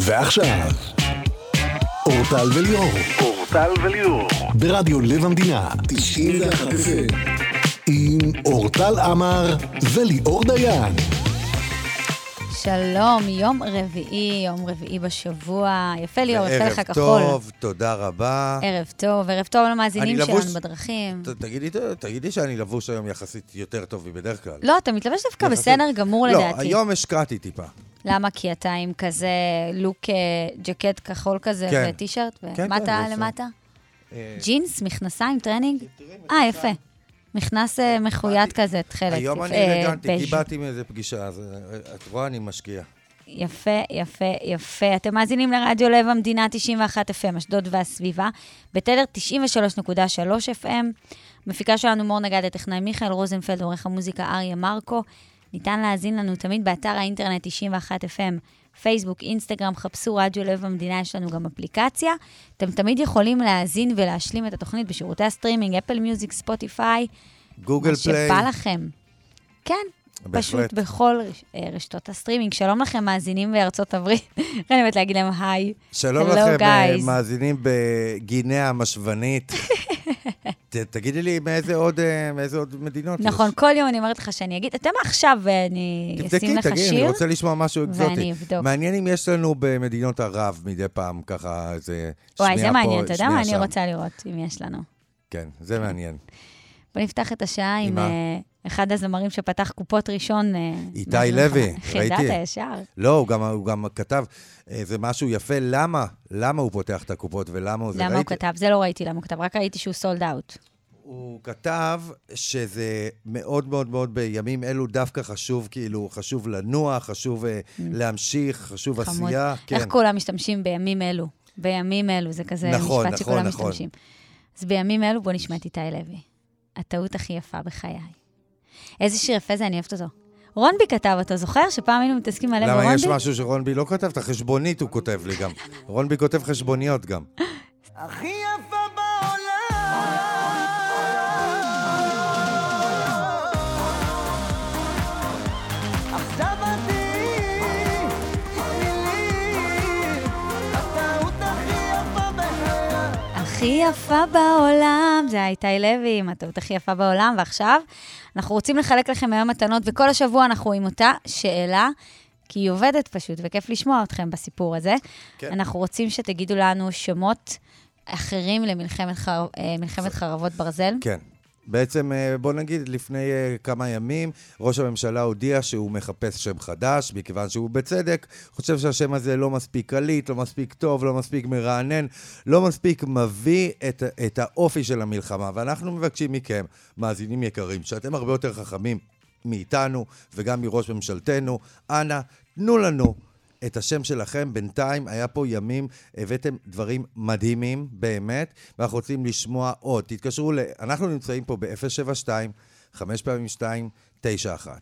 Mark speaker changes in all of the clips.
Speaker 1: ועכשיו, אורטל וליאור,
Speaker 2: אורטל וליאור.
Speaker 1: ברדיו לב המדינה, 91 FM, עם אורטל עמר וליאור דיין.
Speaker 3: שלום, יום רביעי, יום רביעי בשבוע. יפה ליאור, יפה לך
Speaker 4: ערב
Speaker 3: כחול.
Speaker 4: טוב, תודה רבה.
Speaker 3: ערב טוב, ערב טוב למאזינים
Speaker 4: אני לבוש-
Speaker 3: שלנו בדרכים.
Speaker 4: ת- תגידי, תגידי שאני לבוש היום יחסית יותר טוב מבדרך כלל.
Speaker 3: לא, אתה מתלבש דווקא בסדר גמור
Speaker 4: לא,
Speaker 3: לדעתי.
Speaker 4: היום השקעתי טיפה.
Speaker 3: למה? כי אתה עם כזה לוק אה, ג'קט כחול כזה
Speaker 4: כן.
Speaker 3: וטישרט,
Speaker 4: כן, אה,
Speaker 3: ומטה
Speaker 4: בסדר.
Speaker 3: למטה? ג'ינס, מכנסיים, טרנינג? אה, יפה. מכנס אה, מחויית כזה, תכלת.
Speaker 4: היום אני
Speaker 3: אה,
Speaker 4: אלגנטי, כי
Speaker 3: בז'.
Speaker 4: באתי מאיזה פגישה, אז אה, את רואה, אני משקיע.
Speaker 3: יפה, יפה, יפה. אתם מאזינים לרדיו לב המדינה 91 FM, אשדוד והסביבה, בתדר 93.3 FM. המפיקה שלנו מור נגד, הטכנאי מיכאל רוזנפלד, עורך המוזיקה אריה מרקו. ניתן להאזין לנו תמיד באתר האינטרנט 91 FM, פייסבוק, אינסטגרם, חפשו רדיו לב המדינה, יש לנו גם אפליקציה. אתם תמיד יכולים להאזין ולהשלים את התוכנית בשירותי הסטרימינג, אפל מיוזיק, ספוטיפיי,
Speaker 4: גוגל פליי.
Speaker 3: מה שבא לכם. כן,
Speaker 4: בהחלט.
Speaker 3: פשוט בכל רש- אה, רשתות הסטרימינג. שלום לכם, מאזינים בארצות הברית. אני באמת להגיד להם היי.
Speaker 4: שלום
Speaker 3: Hello,
Speaker 4: לכם, אה,
Speaker 3: guys.
Speaker 4: מאזינים בגינאה המשוונית. ת- תגידי לי, מאיזה עוד אה, מאיזה עוד מדינות יש?
Speaker 3: נכון, כל יום אני אומרת לך שאני אגיד, אתה מה עכשיו, אה, אני
Speaker 4: תבדקי,
Speaker 3: אשים לך
Speaker 4: תגידי, אני
Speaker 3: שיר?
Speaker 4: רוצה לשמוע משהו
Speaker 3: ואני
Speaker 4: אקזוטי.
Speaker 3: אבדוק.
Speaker 4: מעניין אם יש לנו במדינות ערב מדי פעם ככה איזה שמיעה פה,
Speaker 3: וואי, זה מעניין, אתה יודע
Speaker 4: שמיעה
Speaker 3: מה? אני
Speaker 4: שם.
Speaker 3: רוצה לראות אם יש לנו.
Speaker 4: כן, זה מעניין.
Speaker 3: בוא נפתח את השעה עם
Speaker 4: מה?
Speaker 3: אה, אחד הזמרים שפתח קופות ראשון. אה,
Speaker 4: איתי
Speaker 3: בזמן
Speaker 4: לוי,
Speaker 3: האחרון. איך
Speaker 4: ראיתי.
Speaker 3: ידעת ישר?
Speaker 4: לא, הוא גם, הוא גם כתב איזה משהו יפה, למה? למה הוא פותח את הקופות ולמה הוא... זה
Speaker 3: למה הוא
Speaker 4: ראיתי-
Speaker 3: כתב? זה לא ראיתי למה הוא כתב, רק ראיתי שהוא סולד אאוט.
Speaker 4: הוא כתב שזה מאוד מאוד מאוד בימים אלו דווקא חשוב, כאילו, חשוב לנוע, חשוב אה, להמשיך, חשוב
Speaker 3: כן. חמוד.
Speaker 4: עשייה. כן.
Speaker 3: איך כולם משתמשים בימים אלו? בימים אלו, זה כזה
Speaker 4: נכון,
Speaker 3: משפט
Speaker 4: נכון,
Speaker 3: שכולם
Speaker 4: נכון.
Speaker 3: משתמשים. אז בימים אלו בוא נשמע את איתי לוי. הטעות הכי יפה בחיי. איזה שיר יפה זה, אני אוהבת אותו. רונבי כתב אותו, זוכר? שפעם היינו מתעסקים מלא
Speaker 4: למה
Speaker 3: ברונבי?
Speaker 4: יש משהו שרונבי לא כתב? את החשבונית הוא כותב לי גם. רונבי כותב חשבוניות גם.
Speaker 5: הכי יפה בעולם. עכשיו את תהיי, תני לי, הטעות הכי יפה בחיי.
Speaker 3: הכי יפה בעולם, זה היה איתי לוי עם הטעות הכי יפה בעולם, ועכשיו אנחנו רוצים לחלק לכם היום מתנות, וכל השבוע אנחנו עם אותה שאלה, כי היא עובדת פשוט, וכיף לשמוע אתכם בסיפור הזה. כן.
Speaker 4: כן.
Speaker 3: אנחנו רוצים שתגידו לנו שמות אחרים למלחמת חר... אה, מלחמת חרבות ברזל.
Speaker 4: כן. בעצם, אה, בוא נגיד, לפני אה, כמה ימים, ראש הממשלה הודיע שהוא מחפש שם חדש, מכיוון שהוא בצדק חושב שהשם הזה לא מספיק קליט, לא מספיק טוב, לא מספיק מרענן, לא מספיק מביא את, את האופי של המלחמה. ואנחנו מבקשים מכם, מאזינים יקרים, שאתם הרבה יותר חכמים מאיתנו וגם מראש ממשלתנו, אנא, תנו לנו את השם שלכם. בינתיים היה פה ימים, הבאתם דברים מדהימים, באמת, ואנחנו רוצים לשמוע עוד. תתקשרו ל... אנחנו נמצאים פה ב-072, 5 פעמים 2, 9 1.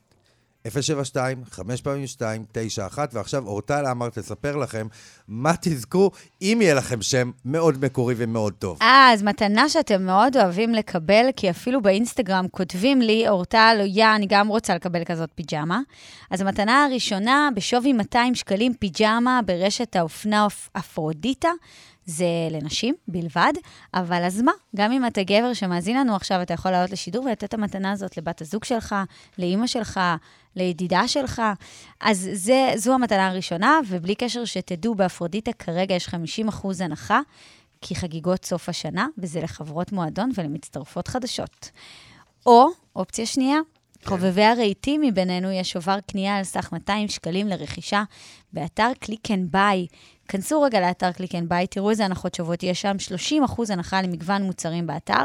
Speaker 4: 072, 5 פעמים 2, 9 1, ועכשיו אורטל עמר תספר לכם מה תזכו אם יהיה לכם שם מאוד מקורי ומאוד טוב.
Speaker 3: אה, אז מתנה שאתם מאוד אוהבים לקבל, כי אפילו באינסטגרם כותבים לי, אורטל, לא, יא, אני גם רוצה לקבל כזאת פיג'מה. אז המתנה הראשונה, בשווי 200 שקלים פיג'מה ברשת האופנה אפ- אפרודיטה, זה לנשים בלבד, אבל אז מה? גם אם אתה גבר שמאזין לנו עכשיו, אתה יכול לעלות לשידור ולתת את המתנה הזאת לבת הזוג שלך, לאימא שלך, לידידה שלך. אז זה, זו המתנה הראשונה, ובלי קשר שתדעו, באפרודיטה כרגע יש 50% הנחה. כי חגיגות סוף השנה, וזה לחברות מועדון ולמצטרפות חדשות. או, אופציה שנייה, חובבי הרהיטים מבינינו יש שובר קנייה על סך 200 שקלים לרכישה באתר קליק אנד ביי. כנסו רגע לאתר קליק אנד ביי, תראו איזה הנחות שוות יש שם, 30% הנחה למגוון מוצרים באתר.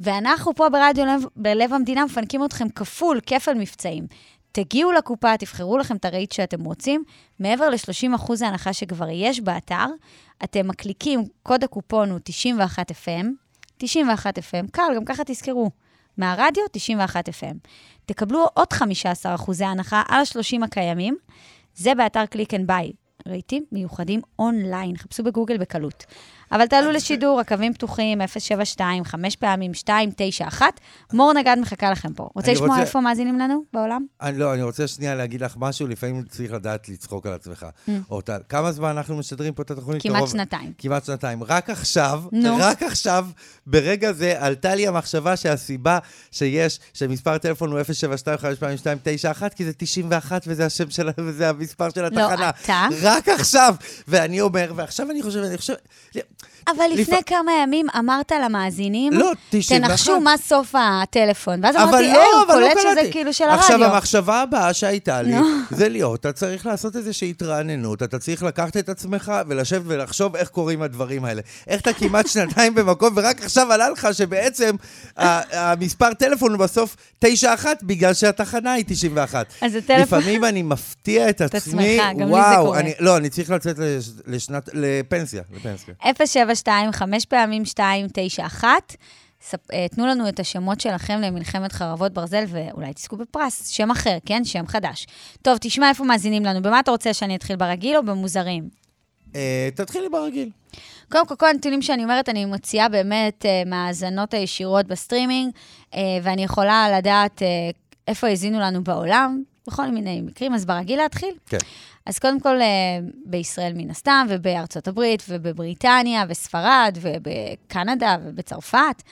Speaker 3: ואנחנו פה ברדיו לב, בלב המדינה מפנקים אתכם כפול, כפל מבצעים. תגיעו לקופה, תבחרו לכם את הרהיט שאתם רוצים. מעבר ל-30% ההנחה שכבר יש באתר, אתם מקליקים, קוד הקופון הוא 91 FM, 91 FM, קל, גם ככה תזכרו. מהרדיו, 91 FM. תקבלו עוד 15% הנחה על ה-30 הקיימים. זה באתר קליק אנד ביי. רהיטים מיוחדים אונליין, חפשו בגוגל בקלות. אבל תעלו לשידור, הקווים פתוחים, 072, 5 פעמים 291. מור נגד מחכה לכם פה. רוצה
Speaker 4: אני
Speaker 3: לשמוע
Speaker 4: רוצה-
Speaker 3: איפה מאזינים לנו בעולם?
Speaker 4: אני, לא, אני רוצה שנייה להגיד לך משהו, לפעמים צריך לדעת לצחוק על עצמך. אורטל, כמה זמן אנחנו משדרים פה את התוכנית?
Speaker 3: Mm. כמעט
Speaker 4: קרוב-
Speaker 3: שנתיים.
Speaker 4: כמעט שנתיים. רק עכשיו,
Speaker 3: נו.
Speaker 4: רק עכשיו, ברגע זה, עלתה לי המחשבה שהסיבה שיש, שמספר הטלפון הוא 072-5291, כי זה 91 וזה השם שלה, וזה המספר של
Speaker 3: לא,
Speaker 4: התחנה.
Speaker 3: אתה.
Speaker 4: רק עכשיו. ואני אומר, ועכשיו אני חושב, אני חושב...
Speaker 3: אבל לפני
Speaker 4: לפע-
Speaker 3: כמה ימים אמרת למאזינים,
Speaker 4: לא, 91.
Speaker 3: תנחשו מה סוף הטלפון. ואז
Speaker 4: אבל
Speaker 3: אמרתי,
Speaker 4: לא,
Speaker 3: אה, הוא
Speaker 4: אבל לא
Speaker 3: קולט
Speaker 4: קלטתי.
Speaker 3: שזה כאילו של
Speaker 4: עכשיו,
Speaker 3: הרדיו.
Speaker 4: המחשבה הבאה שהייתה לי,
Speaker 3: נו.
Speaker 4: זה ליאור, אתה צריך לעשות איזושהי התרעננות, אתה צריך לקחת את עצמך ולשבת ולחשוב איך קורים הדברים האלה. איך אתה כמעט שנתיים במקום, ורק עכשיו עלה לך שבעצם ה- המספר טלפון הוא בסוף 91, בגלל שהתחנה היא 91.
Speaker 3: אז הטלפון-
Speaker 4: לפעמים אני מפתיע את עצמי,
Speaker 3: עצמך, גם לי זה
Speaker 4: וואו,
Speaker 3: קורה.
Speaker 4: אני- לא, אני צריך לצאת לש- לשנת, לפנסיה, לפנסיה.
Speaker 3: 072, 5 פעמים 291. ספ- אה, תנו לנו את השמות שלכם למלחמת חרבות ברזל, ואולי תזכו בפרס. שם אחר, כן? שם חדש. טוב, תשמע איפה מאזינים לנו. במה אתה רוצה שאני אתחיל, ברגיל או במוזרים?
Speaker 4: אה, תתחילי ברגיל.
Speaker 3: קודם כל, כל הנתונים שאני אומרת, אני מוציאה באמת אה, מההאזנות הישירות בסטרימינג, אה, ואני יכולה לדעת אה, איפה האזינו לנו בעולם, בכל מיני מקרים. אז ברגיל להתחיל?
Speaker 4: כן.
Speaker 3: אז קודם כל, אה, בישראל מן הסתם, ובארצות הברית, ובבריטניה, וספרד, ובקנדה, ובצרפת,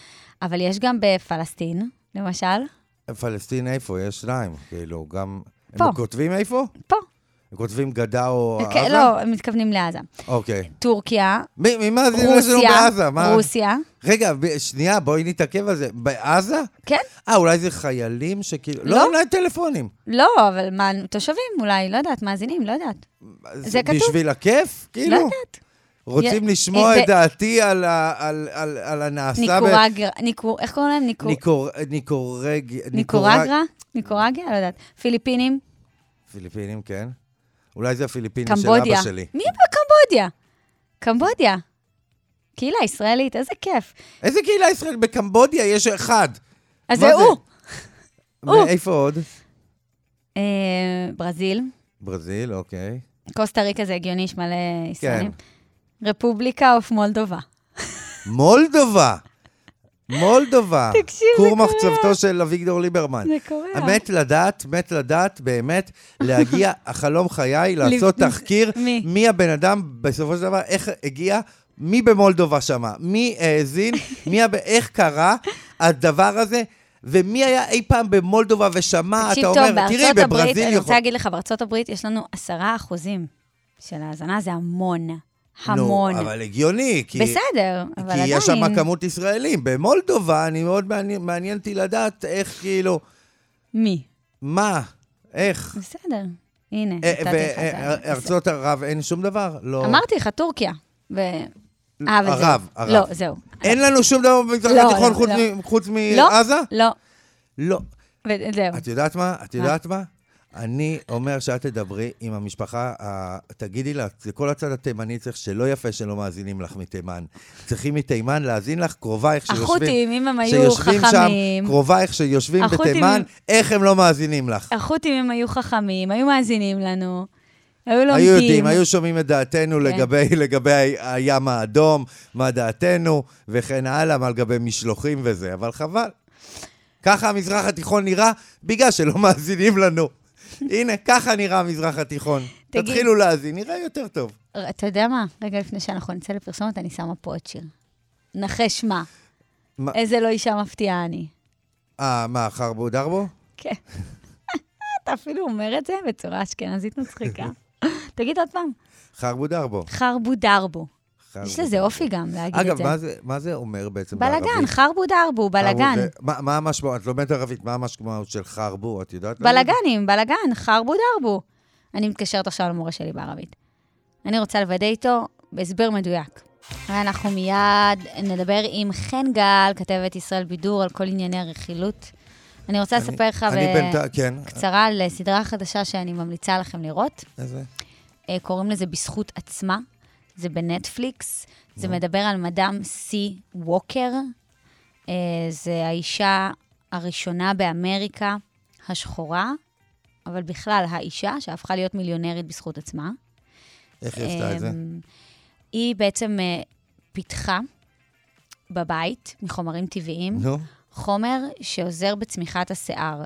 Speaker 3: אבל יש גם בפלסטין, למשל,
Speaker 4: פלסטין איפה? יש שניים, כאילו, גם...
Speaker 3: פה.
Speaker 4: הם כותבים איפה?
Speaker 3: פה.
Speaker 4: הם כותבים גדה או
Speaker 3: כן,
Speaker 4: עזה?
Speaker 3: לא, הם מתכוונים לעזה.
Speaker 4: אוקיי.
Speaker 3: טורקיה,
Speaker 4: מי מי מאזין לנו
Speaker 3: רוסיה,
Speaker 4: לא בעזה? מה?
Speaker 3: רוסיה.
Speaker 4: רגע, ב- שנייה, בואי נתעכב על זה. בעזה?
Speaker 3: כן.
Speaker 4: אה, אולי זה חיילים שכאילו... לא,
Speaker 3: לא.
Speaker 4: אולי טלפונים.
Speaker 3: לא, אבל מה, תושבים אולי, לא יודעת, מאזינים, לא יודעת. זה כתוב.
Speaker 4: בשביל הכיף?
Speaker 3: לא
Speaker 4: כאילו?
Speaker 3: יודעת.
Speaker 4: רוצים
Speaker 3: י- אה,
Speaker 4: לשמוע
Speaker 3: ב-
Speaker 4: את דעתי על ה- על- על על הנעשה... ב-
Speaker 3: ניקורגרה, ניקור, איך קוראים להם? ניקור-
Speaker 4: ניקור... ניקורג...
Speaker 3: ניקורגרה? ניקורגיה? לא יודעת. פיליפינים?
Speaker 4: פיליפינים, כן. אולי זה הפיליפינים של
Speaker 3: קמבודיה.
Speaker 4: אבא שלי.
Speaker 3: מי בקמבודיה? קמבודיה. קהילה ישראלית, איזה כיף.
Speaker 4: איזה קהילה ישראלית? בקמבודיה יש אחד.
Speaker 3: אז
Speaker 4: מה
Speaker 3: זה הוא. הוא.
Speaker 4: איפה עוד?
Speaker 3: אה, ברזיל,
Speaker 4: ברזיל, אוקיי.
Speaker 3: קוסטה ריקה זה הגיוני, יש מלא
Speaker 4: כן.
Speaker 3: ישראלים. רפובליקה אוף
Speaker 4: אה,
Speaker 3: מולדובה.
Speaker 4: מולדובה. מולדובה.
Speaker 3: תקשיב, זה
Speaker 4: כור
Speaker 3: קורה.
Speaker 4: מחצבתו של אביגדור ליברמן.
Speaker 3: זה קורה.
Speaker 4: מת לדעת, מת לדעת, באמת, להגיע, החלום חיי, לעשות
Speaker 3: לב-
Speaker 4: תחקיר,
Speaker 3: מי?
Speaker 4: מי הבן אדם, בסופו של דבר, איך הגיע, מי במולדובה שמע, מי האזין, מי הב- איך קרה הדבר הזה, ומי היה אי פעם במולדובה ושמע,
Speaker 3: תקשיב
Speaker 4: אתה
Speaker 3: טוב,
Speaker 4: אומר, תראי,
Speaker 3: בארצות הברית,
Speaker 4: בברזיל
Speaker 3: אני
Speaker 4: יכול...
Speaker 3: רוצה להגיד לך, בארצות הברית יש לנו עשרה אחוזים של האזנה, זה המון. המון.
Speaker 4: נו, אבל הגיוני, כי...
Speaker 3: בסדר, אבל
Speaker 4: כי
Speaker 3: עדיין...
Speaker 4: יש שם כמות ישראלים. במולדובה, אני מאוד מעניין, מעניין אותי לדעת איך, כאילו,
Speaker 3: מי?
Speaker 4: מה, איך. אה,
Speaker 3: בסדר, הנה, נתתי לך את ה-
Speaker 4: וארצות ערב אין שום דבר? לא.
Speaker 3: אמרתי לך, טורקיה. ו... אה, אבל
Speaker 4: ערב,
Speaker 3: זהו.
Speaker 4: ערב. אה,
Speaker 3: לא, זהו.
Speaker 4: אין לנו שום דבר במזרח
Speaker 3: לא,
Speaker 4: התיכון
Speaker 3: לא,
Speaker 4: חוץ
Speaker 3: לא.
Speaker 4: מ- חוץ
Speaker 3: לא,
Speaker 4: מעזה?
Speaker 3: לא,
Speaker 4: לא.
Speaker 3: וזהו.
Speaker 4: את יודעת מה? את יודעת מה? אני אומר שאת תדברי עם המשפחה, ה- תגידי לה, זה כל הצד התימני צריך שלא יפה שלא מאזינים לך מתימן. צריכים מתימן להאזין לך קרובייך שיושבים...
Speaker 3: החות'ים, אם הם היו
Speaker 4: שיושבים
Speaker 3: חכמים.
Speaker 4: שם, קרובייך שיושבים
Speaker 3: החות'ים,
Speaker 4: בתימן,
Speaker 3: אם-
Speaker 4: איך הם לא מאזינים לך.
Speaker 3: החות'ים הם היו חכמים, היו מאזינים לנו, היו לומדים.
Speaker 4: היו יודעים, היו שומעים את דעתנו
Speaker 3: כן.
Speaker 4: לגבי, לגבי ה- הים האדום, מה דעתנו, וכן הלאה, מה לגבי משלוחים וזה, אבל חבל. ככה המזרח התיכון נראה, בגלל שלא מאזינים לנו. הנה, ככה נראה המזרח התיכון.
Speaker 3: תגיד.
Speaker 4: תתחילו להאזין, נראה יותר טוב.
Speaker 3: ר- אתה יודע מה? רגע לפני שאנחנו נצא לפרסומת, אני שמה פה עוד שיר. נחש מה?
Speaker 4: מה?
Speaker 3: איזה לא אישה מפתיעה אני.
Speaker 4: אה, מה, חרבו דרבו?
Speaker 3: כן. אתה אפילו אומר את זה בצורה אשכנזית מצחיקה. תגיד עוד פעם,
Speaker 4: חרבו דרבו.
Speaker 3: חרבו דרבו.
Speaker 4: חרבו
Speaker 3: יש לזה
Speaker 4: דרבו.
Speaker 3: אופי גם להגיד את
Speaker 4: אגב,
Speaker 3: זה.
Speaker 4: מה זה, מה זה אומר בעצם
Speaker 3: בלגן,
Speaker 4: בערבית?
Speaker 3: חרבו דרבו, בלגן.
Speaker 4: חרבו זה- מה, מה המשמעות? את לומדת ערבית, מה המשמעות של חרבו? את לא יודעת? להגיד?
Speaker 3: בלגנים, בלגן, חרבו דרבו. אני מתקשרת עכשיו למורה שלי בערבית. אני רוצה לוודא איתו בהסבר מדויק. אנחנו מיד נדבר עם חן גל, כתבת ישראל בידור, על כל ענייני הרכילות. אני רוצה לספר לך
Speaker 4: אני
Speaker 3: ב-
Speaker 4: בינתיים, כן.
Speaker 3: קצרה על סדרה חדשה שאני ממליצה לכם לראות.
Speaker 4: איזה?
Speaker 3: אה, קוראים לזה בזכות עצמה, זה בנטפליקס, זה מדבר על מדאם סי ווקר, אה, זה האישה הראשונה באמריקה השחורה, אבל בכלל האישה שהפכה להיות מיליונרית בזכות עצמה.
Speaker 4: איך היא עשתה את זה?
Speaker 3: אמ, היא בעצם אה, פיתחה בבית, מחומרים טבעיים,
Speaker 4: נו,
Speaker 3: חומר שעוזר בצמיחת השיער.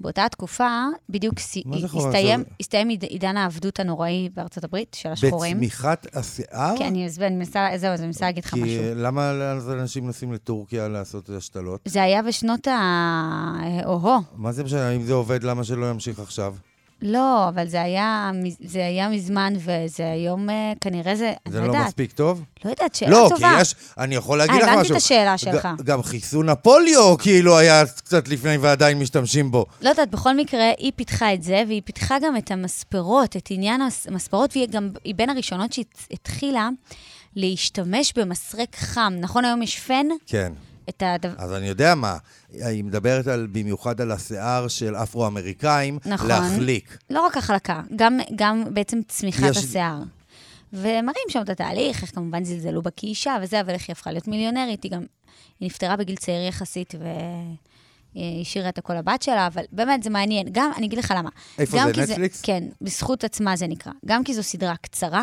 Speaker 3: באותה תקופה, בדיוק סי- אה,
Speaker 4: מה זה חומר
Speaker 3: הסתיים,
Speaker 4: שעוזר?
Speaker 3: הסתיים עיד- עידן העבדות הנוראי בארצות הברית, של השחורים.
Speaker 4: בצמיחת השיער?
Speaker 3: כן, אני אסביר, אני מנסה, זהו, אז אני מנסה להגיד לך
Speaker 4: אה. כי
Speaker 3: משהו.
Speaker 4: למה אז אנשים נוסעים לטורקיה לעשות השתלות?
Speaker 3: זה היה בשנות ה... או-הו.
Speaker 4: מה זה משנה, אם זה עובד, למה שלא ימשיך עכשיו?
Speaker 3: לא, אבל זה היה, מז- זה היה מזמן, וזה היום, אה, כנראה זה, אני
Speaker 4: זה
Speaker 3: לא
Speaker 4: לא
Speaker 3: יודעת.
Speaker 4: מספיק טוב?
Speaker 3: לא יודעת, שאלה
Speaker 4: לא,
Speaker 3: טובה.
Speaker 4: כי יש, אני יכול להגיד
Speaker 3: אה,
Speaker 4: לך משהו.
Speaker 3: הבנתי את השאלה שלך.
Speaker 4: ג- גם חיסון הפוליו כאילו היה קצת לפני ועדיין משתמשים בו.
Speaker 3: לא יודעת, בכל מקרה, היא פיתחה את זה, והיא פיתחה גם את המספרות, את עניין המס- המספרות, והיא גם, היא בין הראשונות שהתחילה להשתמש במסרק חם. נכון, היום יש פן?
Speaker 4: כן.
Speaker 3: את הדבר...
Speaker 4: אז אני יודע מה, היא מדברת על, במיוחד על השיער של אפרו-אמריקאים,
Speaker 3: נכון.
Speaker 4: להחליק.
Speaker 3: לא רק החלקה, גם, גם בעצם צמיחת
Speaker 4: יש-
Speaker 3: השיער. ומראים שם את התהליך, איך כמובן זלזלו בה כאישה וזה, אבל איך היא הפכה להיות מיליונרית. היא גם, היא נפטרה בגיל צעיר יחסית, והיא השאירה את הכל לבת שלה, אבל באמת זה מעניין. גם, אני אגיד לך למה.
Speaker 4: איפה
Speaker 3: גם כי
Speaker 4: זה, נטפליקס?
Speaker 3: כן, בזכות עצמה זה נקרא. גם כי זו סדרה קצרה.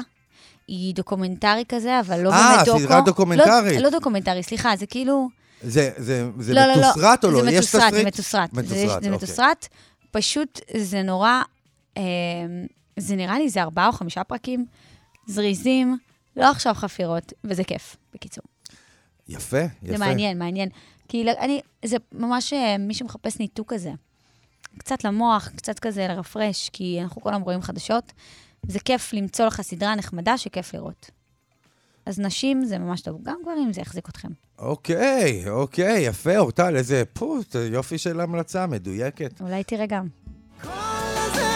Speaker 3: היא דוקומנטרי כזה, אבל לא
Speaker 4: אה,
Speaker 3: באמת דוקו.
Speaker 4: סדרה דוקומנטרית.
Speaker 3: לא, לא דוקומנטרי, סליחה, זה כאילו...
Speaker 4: זה, זה, זה
Speaker 3: לא, לא,
Speaker 4: מתוסרט או לא?
Speaker 3: זה
Speaker 4: יש
Speaker 3: מתוסרט, זה
Speaker 4: תסריט?
Speaker 3: מתוסרט. זה יש-
Speaker 4: מתוסרט,
Speaker 3: זה
Speaker 4: אוקיי.
Speaker 3: מתוסרט, פשוט זה נורא... אה, זה נראה לי זה ארבעה או חמישה פרקים, זריזים, לא עכשיו חפירות, וזה כיף, בקיצור.
Speaker 4: יפה, יפה.
Speaker 3: זה מעניין, מעניין. כי ל- אני, זה ממש אה, מי שמחפש ניתוק כזה. קצת למוח, קצת כזה לרפרש, כי אנחנו כל היום רואים חדשות. זה כיף למצוא לך סדרה נחמדה שכיף לראות. אז נשים זה ממש טוב, גם גברים זה יחזיק אתכם.
Speaker 4: אוקיי, אוקיי, יפה, אורטל, איזה פוט, יופי של המלצה, מדויקת.
Speaker 3: אולי תראה גם.
Speaker 5: כל זה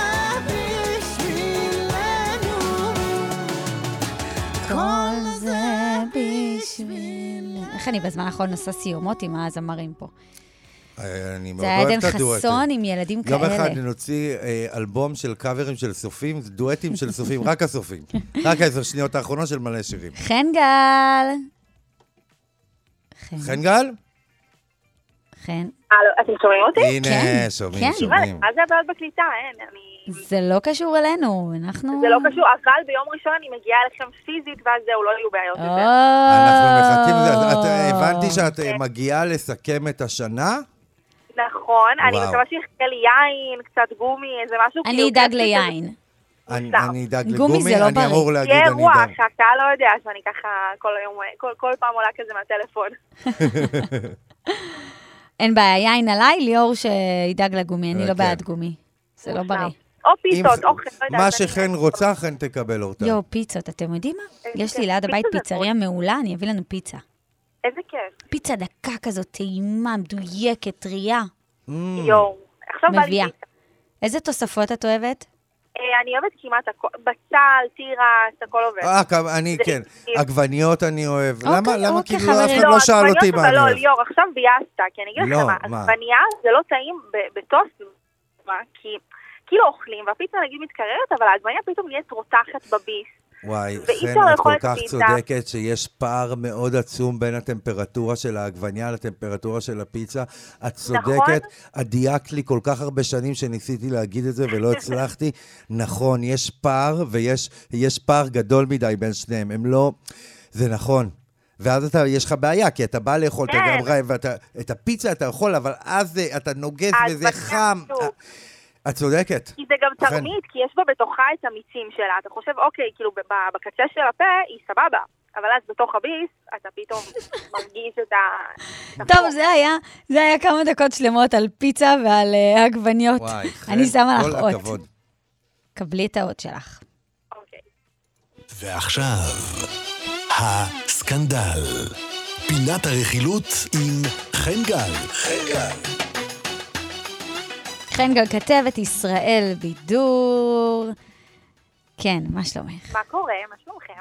Speaker 5: בשבילנו.
Speaker 3: כל זה בשביל... איך אני בזמן האחרון עושה סיומות עם הזמרים פה.
Speaker 4: אה, אני מאוד
Speaker 3: זה היה
Speaker 4: אוהב
Speaker 3: עדן
Speaker 4: את הדואטים.
Speaker 3: חסון עם ילדים
Speaker 4: יום אחד
Speaker 3: כאלה.
Speaker 4: נוציא אה, אלבום של קאברים של סופים, דואטים של סופים, רק הסופים. רק העשר שניות האחרונות של מלא שירים.
Speaker 3: חן גל! חן,
Speaker 4: חן גל?
Speaker 3: חן.
Speaker 2: הלו, אתם שומעים אותי?
Speaker 4: הנה,
Speaker 3: כן,
Speaker 4: שומעים,
Speaker 3: כן.
Speaker 4: שומעים.
Speaker 2: מה זה הבעיות בקליטה? אין, אני...
Speaker 3: זה לא קשור אלינו, אנחנו...
Speaker 2: זה לא קשור, אבל ביום ראשון אני מגיעה אליכם פיזית, ואז זהו, לא יהיו בעיות.
Speaker 3: או.
Speaker 2: יותר.
Speaker 4: אנחנו מחכים, לזה. את אה, הבנתי שאת אה, מגיעה לסכם את השנה?
Speaker 2: נכון, אני
Speaker 4: וואו.
Speaker 2: מקווה שיחכה לי יין, קצת גומי, איזה משהו
Speaker 3: אני
Speaker 2: כאילו
Speaker 3: אדאג
Speaker 2: כיפי כזה.
Speaker 3: ליין.
Speaker 4: אני
Speaker 2: סתם.
Speaker 4: אני אדאג
Speaker 3: גומי זה
Speaker 4: לגומי,
Speaker 3: לא
Speaker 4: אני
Speaker 3: בריא.
Speaker 4: אמור להגיד,
Speaker 2: יהיה
Speaker 4: אני
Speaker 2: אירוע
Speaker 4: אדאג.
Speaker 2: שהקהל לא יודע שאני ככה כל היום, כל- כל פעם עולה כזה מהטלפון.
Speaker 3: אין בעיה, יין עליי, ליאור שידאג לגומי, אני
Speaker 4: אה,
Speaker 3: לא
Speaker 4: כן.
Speaker 3: בעד גומי. זה לא בריא.
Speaker 2: או
Speaker 4: אם
Speaker 2: פיתות,
Speaker 4: זה-
Speaker 2: אוכל, לא יודעת.
Speaker 4: מה
Speaker 2: אני-
Speaker 4: שחן רוצה, חן תקבל אורטל.
Speaker 3: יואו, פיצות, אתם יודעים מה?
Speaker 2: איזה
Speaker 3: יש לי
Speaker 2: כיף.
Speaker 3: ליד הבית
Speaker 2: פיצה אה, כן, זה
Speaker 3: פיצריה מעולה, אני אביא לנו פיצה.
Speaker 2: איזה כיף.
Speaker 3: פיצה דקה כזאת, טעימה, מדויקת, טרייה.
Speaker 4: Mm.
Speaker 2: יואו. עכשיו בא לי
Speaker 3: מביאה.
Speaker 2: פיתה.
Speaker 3: איזה תוספות את אוהבת?
Speaker 2: אה, אני אוהבת כמעט הכל, בצל, תירס, הכל עובד.
Speaker 4: אה, כב- אני,
Speaker 2: זה- כאילו-
Speaker 4: כן. עגבניות אני אוהב.
Speaker 3: אוקיי,
Speaker 4: למה, למה
Speaker 3: אוקיי,
Speaker 4: כאילו אף
Speaker 3: חברים.
Speaker 4: אחד לא שאל
Speaker 2: עגבניות,
Speaker 4: אותי מה
Speaker 2: אבל
Speaker 4: אני
Speaker 2: לא,
Speaker 4: אוהב?
Speaker 2: ליאור, עכשיו ביאסת, כי אני אגיד
Speaker 4: לא,
Speaker 2: לכם
Speaker 4: מה?
Speaker 2: מה, עגבנייה זה לא טעים ב- בטוסט, מה? כי כאילו אוכלים, והפיצה נגיד מתקררת, אבל העגבניה פתאום נהיית רותחת בביס.
Speaker 4: וואי,
Speaker 2: ואי
Speaker 4: חן,
Speaker 2: אפשר
Speaker 4: את כל
Speaker 2: לאכול את
Speaker 4: כך
Speaker 2: הפיצה.
Speaker 4: צודקת שיש פער מאוד עצום בין הטמפרטורה של העגבניה לטמפרטורה של הפיצה. את צודקת,
Speaker 2: נכון.
Speaker 4: את דייקת לי כל כך הרבה שנים שניסיתי להגיד את זה ולא הצלחתי. נכון, יש פער, ויש יש פער גדול מדי בין שניהם. הם לא... זה נכון. ואז אתה, יש לך בעיה, כי אתה בא לאכול, אתה
Speaker 2: כן.
Speaker 4: גם רעב, ואתה- את הפיצה אתה יכול, אבל אז זה- אתה נוגס וזה
Speaker 2: העגבניה
Speaker 4: חם. אה,
Speaker 2: שוב.
Speaker 4: את צודקת.
Speaker 2: כי זה גם
Speaker 4: אכן.
Speaker 2: תרמית, כי יש בה בתוכה את המיצים שלה. אתה חושב, אוקיי, כאילו ב- ב- בקצה של הפה היא סבבה, אבל אז בתוך הביס, אתה פתאום מרגיש את ה...
Speaker 4: נכון.
Speaker 3: טוב, זה היה, זה היה כמה דקות שלמות על פיצה ועל אה, עגבניות.
Speaker 4: וואי, חן,
Speaker 3: אני שמה לך
Speaker 4: כל
Speaker 3: אות.
Speaker 4: הכבוד.
Speaker 3: קבלי את האות שלך.
Speaker 2: אוקיי.
Speaker 1: ועכשיו, הסקנדל. פינת הרכילות עם חן גל. חן גל.
Speaker 3: חן גל כתבת ישראל בידור. כן, מה שלומך?
Speaker 2: מה קורה? מה שלומכם?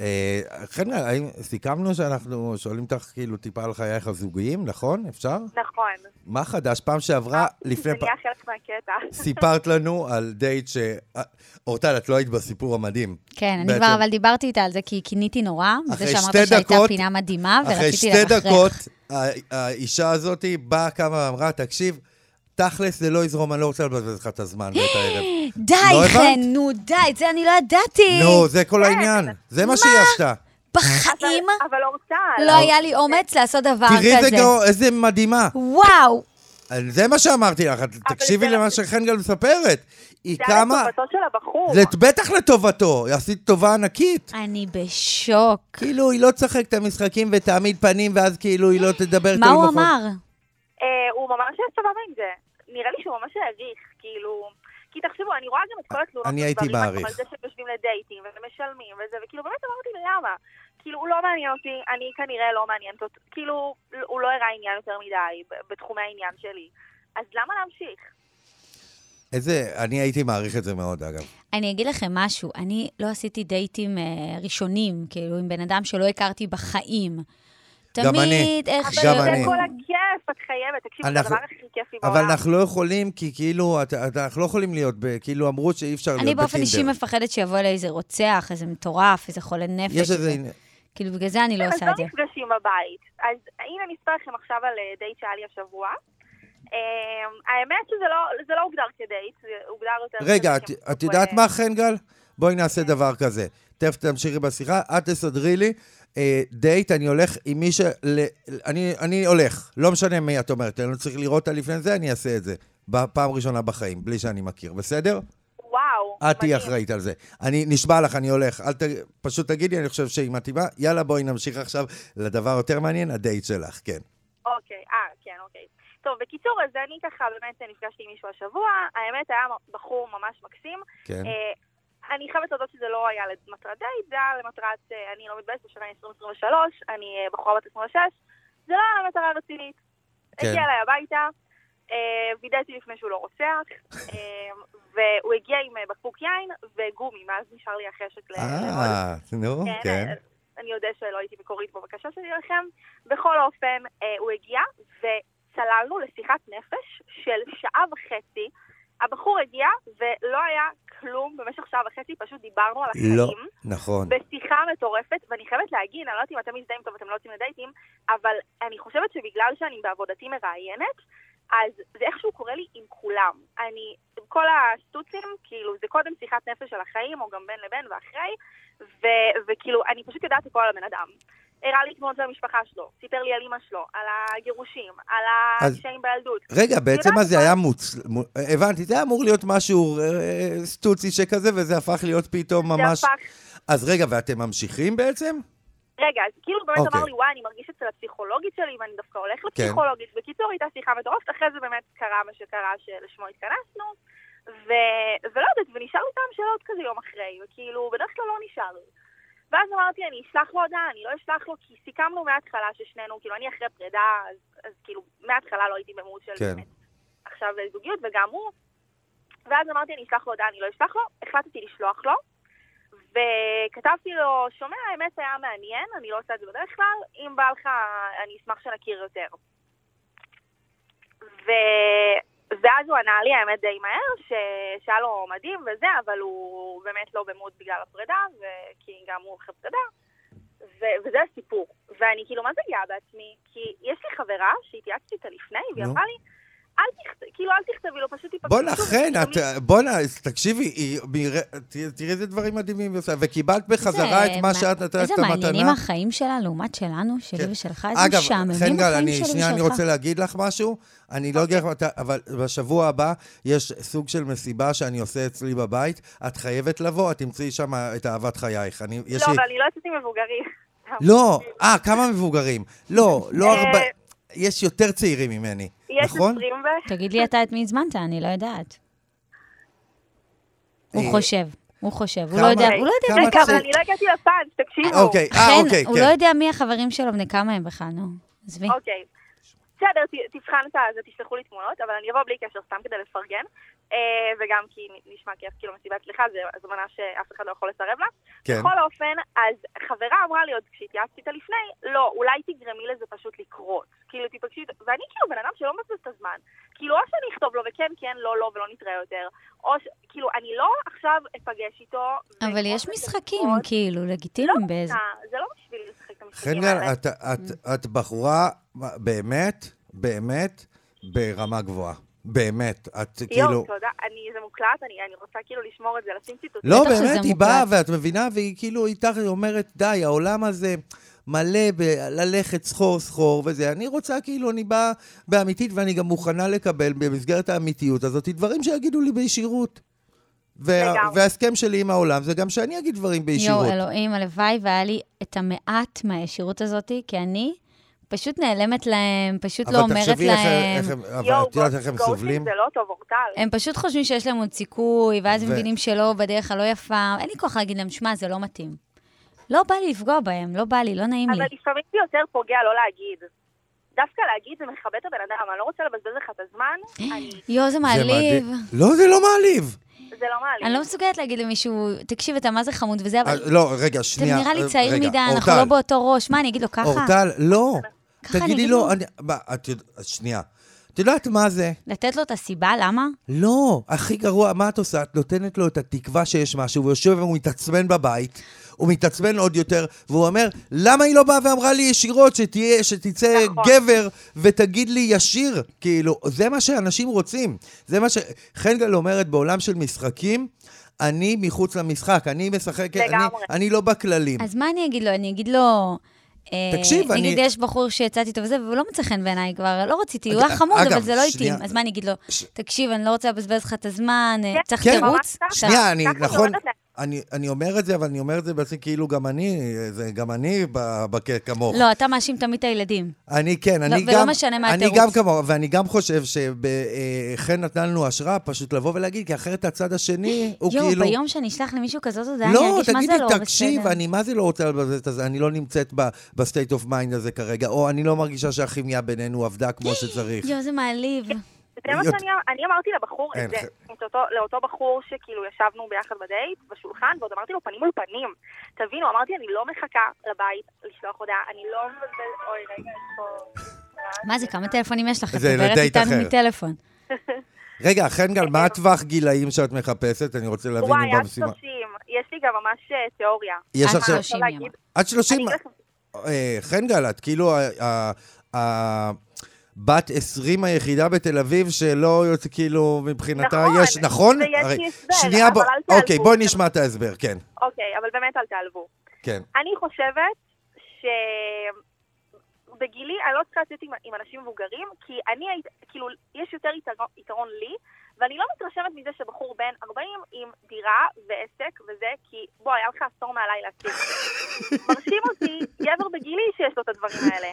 Speaker 4: אה, חן, האם סיכמנו שאנחנו שואלים אותך כאילו טיפה על חייך הזוגיים, נכון? אפשר?
Speaker 2: נכון.
Speaker 4: מה חדש? פעם
Speaker 3: אה,
Speaker 4: שעברה, לפני
Speaker 2: זה
Speaker 4: פעם,
Speaker 2: נהיה חלק מהקטע.
Speaker 4: סיפרת לנו על דייט ש... אה, אורטל, את לא היית בסיפור המדהים.
Speaker 3: כן, אני
Speaker 4: בעצם.
Speaker 3: כבר אבל דיברתי איתה על זה, כי קיניתי נורא, מזה
Speaker 4: אחרי
Speaker 3: שאמרת
Speaker 4: שתי
Speaker 3: שהייתה
Speaker 4: דקות-
Speaker 3: פינה מדהימה,
Speaker 4: אחרי
Speaker 3: ורציתי
Speaker 4: שתי
Speaker 3: ללכלך.
Speaker 4: דקות, ה- האישה הזאת באה, קמה ואמרה, תקשיב, תכלס זה לא יזרום, אני לא רוצה לבזבז לך את הזמן ואת הערב.
Speaker 3: די,
Speaker 4: לא הבנת?
Speaker 3: חן, נו, די, את זה אני לא ידעתי.
Speaker 4: נו, זה כל העניין. זה מה שהיא עשתה.
Speaker 3: בחיים
Speaker 2: אבל- אבל אורטל.
Speaker 3: לא היה לי אומץ לעשות דבר כזה.
Speaker 4: תראי איזה גאו- איזה מדהימה.
Speaker 3: וואו,
Speaker 4: זה מה שאמרתי לך, את תקשיבי
Speaker 2: זה-
Speaker 4: למה שחנגל מספרת. היא
Speaker 2: זה היה
Speaker 4: קמה,
Speaker 2: לטובתו של הבחור.
Speaker 4: זה בטח לטובתו, היא עשית טובה ענקית.
Speaker 3: אני בשוק.
Speaker 4: כאילו, היא לא תשחק את המשחקים ותעמיד פנים, ואז כאילו היא לא תדבר.
Speaker 3: מה
Speaker 4: כאילו
Speaker 3: הוא
Speaker 4: מחר.
Speaker 3: אמר?
Speaker 2: אה, הוא ממש היה סבבה עם זה. נראה לי שהוא ממש העריך, כאילו... כי תחשבו, אני רואה גם את כל התלונות
Speaker 4: אני הייתי
Speaker 2: בדברים,
Speaker 4: מעריך.
Speaker 2: על זה שהם יושבים לדייטים ומשלמים וזה, וכאילו באמת אמרתי למה. כאילו, הוא לא מעניין אותי, אני כנראה לא מעניינת אותו, כאילו, הוא לא הראה עניין יותר מדי ב- בתחומי העניין שלי. אז למה להמשיך?
Speaker 4: איזה, אני הייתי מעריך את זה מאוד, אגב.
Speaker 3: אני אגיד לכם משהו, אני לא עשיתי דייטים אה, ראשונים, כאילו, עם בן אדם שלא הכרתי בחיים.
Speaker 4: גם אני,
Speaker 3: תמיד איך
Speaker 4: גם
Speaker 2: אבל
Speaker 4: אני.
Speaker 2: זה כל הכיף, את חייבת, תקשיבו, זה
Speaker 4: אנחנו-
Speaker 2: הדבר הכי כיפי בעולם.
Speaker 4: אבל אנחנו לא יכולים, כי כאילו, את- את- אנחנו לא יכולים להיות, ב- כאילו אמרו שאי אפשר להיות
Speaker 3: אני
Speaker 4: בטינדר.
Speaker 3: באופן אישי מפחדת שיבוא אליי איזה רוצח, איזה מטורף, איזה חולה נפש.
Speaker 4: יש איזה...
Speaker 3: כאילו, בגלל זה אני לא
Speaker 2: אז
Speaker 3: עושה
Speaker 2: לא
Speaker 3: את זה.
Speaker 2: נפגשים בבית. אז הנה אני אספר לכם עכשיו על אה, דייט שהיה לי השבוע. אה, האמת שזה לא, זה לא הוגדר כדייט, זה הוגדר יותר...
Speaker 4: רגע,
Speaker 2: כזה
Speaker 4: את-
Speaker 2: כ- אה,
Speaker 4: את יודעת מה, חנגל? בואי נעשה דבר כזה. תכף תמשיכי בשיחה, את תסדרי לי אה, דייט, אני הולך עם מי ש... ל- אני, אני הולך, לא משנה מי את אומרת, אני לא צריך לראות אותה לפני זה, אני אעשה את זה. בפעם ראשונה בחיים, בלי שאני מכיר, בסדר?
Speaker 2: וואו.
Speaker 4: את תהיי
Speaker 2: מדהים.
Speaker 4: אחראית על זה. אני נשבע לך, אני הולך. אל ת... פשוט תגידי, אני חושב שהיא מתאימה. יאללה, בואי נמשיך עכשיו לדבר יותר מעניין, הדייט שלך, כן.
Speaker 2: אוקיי, אה, כן, אוקיי. טוב, בקיצור, אז אני ככה באמת נפגשתי עם מישהו השבוע, האמת היה בחור ממש מקסים.
Speaker 4: כן.
Speaker 2: אה, אני חייבת להודות שזה לא היה למטרת דייט, זה היה למטרת, אה, אני לא מתביישת, בשנה 2023, אני אה, בחורה בת 26, זה לא היה למטרה רצינית.
Speaker 4: כן.
Speaker 2: הגיע אליי הביתה, אה, וידאתי לפני שהוא לא רוצח, אה, והוא הגיע עם אה, בקבוק יין וגומי, מאז נשאר לי החשק ל... לאכול.
Speaker 4: אה, נו, כן.
Speaker 2: כן. אני יודע שלא הייתי מקורית בבקשה שלי לכם. בכל אופן, אה, הוא הגיע וצללנו לשיחת נפש של שעה וחצי. הבחור הגיע ולא היה כלום במשך שעה וחצי, פשוט דיברנו על החיים.
Speaker 4: לא, נכון.
Speaker 2: בשיחה מטורפת, ואני חייבת להגיד, אני לא יודעת אם אתם מזדהים טוב ואתם לא יוצאים לדייטים, אבל אני חושבת שבגלל שאני בעבודתי מראיינת, אז זה איכשהו קורה לי עם כולם. אני, כל השטוצים, כאילו, זה קודם שיחת נפש על החיים, או גם בין לבין ואחרי, ו, וכאילו, אני פשוט יודעת הכל על הבן אדם. הראה לי תמונות של המשפחה שלו, סיפר לי על אימא שלו, על הגירושים, על
Speaker 4: אז-
Speaker 2: הקשיים בילדות.
Speaker 4: רגע, בעצם
Speaker 2: יודעת
Speaker 4: מה זה
Speaker 2: מה?
Speaker 4: היה מוצ... מו- הבנתי, זה היה אמור להיות משהו אה, אה, סטוצי שכזה, וזה הפך להיות פתאום
Speaker 2: זה
Speaker 4: ממש...
Speaker 2: הפך
Speaker 4: אז רגע, ואתם ממשיכים בעצם?
Speaker 2: רגע, אז כאילו באמת
Speaker 4: אוקיי.
Speaker 2: אמר לי, וואי, אני מרגיש אצל הפסיכולוגית שלי, ואני דווקא הולך
Speaker 4: כן.
Speaker 2: לפסיכולוגית. בקיצור, הייתה שיחה מטורפת, אחרי זה באמת קרה מה שקרה, שלשמו התכנסנו, ו... ולא יודעת, ונשאר לי טעם שאלות כזה יום אחרי, וכאילו, בדרך כלל לא נשאר לי. ואז אמרתי, אני אשלח לו הודעה, אני לא אשלח לו, כי סיכמנו מההתחלה ששנינו, כאילו, אני אחרי פרידה, אז, אז כאילו, מההתחלה לא הייתי במהות של
Speaker 4: כן.
Speaker 2: באמת עכשיו אה, זוגיות, וגם הוא. ואז אמרתי, אני אשלח לו הודעה, אני לא אשלח לו, החלטתי לשלוח לו, וכתבתי לו, שומע, האמת היה מעניין, אני לא עושה את זה בדרך כלל, אם בא לך, אני אשמח שנכיר יותר. ו... ואז הוא ענה לי, האמת די מהר, ש... שהיה לו מדהים וזה, אבל הוא באמת לא במוד בגלל הפרידה, ו... כי גם הוא אחרי פרידה, ו... וזה הסיפור. ואני כאילו, מה זה גאה בעצמי? כי יש לי חברה שהתייעצתי איתה לפני, והיא
Speaker 4: נו.
Speaker 2: אמרה לי, אל תכת... כאילו, אל תכתבי לו, פשוט תיפגשו.
Speaker 4: בואנה, חן,
Speaker 2: ותכתבי."
Speaker 4: את- אה, בואנה, אז תקשיבי, היא- מרא- ת- תראי איזה דברים מדהימים היא עושה, וקיבלת בחזרה את
Speaker 3: זה
Speaker 4: מה שאת נתת את
Speaker 3: איזה מעניינים
Speaker 4: המתנה.
Speaker 3: החיים שלה לעומת שלנו, שלי
Speaker 4: כן.
Speaker 3: ושלך, איזה משעממים
Speaker 4: חן גל,
Speaker 3: החיים
Speaker 4: אני-
Speaker 3: שלי
Speaker 4: שנייה, אני
Speaker 3: ושלך.
Speaker 4: רוצה להגיד לך משהו. אני לא יודע
Speaker 3: אוקיי.
Speaker 4: איך אתה, אבל בשבוע הבא יש סוג של מסיבה שאני עושה אצלי בבית. את חייבת לבוא, את תמצאי שם את אהבת חייך. אני, יש
Speaker 2: לא,
Speaker 4: לי...
Speaker 2: אבל אני לא יוצאת עם מבוגרים.
Speaker 4: לא, אה, כמה מבוגרים. לא, לא
Speaker 2: אה,
Speaker 4: הרבה... יש יותר צעירים ממני,
Speaker 2: יש
Speaker 4: נכון?
Speaker 2: 20 ו...
Speaker 3: תגיד לי אתה את מי הזמנת, אני לא יודעת.
Speaker 4: אה,
Speaker 3: הוא חושב, הוא חושב, הוא
Speaker 4: כמה-
Speaker 3: לא יודע, הוא לא יודע.
Speaker 4: כמה
Speaker 2: אוקיי. רגע, אבל
Speaker 4: צעיר-
Speaker 2: אני לא הגעתי לפאנץ', תקשיבו.
Speaker 4: אוקיי, אה,
Speaker 3: חן,
Speaker 4: אוקיי,
Speaker 3: הוא לא
Speaker 4: כן.
Speaker 3: יודע מי החברים שלו, בני כמה הם בכלל, נו. עזבי.
Speaker 2: אוקיי. בסדר, ת- תבחן את זה, תשלחו לי תמונות, אבל אני אבוא בלי קשר, סתם כדי לפרגן. אה, וגם כי נשמע כיף, כאילו מסיבת סליחה, זו הזמנה שאף אחד לא יכול לסרב לה.
Speaker 4: כן.
Speaker 2: בכל אופן, אז חברה אמרה לי עוד כשהתייעצתי איתה לפני, לא, אולי תגרמי לזה פשוט לקרות. כאילו, תיפגשי, איתו." ואני כאילו בן אדם שלא מבזבז את הזמן. כאילו, או שאני אכתוב לו וכן, כן, לא, לא, ולא נתראה יותר. או ש... כאילו, אני לא עכשיו אפגש איתו.
Speaker 4: אוקיי,
Speaker 3: אבל
Speaker 2: ואכנס
Speaker 3: יש
Speaker 2: לזה
Speaker 3: משחקים,
Speaker 2: לקרות.
Speaker 3: כאילו,
Speaker 2: לא,
Speaker 3: לגיטימיים באיזה...
Speaker 2: אה, זה לא בשביל לשחק את המשחקים
Speaker 4: חן גל,
Speaker 2: האלה. Mm.
Speaker 4: את- את- את בחורה באמת, באמת, ברמה גבוהה. באמת, את
Speaker 2: יואו,
Speaker 4: כאילו...
Speaker 2: תודה. אני, זה מוקלט, אני אני רוצה כאילו לשמור את זה, לשים ציטוטים.
Speaker 4: לא,
Speaker 3: בטח שזה
Speaker 4: באמת, היא
Speaker 3: מוקלט.
Speaker 4: באה, ואת מבינה, והיא כאילו איתך, היא אומרת, די, העולם הזה מלא בללכת סחור סחור וזה. אני רוצה, כאילו, אני באה באמיתית, ואני גם מוכנה לקבל במסגרת האמיתיות הזאת דברים שיגידו לי בישירות. וה-
Speaker 2: לגמרי.
Speaker 4: וההסכם שלי עם העולם זה גם שאני אגיד דברים בישירות.
Speaker 3: יואו, אלוהים, הלוואי והיה לי את המעט מהישירות הזאת, כי אני פשוט נעלמת להם, פשוט לא
Speaker 4: אבל
Speaker 3: אומרת
Speaker 4: תחשבי איך-
Speaker 3: להם.
Speaker 4: איך הם, אבל
Speaker 2: יואו,
Speaker 4: את יודעת איך הם
Speaker 2: גו-
Speaker 4: סובלים?
Speaker 2: גו- זה לא טוב, אורטל.
Speaker 3: הם פשוט חושבים שיש להם עוד סיכוי, ואז הם
Speaker 4: ו-
Speaker 3: מבינים שלא, בדרך הלא יפה. אין לי כוח להגיד להם, שמע, זה לא מתאים. לא בא לי לפגוע בהם, לא בא לי, לא נעים לי.
Speaker 2: אבל לפעמים זה יותר פוגע לא להגיד. דווקא להגיד זה מכבד את הבן אדם, אני לא רוצה לבזבז לך את הזמן,
Speaker 3: אה.
Speaker 2: אני,
Speaker 3: יואו, זה
Speaker 4: זה
Speaker 3: מעליב.
Speaker 4: מדהים. לא, זה לא מעליב.
Speaker 2: זה לא מעליב.
Speaker 3: אני לא מסוגלת להגיד למישהו, תקשיב, אתה מה זה חמוד וזה,
Speaker 4: אה,
Speaker 3: אבל
Speaker 4: לא, רגע,
Speaker 3: אתה
Speaker 4: שנייה.
Speaker 3: נראה לי
Speaker 4: אה,
Speaker 3: צעיר
Speaker 4: רגע,
Speaker 3: מדי, אנחנו
Speaker 4: אורטל,
Speaker 3: לא באותו ראש. מה, אני אגיד לו ככה?
Speaker 4: אורטל, לא.
Speaker 3: ככה אני
Speaker 4: תגידי
Speaker 3: אגיד
Speaker 4: לו,
Speaker 3: לו.
Speaker 4: אני- מה, את יודעת, שנייה. את יודעת מה זה?
Speaker 3: לתת לו את הסיבה, למה?
Speaker 4: לא, הכי גרוע, מה את עושה? את נותנת לו את התקווה שיש משהו, והוא יושב והוא מתעצבן בבית, הוא מתעצבן עוד יותר, והוא אומר, למה היא לא באה ואמרה לי ישירות שתהיה, שתצא
Speaker 2: נכון.
Speaker 4: גבר ותגיד לי ישיר? כאילו, זה מה שאנשים רוצים. זה מה ש... חנגל אומרת, בעולם של משחקים, אני מחוץ למשחק, אני משחק, אני,
Speaker 2: לגמרי.
Speaker 4: אני לא בכללים.
Speaker 3: אז מה אני אגיד לו? אני אגיד לו... אה,
Speaker 4: תקשיב, אני-
Speaker 3: נגיד, יש בחור שיצאתי איתו וזה, והוא לא מצא חן בעיניי כבר, לא רציתי, הוא היה חמוד,
Speaker 4: אוקיי, אגב,
Speaker 3: אבל זה לא
Speaker 4: שנייה.
Speaker 3: התאים. אז מה אני אגיד לו? תקשיב, אני לא רוצה לבזבז לך את הזמן, אה,
Speaker 2: כן,
Speaker 3: צריך
Speaker 4: כן.
Speaker 3: תירוץ?
Speaker 2: ממש ככה.
Speaker 4: שנייה, אני,
Speaker 2: ככה אני
Speaker 4: נכון,
Speaker 2: אומרת להם.
Speaker 4: אני, אני אומר את זה, אבל אני אומר את זה בעצם כאילו גם אני, זה גם אני ב- בק- כמוך.
Speaker 3: לא, אתה מאשים תמיד את הילדים.
Speaker 4: אני כן, אני
Speaker 3: ולא
Speaker 4: גם...
Speaker 3: משנה מה
Speaker 4: אני
Speaker 3: התירוץ.
Speaker 4: גם כמוך, ואני גם חושב שחן נתן לנו השראה פשוט לבוא ולהגיד, כי אחרת הצד השני הוא
Speaker 3: יואו,
Speaker 4: כאילו...
Speaker 3: ביום שאני אשלח למישהו כזאת הודעה, אני
Speaker 4: לא,
Speaker 3: ארגיש מה
Speaker 4: תגידי,
Speaker 3: זה לא
Speaker 4: תקשיב,
Speaker 3: בסדר.
Speaker 4: אני מה זה לא רוצה לבזבז את הזה, אני לא נמצאת ב- בסטייט אוף מיינד הזה כרגע, או אני לא מרגישה שהכימיה בינינו עבדה כמו שצריך.
Speaker 3: יואו, זה מעליב.
Speaker 2: זה מה
Speaker 4: להיות-
Speaker 2: שאני אני אמרתי לבחור
Speaker 4: אין
Speaker 2: את זה,
Speaker 4: ח-
Speaker 2: את אותו- לאותו בחור שכאילו ישבנו ביחד בדייט, בשולחן, ועוד אמרתי לו פנים מול פנים. תבינו, אמרתי, אני לא מחכה לבית לשלוח הודעה, אני לא מבזבז... אוי, רגע, יש פה...
Speaker 3: מה זה, כמה טלפונים יש לך? את
Speaker 4: זה
Speaker 3: מדברת
Speaker 4: לדייט
Speaker 3: איתנו
Speaker 4: אחר.
Speaker 3: מטלפון.
Speaker 4: רגע, חנגל, מה הטווח גילאים שאת מחפשת? אני רוצה להבין
Speaker 2: וואי,
Speaker 4: אם
Speaker 2: עד
Speaker 4: במשימה.
Speaker 2: 30, יש לי גם ממש אה, תיאוריה.
Speaker 4: יש
Speaker 3: עד
Speaker 4: לך ש-
Speaker 3: 30 יום.
Speaker 4: עד 30?
Speaker 2: אני-
Speaker 4: אה, חן גל, את כאילו ה- ה- ה- בת 20 היחידה בתל אביב שלא יוצא כאילו מבחינתה
Speaker 2: נכון,
Speaker 4: יש, נכון?
Speaker 2: ויש לי
Speaker 4: הרי-
Speaker 2: הסבר,
Speaker 4: שנייה,
Speaker 2: אבל
Speaker 4: בוא-
Speaker 2: אל תיעלבו.
Speaker 4: אוקיי, בואי נשמע את ההסבר, כן,
Speaker 2: אוקיי, אבל באמת אל תעלבו.
Speaker 4: כן.
Speaker 2: אני חושבת ש... בגילי אני לא צריכה לצאת עם, עם אנשים מבוגרים, כי אני, היית- כאילו, יש יותר יתרון, יתרון לי, ואני לא מתרשמת מזה שבחור בן 40 עם דירה ועסק וזה, כי בוא, היה לך עשור מעליי להציג. מרשים אותי גבר בגילי שיש לו את הדברים האלה.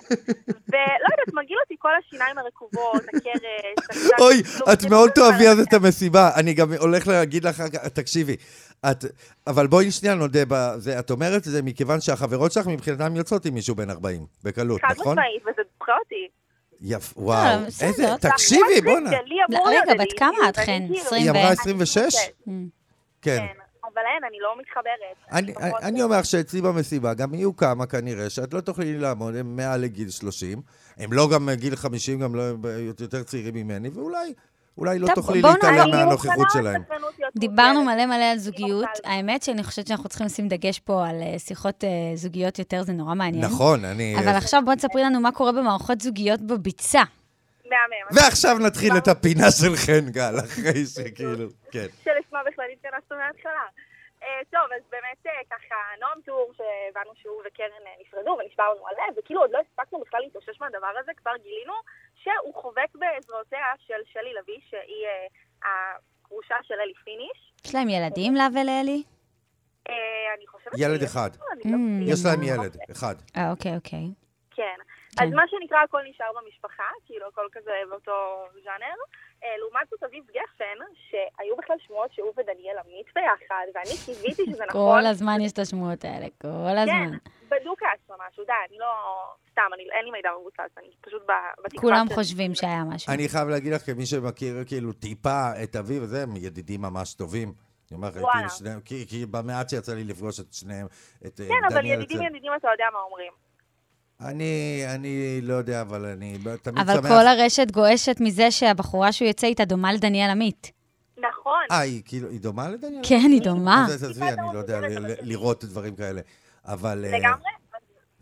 Speaker 2: ולא יודעת, מגעיל אותי כל השיניים הרקובות, הקרש, הקצת-
Speaker 4: אוי,
Speaker 2: כלום,
Speaker 4: את
Speaker 2: כאילו,
Speaker 4: מאוד
Speaker 2: כל
Speaker 4: תאהבי
Speaker 2: הדברים
Speaker 4: אז את
Speaker 2: האלה.
Speaker 4: המסיבה. אני גם הולך להגיד לך, אחר כך- תקשיבי, את, אבל בואי שנייה נודה בזה. את אומרת את זה מכיוון שהחברות שלך מבחינתן יוצאות עם מישהו בן 40, בקלות,
Speaker 2: חד
Speaker 4: נכון?
Speaker 2: משמעית, וזה דוחה אותי.
Speaker 4: יפ, וואו,
Speaker 3: לא, בסדר,
Speaker 4: איזה,
Speaker 3: את-
Speaker 4: תקשיבי, בואנה.
Speaker 2: שלי אמור
Speaker 3: רגע,
Speaker 2: להיות
Speaker 3: בת
Speaker 2: אלילי,
Speaker 3: כמה את,
Speaker 2: ואני
Speaker 3: חן?
Speaker 2: כאילו-
Speaker 3: 20
Speaker 4: היא אמרה
Speaker 3: ו-
Speaker 4: 26? כן.
Speaker 2: כן, אבל אין, אני לא מתחברת. לא.
Speaker 4: אני,
Speaker 2: פחות-
Speaker 4: אני אומר לך שאצלי במסיבה גם יהיו כמה כנראה שאת לא תוכלי לעמוד, הם מעל לגיל 30, הם לא גם גיל 50, גם לא, יותר צעירים ממני, ואולי אולי לא
Speaker 3: טוב,
Speaker 4: תוכלי
Speaker 3: בואו
Speaker 2: אני
Speaker 4: להתעלם
Speaker 2: מוכנה כן.
Speaker 4: מהנוכחות
Speaker 2: על
Speaker 4: שלהם.
Speaker 2: סקרנות להיות
Speaker 3: דיברנו
Speaker 2: מוגבלת.
Speaker 3: מלא מלא על זוגיות.
Speaker 2: אוכל.
Speaker 3: האמת שאני חושבת שאנחנו צריכים לשים דגש פה על אה, שיחות אה, זוגיות יותר, זה נורא מעניין.
Speaker 4: נכון, אני...
Speaker 3: כן. אבל עכשיו בואי תספרי לנו מה קורה במערכות זוגיות בביצה.
Speaker 2: מהמם. אז
Speaker 4: ועכשיו נתחיל את הפינה של חן גל, אחרי שכאילו, כן.
Speaker 2: שלשמה בכלל התכנסנו מההתחלה. אה, טוב, אז באמת אה, ככה, נועם טור, שהבנו שהוא וקרן אה, נפרדו ונשברנו על לב, וכאילו עוד לא הספקנו בכלל להתאושש מהדבר הזה, כבר גילינו שהוא חובק בזרועותיה של שלי לביא, שהיא אה, הגרושה של אלי פיניש.
Speaker 3: יש להם ילדים, לה ולאלי?
Speaker 2: אה, אני חושבת...
Speaker 4: ילד
Speaker 2: שיש
Speaker 4: אחד.
Speaker 2: לו, אני לא-
Speaker 3: Mm.
Speaker 4: יש להם ילד, אחד.
Speaker 3: אה, אוקיי, אוקיי.
Speaker 2: כן.
Speaker 3: כן.
Speaker 2: אז מה שנקרא, הכל נשאר במשפחה, כאילו, הכל כזה באותו ז'אנר. אה, לעומת זאת, אביב גפן, שהיו בכלל שמועות שהוא ודניאל עמית ביחד, ואני קיוויתי שזה נכון.
Speaker 3: כל הזמן יש את השמועות האלה, כל
Speaker 2: כן,
Speaker 3: הזמן.
Speaker 2: בדוקאס ממש, די, אני לא... סתם, אני, אין לי מידע מבוסס, אני פשוט ב- בתקווה...
Speaker 3: כולם
Speaker 2: של-
Speaker 3: חושבים שהיה משהו.
Speaker 4: אני חייב להגיד לך, כמי שמכיר כאילו טיפה את אביו, וזה, הם ידידים ממש טובים. אני אומר לך,
Speaker 2: וואלה.
Speaker 4: כאילו שניהם, כי- כי במעט שיצא לי לפגוש את שניהם, את אה, דניאל.
Speaker 2: כן, אבל ידידים
Speaker 4: אצל-
Speaker 2: ידידים אתה יודע מה אומרים.
Speaker 4: אני, אני לא יודע, אבל אני ב- תמיד שמח.
Speaker 3: אבל כל הרשת גועשת מזה שהבחורה שהוא יוצא איתה דומה לדניאל עמית.
Speaker 2: נכון.
Speaker 4: אה, היא כאילו, היא דומה לדניאל?
Speaker 3: כן, היא דומה.
Speaker 4: אז עזבי, אני לא יודע ל- ל- לראות דברים כאלה. אבל... אה,
Speaker 2: לגמרי?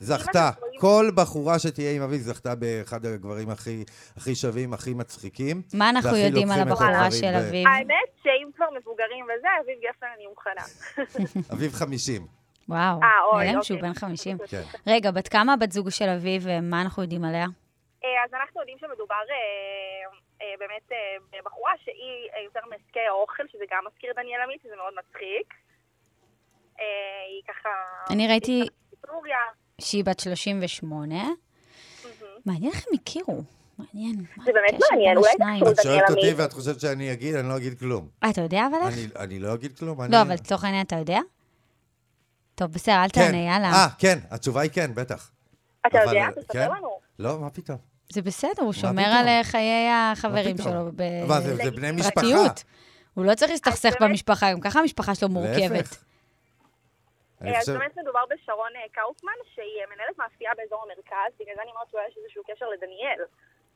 Speaker 2: אז
Speaker 4: זכתה.
Speaker 2: אתם רואים-
Speaker 4: כל בחורה שתהיה עם אבי זכתה באחד הגברים הכי, הכי שווים, הכי מצחיקים.
Speaker 3: מה אנחנו
Speaker 4: והכי
Speaker 3: יודעים על
Speaker 4: לוקחים את
Speaker 3: הבחורה
Speaker 4: הדברים
Speaker 3: של
Speaker 4: ב-
Speaker 3: אביב?
Speaker 2: האמת שאם כבר מבוגרים וזה, אביב גפן אני מוכנה.
Speaker 4: אביב 50.
Speaker 3: וואו,
Speaker 2: אה, אוי,
Speaker 3: נעלם
Speaker 2: אוקיי.
Speaker 3: שהוא בן 50.
Speaker 4: כן.
Speaker 3: רגע, בת כמה בת זוג של אביב, ומה אנחנו יודעים עליה?
Speaker 2: אה, אז אנחנו יודעים שמדובר אה, אה, באמת אה, בבחורה שהיא אה, יותר מעסקי האוכל, שזה גם מזכיר את דניאל עמית, שזה מאוד מצחיק. אה, היא ככה...
Speaker 3: אני ראיתי-
Speaker 2: היא ככה בסוריה.
Speaker 3: שהיא בת 38. מעניין איך הם הכירו. מעניין. מה
Speaker 2: זה באמת
Speaker 3: הקשר בין
Speaker 2: מעניין, אולי
Speaker 3: השניים?
Speaker 2: תחשוב.
Speaker 4: את שואלת
Speaker 2: עמית.
Speaker 4: אותי ואת חושבת שאני אגיד, אני לא אגיד כלום.
Speaker 3: אה, אתה יודע אבל איך?
Speaker 4: אני, אני לא אגיד כלום. אני...
Speaker 3: לא, אבל לצורך העניין אתה יודע? טוב, בסדר, אל
Speaker 4: כן.
Speaker 3: תענה, יאללה.
Speaker 4: אה, כן, התשובה היא כן, בטח.
Speaker 2: אתה
Speaker 4: אבל-
Speaker 2: יודע? תספר
Speaker 4: כן?
Speaker 2: לנו.
Speaker 4: לא, מה פתאום? מה
Speaker 3: זה בסדר, הוא שומר
Speaker 4: פתאום?
Speaker 3: על אה, חיי החברים
Speaker 4: פתאום?
Speaker 3: שלו
Speaker 4: אבל זה זה בני משפחה.
Speaker 3: בפרטיות. הוא לא צריך להסתכסך
Speaker 2: באמת-
Speaker 3: במשפחה, גם ככה המשפחה שלו מורכבת.
Speaker 4: להפך. אני
Speaker 2: אה, אז
Speaker 4: חושב-
Speaker 2: באמת מדובר בשרון אה, קאופמן, שהיא אה, מנהלת מאפייה באזור המרכז, בגלל זה אני אומרת שאולי יש איזשהו קשר לדניאל,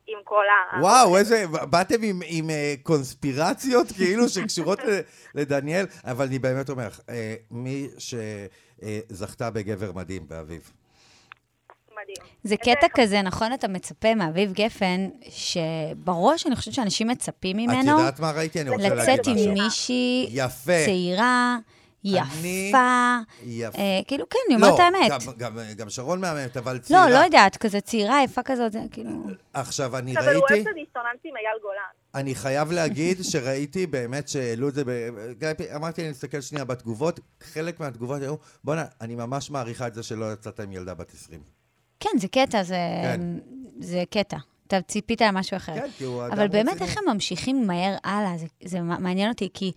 Speaker 2: עם כל ה...
Speaker 4: וואו, איזה... באתם עם- עם אה, קונספירציות כאילו שקשורות ל- לדניאל, אבל אני באמת אומר לך, אה, מי שזכתה בגבר מדהים באביב.
Speaker 2: מדהים.
Speaker 3: זה
Speaker 2: איזה
Speaker 3: קטע כזה, נכון? אתה מצפה מאביב גפן, שבראש אני חושבת שאנשים מצפים
Speaker 4: את
Speaker 3: ממנו
Speaker 4: יודעת מה ראיתי? אני רוצה להגיד
Speaker 3: לצאת עם
Speaker 4: משהו.
Speaker 3: מישהי
Speaker 4: יפה.
Speaker 3: צעירה, יפה,
Speaker 4: יפה.
Speaker 3: אה, כאילו, כן, אני אומרת את האמת.
Speaker 4: גם, לא, גם, גם שרון מהממת, אבל צעירה.
Speaker 3: לא, לא יודעת, כזה צעירה, יפה כזאת, זה כאילו...
Speaker 4: עכשיו, אני
Speaker 2: אבל הוא אוהב
Speaker 4: ראיתי,
Speaker 2: את הדיסוננס עם אייל גולן.
Speaker 4: אני חייב להגיד שראיתי באמת שהעלו את זה, ב... גיא, אמרתי, אני אסתכל שנייה בתגובות, חלק מהתגובות היו, בואנה, אני ממש מעריכה את זה שלא יצאת עם ילדה בת 20.
Speaker 3: כן, זה קטע, זה,
Speaker 4: כן.
Speaker 3: זה קטע. אתה ציפית למשהו אחר.
Speaker 4: כן, כי הוא אדם
Speaker 3: אבל באמת,
Speaker 4: רציני.
Speaker 3: איך הם ממשיכים מהר הלאה, זה, זה מ- מעניין אותי, כי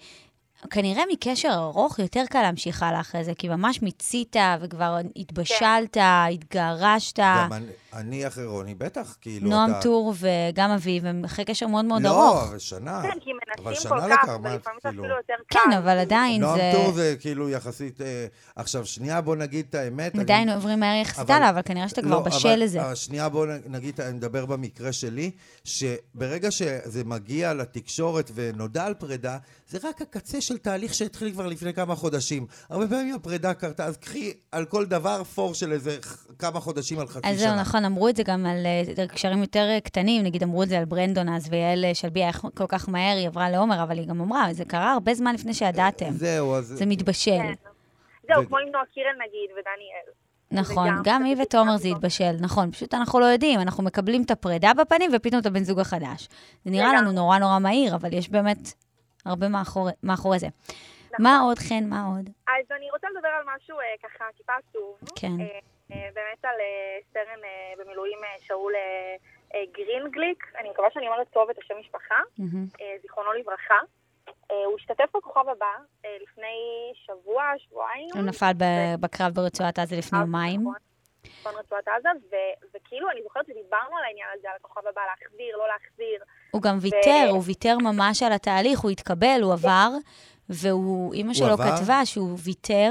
Speaker 3: כנראה מקשר ארוך יותר קל להמשיך הלאה אחרי זה, כי ממש מיצית וכבר התבשלת, התגרשת.
Speaker 4: כן. גם אני, אני אחרי רוני, בטח, כאילו,
Speaker 3: אה. נועם
Speaker 4: אתה...
Speaker 3: טור וגם אביב, הם אחרי קשר מאוד מאוד
Speaker 4: לא,
Speaker 3: ארוך.
Speaker 4: אבל שנה.
Speaker 2: כן, כי
Speaker 4: אבל
Speaker 2: מנסים
Speaker 4: שנה
Speaker 2: כל כך,
Speaker 4: לקח, מה,
Speaker 2: ולפעמים זה
Speaker 4: כאילו-
Speaker 2: אפילו יותר קל.
Speaker 3: כן, אבל עדיין
Speaker 4: נועם
Speaker 3: זה...
Speaker 4: טור זה כאילו יחסית... אה, עכשיו, שנייה, בוא נגיד את האמת.
Speaker 3: הם
Speaker 4: אני-
Speaker 3: עדיין עוברים מהר יחסית
Speaker 4: אבל-
Speaker 3: הלאה, אבל כנראה שאתה כבר
Speaker 4: לא,
Speaker 3: בשל
Speaker 4: אבל-
Speaker 3: לזה.
Speaker 4: אבל שנייה, בואו נגיד, אני מדבר במקרה שלי, שברגע שזה מגיע לתקשורת ונודע על פרידה, זה רק הקצה של תהליך שהתחיל כבר לפני כמה חודשים. הרבה פעמים הפרידה קרתה, אז קחי על כל דבר פור של איזה ח- כמה חודשים על חצי
Speaker 3: אז זהו,
Speaker 4: שנה.
Speaker 3: נכון, אמרו את זה גם על אה, קשרים יותר אה, קטנים, נגיד אמרו את זה על ברנדון אז, ויעל אה, שלביה, איך כל כך מהר היא עברה לעומר, אבל היא גם אמרה, זה קרה הרבה זמן לפני שידעתם.
Speaker 4: זהו, אז...
Speaker 3: זה מתבשל.
Speaker 2: כן. זהו,
Speaker 4: ו-
Speaker 2: כמו עם נועה קירל נגיד, ודניאל.
Speaker 3: נכון,
Speaker 2: וגם-
Speaker 3: גם היא ותומר זה התבשל, נכון, פשוט אנחנו לא יודעים, אנחנו מקבלים את הפרידה בפנים ופתאום את הבן זוג החדש. זה נראה
Speaker 2: לגמרי.
Speaker 3: לנו נורא נורא מהיר, אבל יש באמת הרבה מאחורי- מאחורי זה. מה עוד, חן, מה עוד?
Speaker 2: אז אני רוצה לדבר על משהו אה, ככה טיפה עצוב.
Speaker 3: כן.
Speaker 2: אה, אה, באמת על אה, סרן אה, במילואים אה, שאול אה, אה, גרינגליק, אני מקווה שאני אומרת טוב את השם משפחה,
Speaker 3: מהמם.
Speaker 2: אה, זיכרונו לברכה. אה, הוא השתתף בכוכב הבא אה, לפני שבוע, שבועיים.
Speaker 3: הוא נפל ב- בקרב ברצועת עזה לפני יומיים.
Speaker 2: לא, נכון, נכון, רצועת עזה, ו- וכאילו אני זוכרת שדיברנו על העניין הזה, על הכוכב הבא, להחזיר, לא להחזיר.
Speaker 3: הוא גם ויתר, הוא ויתר ממש על התהליך, הוא התקבל, הוא עבר, והוא, אימא שלו
Speaker 4: עבר?
Speaker 3: כתבה שהוא ויתר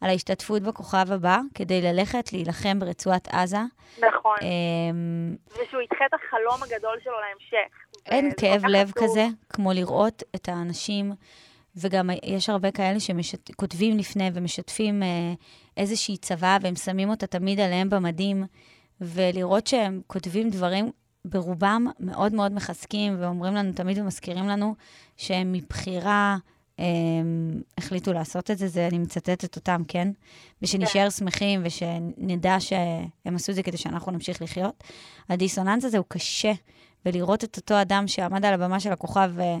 Speaker 3: על ההשתתפות בכוכב הבא כדי ללכת להילחם ברצועת עזה.
Speaker 2: נכון.
Speaker 3: אמ,
Speaker 2: ושהוא ידחה את החלום הגדול שלו להמשך.
Speaker 3: אין
Speaker 2: וזה אה,
Speaker 3: כאב
Speaker 2: כל כך
Speaker 3: לב
Speaker 2: עצוב.
Speaker 3: כזה כמו לראות את האנשים, וגם יש הרבה כאלה שכותבים לפני ומשתפים אה, איזושהי צוואה, והם שמים אותה תמיד עליהם במדים, ולראות שהם כותבים דברים ברובם מאוד מאוד מחזקים, ואומרים לנו תמיד ומזכירים לנו שהם מבחירה... הם החליטו לעשות את זה, זה, אני מצטטת אותם, כן? ושנשאר שמחים ושנדע שהם עשו את זה כדי שאנחנו נמשיך לחיות. הדיסוננס הזה הוא קשה, ולראות את אותו אדם שעמד על הבמה של הכוכב, אה,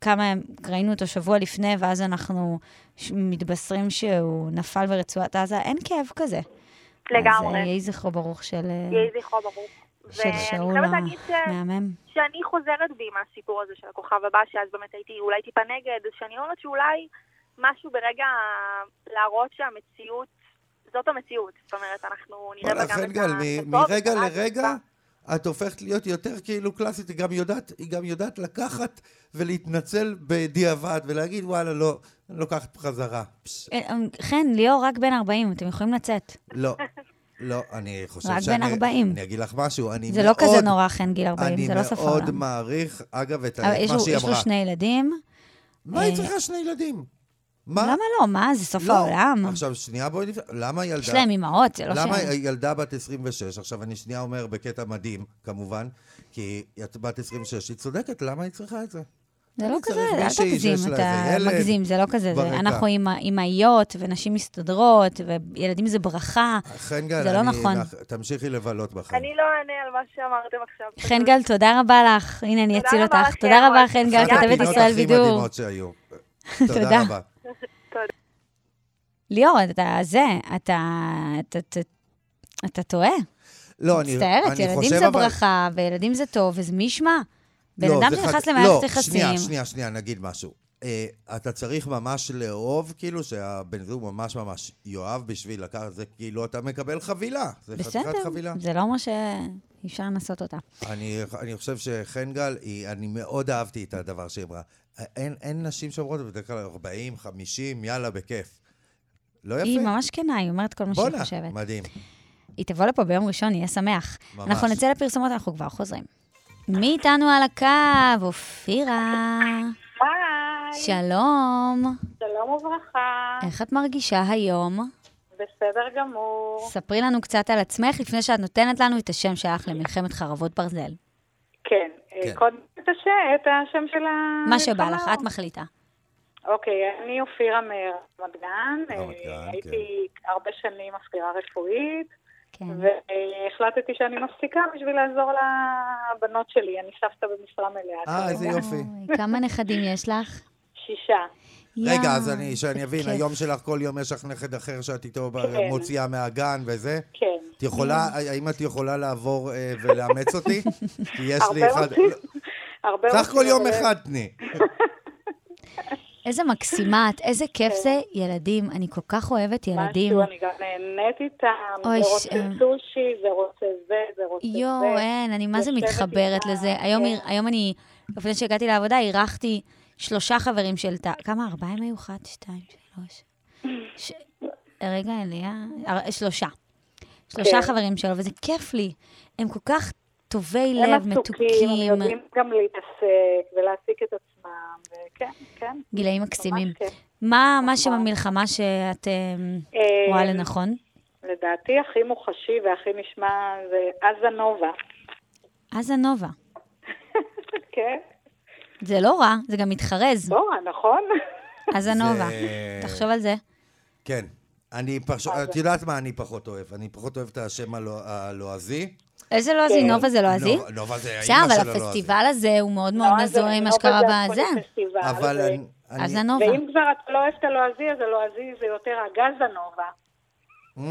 Speaker 3: כמה, הם- ראינו אותו שבוע לפני, ואז אנחנו ש- מתבשרים שהוא נפל ברצועת עזה, אין כאב כזה. אז
Speaker 2: לגמרי.
Speaker 3: אה, יהי זכרו ברוך של, אה,
Speaker 2: יהי זכרו ברוך.
Speaker 3: של שאול
Speaker 2: ואני חייבת להגיד ש-
Speaker 3: המהמם.
Speaker 2: שאני חוזרת בי מהסיפור הזה של הכוכב הבא, שאז באמת הייתי אולי טיפה נגד, שאני אומרת שאולי משהו ברגע להראות שהמציאות, זאת המציאות. זאת אומרת, אנחנו נראה בה
Speaker 4: וואלה,
Speaker 2: גם את
Speaker 4: חן גל, מ-
Speaker 2: הטוב,
Speaker 4: מרגע
Speaker 2: את הרע,
Speaker 4: לרגע
Speaker 2: את
Speaker 4: את הופכת להיות יותר כאילו קלאסית, היא גם יודעת, היא גם יודעת לקחת ולהתנצל בדיעבד ולהגיד וואלה לא, אני לוקחת חזרה. פש,
Speaker 3: אה, אה, חן, ליאור רק בן 40, אתם יכולים לצאת.
Speaker 4: לא, לא, אני חושב
Speaker 3: רק בן
Speaker 4: שאני...
Speaker 3: 40.
Speaker 4: אני אגיד לך משהו, אני מאוד...
Speaker 3: זה לא כזה נורא, חן, גיל 40, זה לא סוף
Speaker 4: אני מאוד
Speaker 3: העולם.
Speaker 4: מעריך, אגב, את
Speaker 3: אבל
Speaker 4: ה-
Speaker 3: יש
Speaker 4: מה
Speaker 3: לו-
Speaker 4: שהיא
Speaker 3: יש לו
Speaker 4: אמרה.
Speaker 3: שני ילדים.
Speaker 4: מה היא צריכה שני ילדים? מה?
Speaker 3: למה לא? מה, זה סוף
Speaker 4: לא.
Speaker 3: העולם.
Speaker 4: עכשיו, שנייה, בואי נפ... למה ילדה...
Speaker 3: יש להם אימהות, זה לא
Speaker 4: למה
Speaker 3: ש...
Speaker 4: ילדה בת 26, עכשיו אני שנייה אומר בקטע מדהים, כמובן, כי את בת 26, היא צודקת, למה היא צריכה את זה?
Speaker 3: זה לא
Speaker 4: אני
Speaker 3: כזה,
Speaker 4: צריך
Speaker 3: אל
Speaker 4: מישהי
Speaker 3: תגזים,
Speaker 4: שיש לה
Speaker 3: אתה
Speaker 4: איזה ילד
Speaker 3: מגזים, זה לא כזה. זה-
Speaker 4: ברקע.
Speaker 3: אנחנו אימא- אימהיות, ונשים מסתדרות, וילדים זה ברכה.
Speaker 4: חן גל,
Speaker 3: זה לא
Speaker 4: אני-
Speaker 3: נכון.
Speaker 4: לך- תמשיכי לבלות בחיים.
Speaker 2: אני לא אענה על מה שאמרתם עכשיו.
Speaker 3: חן גל, תודה רבה לך. הנה, אני
Speaker 2: תודה
Speaker 3: אציל
Speaker 2: רבה
Speaker 3: אותך.
Speaker 2: לכם.
Speaker 3: תודה רבה, חן גל,
Speaker 2: אחת
Speaker 3: כתבת
Speaker 4: הפינות
Speaker 3: ישראל
Speaker 4: הכי
Speaker 3: בידור.
Speaker 4: מדהימות שהיו.
Speaker 3: תודה.
Speaker 4: תודה רבה.
Speaker 3: ליאור, אתה זה, אתה... אתה- אתה- אתה טועה.
Speaker 4: לא, אני,
Speaker 3: מצטערת,
Speaker 4: אני
Speaker 3: ילדים
Speaker 4: חושב
Speaker 3: זה
Speaker 4: אבל...
Speaker 3: ברכה, וילדים זה טוב, אז מי ישמע? בן
Speaker 4: לא,
Speaker 3: אדם
Speaker 4: זה
Speaker 3: שנכנס
Speaker 4: חד-
Speaker 3: למערכת
Speaker 4: לא, שנייה,
Speaker 3: יחסים,
Speaker 4: שנייה, שנייה, נגיד משהו. אה, אתה צריך ממש לאהוב, כאילו, שהבן זוג ממש ממש יאהב בשביל לקחת את זה, כאילו, אתה מקבל חבילה. זה
Speaker 3: בסדר,
Speaker 4: חתיכת חבילה.
Speaker 3: זה לא אומר שאי אפשר לנסות אותה.
Speaker 4: אני, אני חושב שחן גל, היא, אני מאוד אהבתי את הדבר שהיא אמרה. אין, אין נשים שאומרות, בדרך כלל 40, 50, יאללה, בכיף. לא יפה?
Speaker 3: היא ממש כנה, היא אומרת כל מה שהיא חושבת.
Speaker 4: מדהים.
Speaker 3: היא תבוא לפה ביום ראשון, יהיה שמח.
Speaker 4: ממש.
Speaker 3: אנחנו נצא לפרסומות, אנחנו כבר חוזרים. מי איתנו על הקו? אופירה.
Speaker 2: היי,
Speaker 3: שלום.
Speaker 2: שלום וברכה.
Speaker 3: איך את מרגישה היום?
Speaker 2: בסדר גמור.
Speaker 3: ספרי לנו קצת על עצמך לפני שאת נותנת לנו את השם שלך למלחמת חרבות ברזל.
Speaker 2: כן,
Speaker 4: כן.
Speaker 2: קודם את הש- את השם של ה...
Speaker 3: מה שבא לך, את מחליטה.
Speaker 2: אוקיי, אני אופירה מרמת גן. אה,
Speaker 4: רמת גן,
Speaker 2: הייתי הרבה שנים מזכירה רפואית,
Speaker 3: כן.
Speaker 2: והחלטתי שאני מפסיקה בשביל לעזור לבנות שלי. אני סבתא במשרה מלאה.
Speaker 4: אה, איזה יופי.
Speaker 3: אוי, כמה נכדים יש לך?
Speaker 2: שישה.
Speaker 4: רגע,
Speaker 3: יואו,
Speaker 4: אז אני, שאני
Speaker 3: איזה
Speaker 4: אבין,
Speaker 3: כיף.
Speaker 4: היום שלך, כל יום יש לך נכד אחר שאת איתו ב-
Speaker 2: כן.
Speaker 4: מוציאה מהגן וזה?
Speaker 2: כן.
Speaker 4: את יכולה, האם את יכולה לעבור אה, ולאמץ אותי? כי יש לי
Speaker 2: הרבה
Speaker 4: אחד... לא,
Speaker 2: רוצים. הרבה
Speaker 4: סך הכל
Speaker 2: רוצים,
Speaker 4: יום
Speaker 2: אבל-
Speaker 4: אחד תני.
Speaker 3: איזה מקסימה את, איזה כיף זה. ילדים, אני כל כך אוהבת ילדים.
Speaker 2: משהו, אני גם נאנית איתם,
Speaker 3: אוי,
Speaker 2: זה רוצה
Speaker 3: ש- אה.
Speaker 2: סושי, זה רוצה זה, זה רוצה זה.
Speaker 3: יואו, אין, אני מה זה
Speaker 2: יושבת
Speaker 3: מתחברת
Speaker 2: איתה,
Speaker 3: לזה. היום,
Speaker 2: כן.
Speaker 3: היר- היום אני, לפני שהגעתי לעבודה, אירחתי שלושה חברים של תא. כמה? ארבעה הם היו? אחת, שתיים, שלוש. ש... רגע, אליה. אר- שלושה. שלושה
Speaker 2: כן.
Speaker 3: חברים שלו, וזה כיף לי. הם כל כך טובי
Speaker 2: הם
Speaker 3: לב,
Speaker 2: עסוקים, הם
Speaker 3: מתוקים,
Speaker 2: יודעים גם להתעסק ולהעסיק את עצמם, וכן, כן.
Speaker 3: גילאים מקסימים.
Speaker 2: כיף.
Speaker 3: מה, מה שבמלחמה שאת אמ,
Speaker 2: נכון. אה,
Speaker 3: רואה לנכון?
Speaker 2: לדעתי הכי מוחשי והכי נשמע זה עזה נובה.
Speaker 3: עזה נובה.
Speaker 2: כן,
Speaker 3: זה לא רע, זה גם מתחרז.
Speaker 2: בורה, נכון?
Speaker 3: עזה נובה.
Speaker 4: זה-
Speaker 3: תחשוב על זה.
Speaker 4: כן. אני פשוט,
Speaker 2: אה,
Speaker 4: את יודעת מה אני פחות אוהב? אני פחות אוהב את השם הלוע- הלועזי.
Speaker 3: איזה לועזי?
Speaker 2: כן.
Speaker 3: נובה זה לועזי?
Speaker 4: נובה- נובה זה
Speaker 3: בסדר,
Speaker 4: לא, האימא לא
Speaker 3: אבל
Speaker 4: של הלועזי.
Speaker 3: הפסטיבל הזה הוא מאוד מאוד
Speaker 2: נועה לא, זה
Speaker 3: מזוהה עם מה
Speaker 2: נובה
Speaker 3: שקרה
Speaker 2: זה הכל
Speaker 3: בזה.
Speaker 2: פסטיבל,
Speaker 4: אבל
Speaker 2: זה-
Speaker 4: אני...
Speaker 3: אז
Speaker 4: אני-
Speaker 3: הנובה.
Speaker 2: אה, ואם כבר את לא אוהבת הלועזי, אז הלועזי זה יותר הגזה נובה.
Speaker 4: Mm,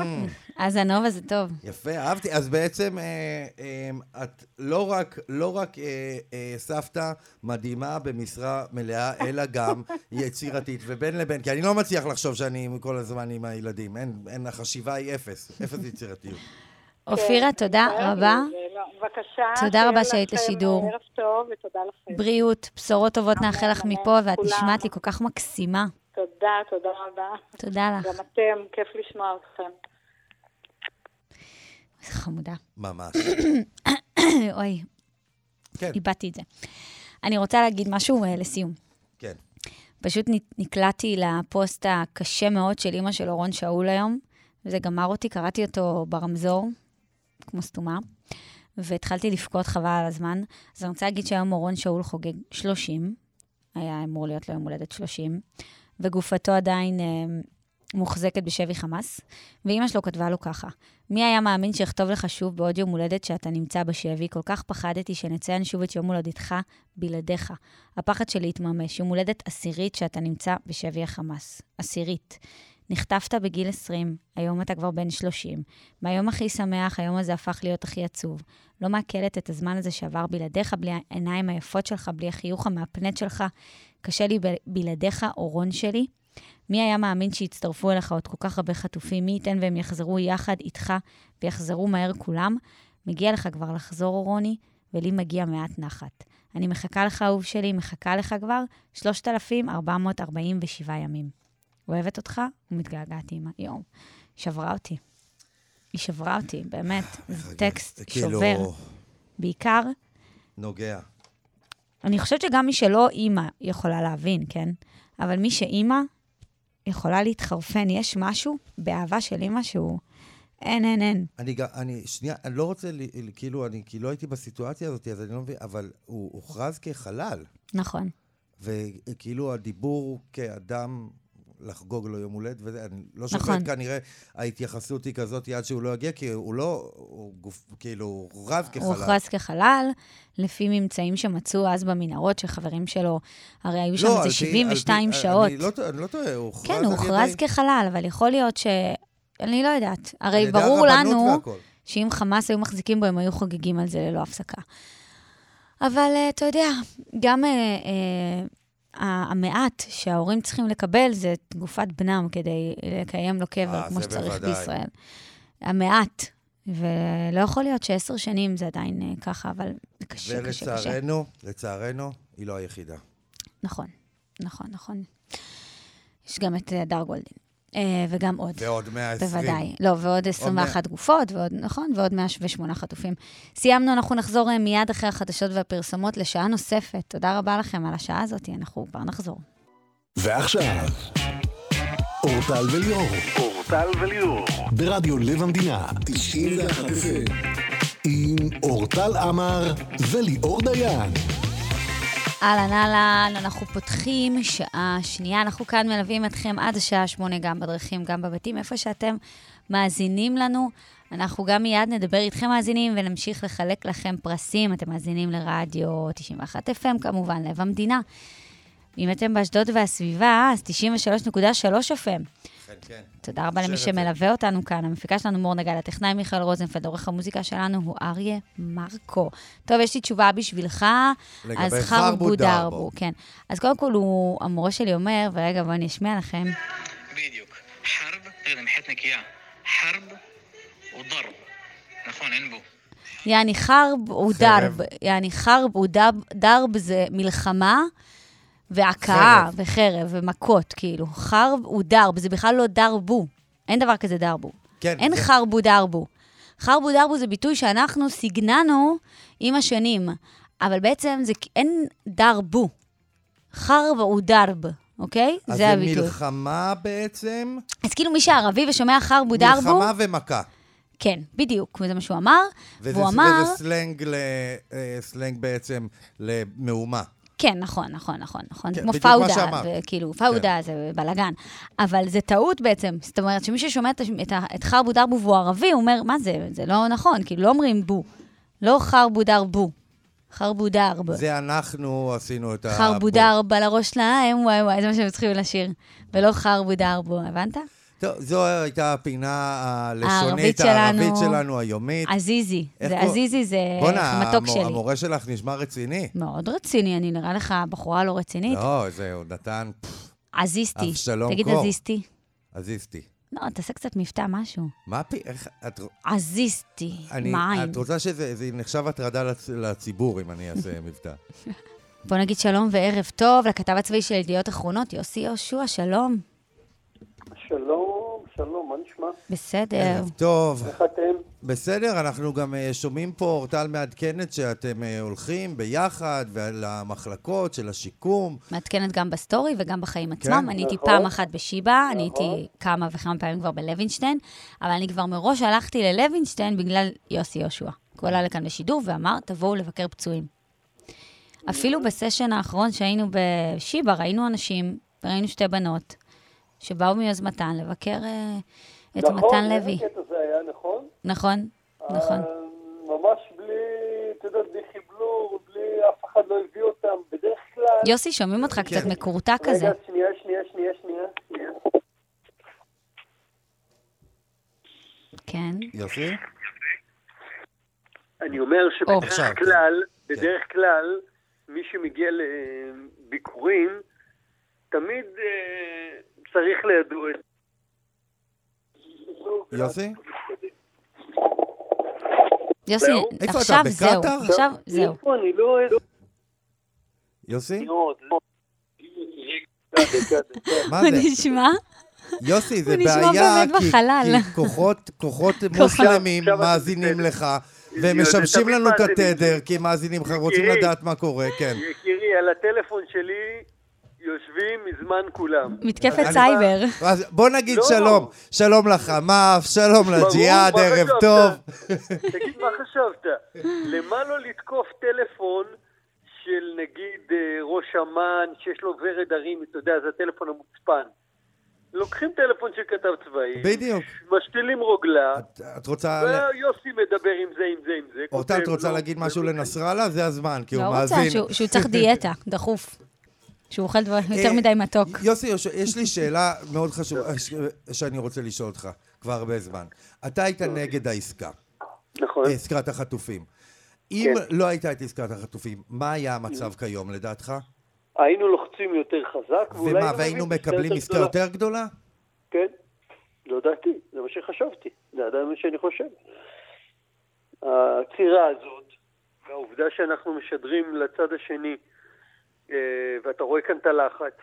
Speaker 3: אז הנובה זה טוב.
Speaker 2: כן,
Speaker 4: יפה, אהבתי. אז בעצם אה, אה, את לא רק, לא רק אה, אה, סבתא מדהימה במשרה מלאה, אלא גם יצירתית ובין לבין, כי אני לא מצליח לחשוב שאני כל הזמן עם הילדים. אין, אין, החשיבה היא אפס, אפס יצירתיות.
Speaker 3: אופירה, תודה
Speaker 2: כן,
Speaker 3: רבה.
Speaker 2: זה לא- בבקשה.
Speaker 3: תודה
Speaker 2: שיהיה
Speaker 3: רבה שהיית
Speaker 2: לכם אה,
Speaker 3: לשידור.
Speaker 2: ערב טוב ותודה לכם.
Speaker 3: בריאות, בשורות טובות
Speaker 2: אמן,
Speaker 3: נאחל לך
Speaker 2: אמן,
Speaker 3: מפה, ואת
Speaker 2: אה. כולם.
Speaker 3: נשמעת לי כל כך מקסימה.
Speaker 2: תודה, תודה רבה.
Speaker 3: תודה לך.
Speaker 2: גם אתם, כיף לשמוע אתכם.
Speaker 3: איזה חמודה.
Speaker 4: ממש.
Speaker 3: אוי,
Speaker 4: כן,
Speaker 3: איבדתי את זה. אני רוצה להגיד משהו אה, לסיום.
Speaker 4: כן.
Speaker 3: פשוט נ- נקלעתי לפוסט הקשה מאוד של אימא של אורון שאול היום, וזה גמר אותי, קראתי אותו ברמזור, כמו סתומה, והתחלתי לבכות חבל על הזמן. אז אני רוצה להגיד שהיום אורון שאול חוגג 30, היה אמור להיות לו יום הולדת 30, וגופתו עדיין אה, מוחזקת בשבי חמאס, ואימא שלו כתבה לו ככה: מי היה מאמין שאכתוב לך שוב בעוד יום הולדת שאתה נמצא בשבי? כל כך פחדתי שנציין שוב את יום הולדתך בלעדיך. הפחד של להתממש, יום הולדת עשירית שאתה נמצא בשבי החמאס. עשירית. נחטפת בגיל 20, היום אתה כבר בן 30. מהיום הכי שמח, היום הזה הפך להיות הכי עצוב. לא מעכלת את הזמן הזה שעבר בלעדיך, בלי העיניים היפות שלך, בלי החיוך המהפנט שלך. קשה לי ב- בלעדיך, אורון שלי. מי היה מאמין שיצטרפו אליך עוד כל כך הרבה חטופים? מי ייתן והם יחזרו יחד איתך ויחזרו מהר כולם? מגיע לך כבר לחזור, רוני, ולי מגיע מעט נחת. אני מחכה לך, אהוב שלי, מחכה לך כבר 3,447 ימים. אוהבת אותך ומתגעגעת אימא. יואו, היא שברה אותי. היא שברה אותי, באמת. זה טקסט
Speaker 4: כאילו,
Speaker 3: שובר. בעיקר,
Speaker 4: נוגע.
Speaker 3: אני חושבת שגם מי שלא אימא יכולה להבין, כן? אבל מי שאימא, יכולה להתחרפן. יש משהו באהבה של אימא שהוא... אין, אין, אין.
Speaker 4: אני גם, אני, שנייה, אני לא רוצה, ל- ל- כאילו, אני כי לא הייתי בסיטואציה הזאת, אז אני לא מבין, אבל הוא הוכרז כחלל,
Speaker 3: נכון.
Speaker 4: וכאילו הדיבור הוא כאדם לחגוג לו יום הולדת, וזה, אני לא שופט,
Speaker 3: נכון.
Speaker 4: כנראה ההתייחסות היא כזאת עד שהוא לא יגיע, כי הוא לא, הוא גוף, כאילו, הוא הוכרז כחלל.
Speaker 3: הוא הוכרז כחלל, לפי ממצאים שמצאו אז במנהרות, שחברים שלו, הרי היו שם
Speaker 4: לא, על
Speaker 3: איזה
Speaker 4: פי-
Speaker 3: 72
Speaker 4: על פי-
Speaker 3: שעות.
Speaker 4: אני לא טועה, אני לא טועה, הוא הוכרז
Speaker 3: כן, הוא
Speaker 4: על
Speaker 3: הוכרז
Speaker 4: ידי-
Speaker 3: כחלל, אבל יכול להיות ש... אני לא יודעת.
Speaker 4: על
Speaker 3: הרי
Speaker 4: ידי
Speaker 3: ברור
Speaker 4: הרבנות
Speaker 3: לנו
Speaker 4: והכל.
Speaker 3: שאם חמאס היו מחזיקים בו, הם היו חוגגים על זה ללא הפסקה. אבל אה, אתה יודע, גם אה, אה, ה- המעט שההורים צריכים לקבל זה את גופת בנם כדי לקיים לו קבר
Speaker 4: אה,
Speaker 3: כמו
Speaker 4: זה
Speaker 3: שצריך
Speaker 4: בוודאי.
Speaker 3: בישראל. המעט. ולא יכול להיות שעשר שנים זה עדיין אה, ככה, אבל זה קשה, קשה, קשה.
Speaker 4: ולצערנו, לצערנו, היא לא היחידה.
Speaker 3: נכון, נכון, נכון. יש גם את אה, הדר גולדין, אה, וגם עוד.
Speaker 4: ועוד 120.
Speaker 3: בוודאי. לא, ועוד 21 גופות, ועוד, נכון, ועוד 108 חטופים. סיימנו, אנחנו נחזור אה, מיד אחרי החדשות והפרסומות לשעה נוספת. תודה רבה לכם על השעה הזאת, אנחנו כבר נחזור.
Speaker 1: ועכשיו, אורטל וליאור. אורטל וליאור. ברדיו לב המדינה, 91 FM. עם אורטל עמר וליאור דיין.
Speaker 3: אהלן, אהלן, אנחנו פותחים שעה שנייה. אנחנו כאן מלווים אתכם עד השעה שמונה, גם בדרכים, גם בבתים, איפה שאתם מאזינים לנו. אנחנו גם מיד נדבר איתכם, מאזינים, ונמשיך לחלק לכם פרסים. אתם מאזינים לרדיו 91 FM, כמובן, לב המדינה. אם אתם באשדוד והסביבה, אז 93.3 FM.
Speaker 4: כן, כן.
Speaker 3: תודה רבה למי
Speaker 4: חושב את זה.
Speaker 3: שמלווה אותנו כאן. המפיקה שלנו מור נגל, הטכנאי מיכאל רוזנפלד, עורך המוזיקה שלנו הוא אריה מרקו. טוב, יש לי תשובה בשבילך.
Speaker 4: לגבי
Speaker 3: אז
Speaker 4: חרבו
Speaker 3: חרבו
Speaker 4: דרבו.
Speaker 3: דרבו, כן. אז קודם כל, הוא, המורה שלי אומר, ורגע, בואו אני אשמיע לכם.
Speaker 6: בדיוק. חרב, תראה, למחית נקייה. חרב וضرب. נכון, אין בו.
Speaker 3: יעני חרב הוא דרב. יעני חרב הוא דב, דרב זה מלחמה והכאה
Speaker 4: חרב.
Speaker 3: וחרב ומכות, כאילו. חרב הוא דרב, זה בכלל לא דרבו. אין דבר כזה דרבו.
Speaker 4: כן,
Speaker 3: אין
Speaker 4: זה-
Speaker 3: חרבו דרבו. חרבו דרבו זה ביטוי שאנחנו סיגננו עם השנים, אבל בעצם זה כ- אין דרבו. חרב הוא דרב, אוקיי?
Speaker 4: אז
Speaker 3: זה
Speaker 4: זה
Speaker 3: הביטוי.
Speaker 4: מלחמה בעצם,
Speaker 3: אז כאילו מי שערבי ושומע חרבו דרבו...
Speaker 4: מלחמה ומכה.
Speaker 3: כן, בדיוק, זה מה שהוא אמר.
Speaker 4: וזה,
Speaker 3: והוא אמר...
Speaker 4: וזה סלנג, ל, אה, סלנג בעצם למהומה.
Speaker 3: כן, נכון, נכון, נכון, נכון.
Speaker 4: כן,
Speaker 3: כמו
Speaker 4: בדיוק מה
Speaker 3: פאודה,
Speaker 4: שאמרת. כן.
Speaker 3: וכאילו, פאודה זה בלאגן. אבל זה טעות בעצם. זאת אומרת, שמי ששומע את, הש- את, ה- את חרבו דרבו והוא ערבי, הוא אומר, מה זה, זה לא נכון, כאילו, לא אומרים בו. לא חרבו דרבו, חרבו דרב.
Speaker 4: זה אנחנו עשינו את ה...
Speaker 3: חרבו דרב על הראש שלהם, וואי וואי, זה מה שהם צריכים לשיר. ולא חרבו דרבו, הבנת?
Speaker 4: טוב, זו הייתה הפינה
Speaker 3: הערבית
Speaker 4: הלשונית,
Speaker 3: שלנו.
Speaker 4: הערבית שלנו היומית.
Speaker 3: עזיזי.
Speaker 4: איך
Speaker 3: זה
Speaker 4: קורא-
Speaker 3: עזיזי זה
Speaker 4: בואנה,
Speaker 3: מתוק
Speaker 4: המור-
Speaker 3: שלי.
Speaker 4: המורה שלך נשמע רציני.
Speaker 3: מאוד רציני, אני נראה לך בחורה לא רצינית.
Speaker 4: לא, זהו, נתן פפ,
Speaker 3: עזיסטי.
Speaker 4: אבשלום
Speaker 3: תגיד
Speaker 4: קור.
Speaker 3: עזיסטי.
Speaker 4: עזיזתי.
Speaker 3: לא, תעשה קצת מבטא, משהו.
Speaker 4: מה פי... איך... את...
Speaker 3: עזיסטי,
Speaker 4: אני,
Speaker 3: מים.
Speaker 4: את רוצה שזה זה נחשב הטרדה לצ- לציבור, אם אני אעשה מבטא.
Speaker 3: בוא נגיד שלום וערב טוב לכתב הצבאי של ידיעות אחרונות, יוסי יהושע, שלום.
Speaker 7: שלום, שלום, מה נשמע?
Speaker 3: בסדר.
Speaker 4: ערב טוב.
Speaker 7: איך אתם?
Speaker 4: בסדר, אנחנו גם אה, שומעים פה אורטל מעדכנת שאתם אה, הולכים ביחד למחלקות של השיקום.
Speaker 3: מעדכנת גם בסטורי וגם בחיים
Speaker 4: כן.
Speaker 3: עצמם. אני הייתי
Speaker 7: נכון.
Speaker 3: פעם אחת בשיבא, אני הייתי כמה וכמה פעמים כבר בלוינשטיין, אבל אני כבר מראש הלכתי ללוינשטיין בגלל יוסי יהושע. הוא עלה לכאן לשידור ואמר, תבואו לבקר פצועים. אפילו בסשן האחרון שהיינו בשיבא, ראינו אנשים, ראינו שתי בנות, שבאו מיוזמתן לבקר אה, את מתן לוי.
Speaker 7: נכון, איזה קטע זה היה, נכון?
Speaker 3: נכון, נכון.
Speaker 7: אה, ממש בלי, אתה יודע, בלי חיבלור, בלי אף אחד לא הביא אותם. בדרך כלל...
Speaker 3: יוסי, שומעים אותך קצת מקורטע כזה.
Speaker 7: כן. רגע, שנייה, שנייה, שנייה, שנייה.
Speaker 3: כן.
Speaker 4: יוסי?
Speaker 7: אני אומר
Speaker 3: Oh,
Speaker 4: עכשיו,
Speaker 7: שבדרך
Speaker 4: כן.
Speaker 7: כלל, בדרך כלל, מי שמגיע לביקורים, תמיד אה, צריך לידו את...
Speaker 4: יוסי?
Speaker 3: יוסי,
Speaker 4: איפה אתה,
Speaker 3: עכשיו זהו.
Speaker 4: בקטאר?
Speaker 3: עכשיו זהו.
Speaker 7: איפה, אני לא...
Speaker 4: יוסי?
Speaker 7: דקה, דקה.
Speaker 4: מה
Speaker 3: הוא
Speaker 4: זה?
Speaker 3: נשמע?
Speaker 4: יוסי, זה
Speaker 3: הוא נשמע
Speaker 4: בעיה,
Speaker 3: באמת
Speaker 4: כי-
Speaker 3: בחלל.
Speaker 4: כי כוחות- כוחות מוסלמים
Speaker 7: עכשיו- עכשיו
Speaker 4: מאזינים
Speaker 7: אני-
Speaker 4: לך,
Speaker 7: בדיוק,
Speaker 4: והם משבשים
Speaker 7: תמיד
Speaker 4: לנו את
Speaker 7: מאזינים.
Speaker 4: התדר, כי מאזינים לך, רוצים
Speaker 7: יקירי.
Speaker 4: לדעת מה קורה, כן.
Speaker 7: יקירי, על הטלפון שלי יושבים מזמן כולם.
Speaker 3: מתקפת סייבר.
Speaker 4: אז בוא נגיד
Speaker 7: לא.
Speaker 4: שלום. שלום לחמאס, שלום
Speaker 7: ברור,
Speaker 4: לג'יהאד,
Speaker 7: מה
Speaker 4: ערב
Speaker 7: חשבת?
Speaker 4: טוב.
Speaker 7: תגיד, מה חשבת? למה לא לתקוף טלפון של נגיד אה, ראש אמ"ן, שיש לו ורד הרים, אתה יודע, זה הטלפון המוצפן. לוקחים טלפון של כתב צבאי,
Speaker 4: בדיוק.
Speaker 7: משתילים רוגלה,
Speaker 4: את- את
Speaker 7: לא,
Speaker 4: רוצה... ל-
Speaker 7: ויוסי מדבר עם זה, עם זה, עם זה.
Speaker 4: אורטל, את
Speaker 7: כותב
Speaker 4: רוצה
Speaker 7: לו,
Speaker 4: להגיד משהו
Speaker 7: ובודק.
Speaker 4: לנסראללה? זה הזמן, כי הוא
Speaker 3: לא רוצה,
Speaker 4: מאזין.
Speaker 3: שהוא- שהוא צריך דיאטה, דחוף. שהוא אוכל דבר- יותר
Speaker 4: אה,
Speaker 3: מדי מתוק.
Speaker 4: יוסי, יש- יש לי שאלה מאוד חשובה ש- שאני רוצה לשאול אותך כבר הרבה זמן. אתה היית נגד העסקה,
Speaker 7: נכון. כן.
Speaker 4: עסקת החטופים. אם לא הייתה את עסקת החטופים, מה היה
Speaker 7: Mm.
Speaker 4: המצב כיום לדעתך?
Speaker 7: היינו לוחצים יותר חזק, ואולי...
Speaker 4: ומה,
Speaker 7: גם
Speaker 4: והיינו
Speaker 7: מביאים
Speaker 4: מקבלים עסקה יותר גדולה?
Speaker 7: כן, לא דעתי, זה מה שחשבתי, זה עדיין מה שאני חושב. העצירה הזאת, והעובדה שאנחנו משדרים לצד השני, אה, ואתה רואה כאן את הלחץ,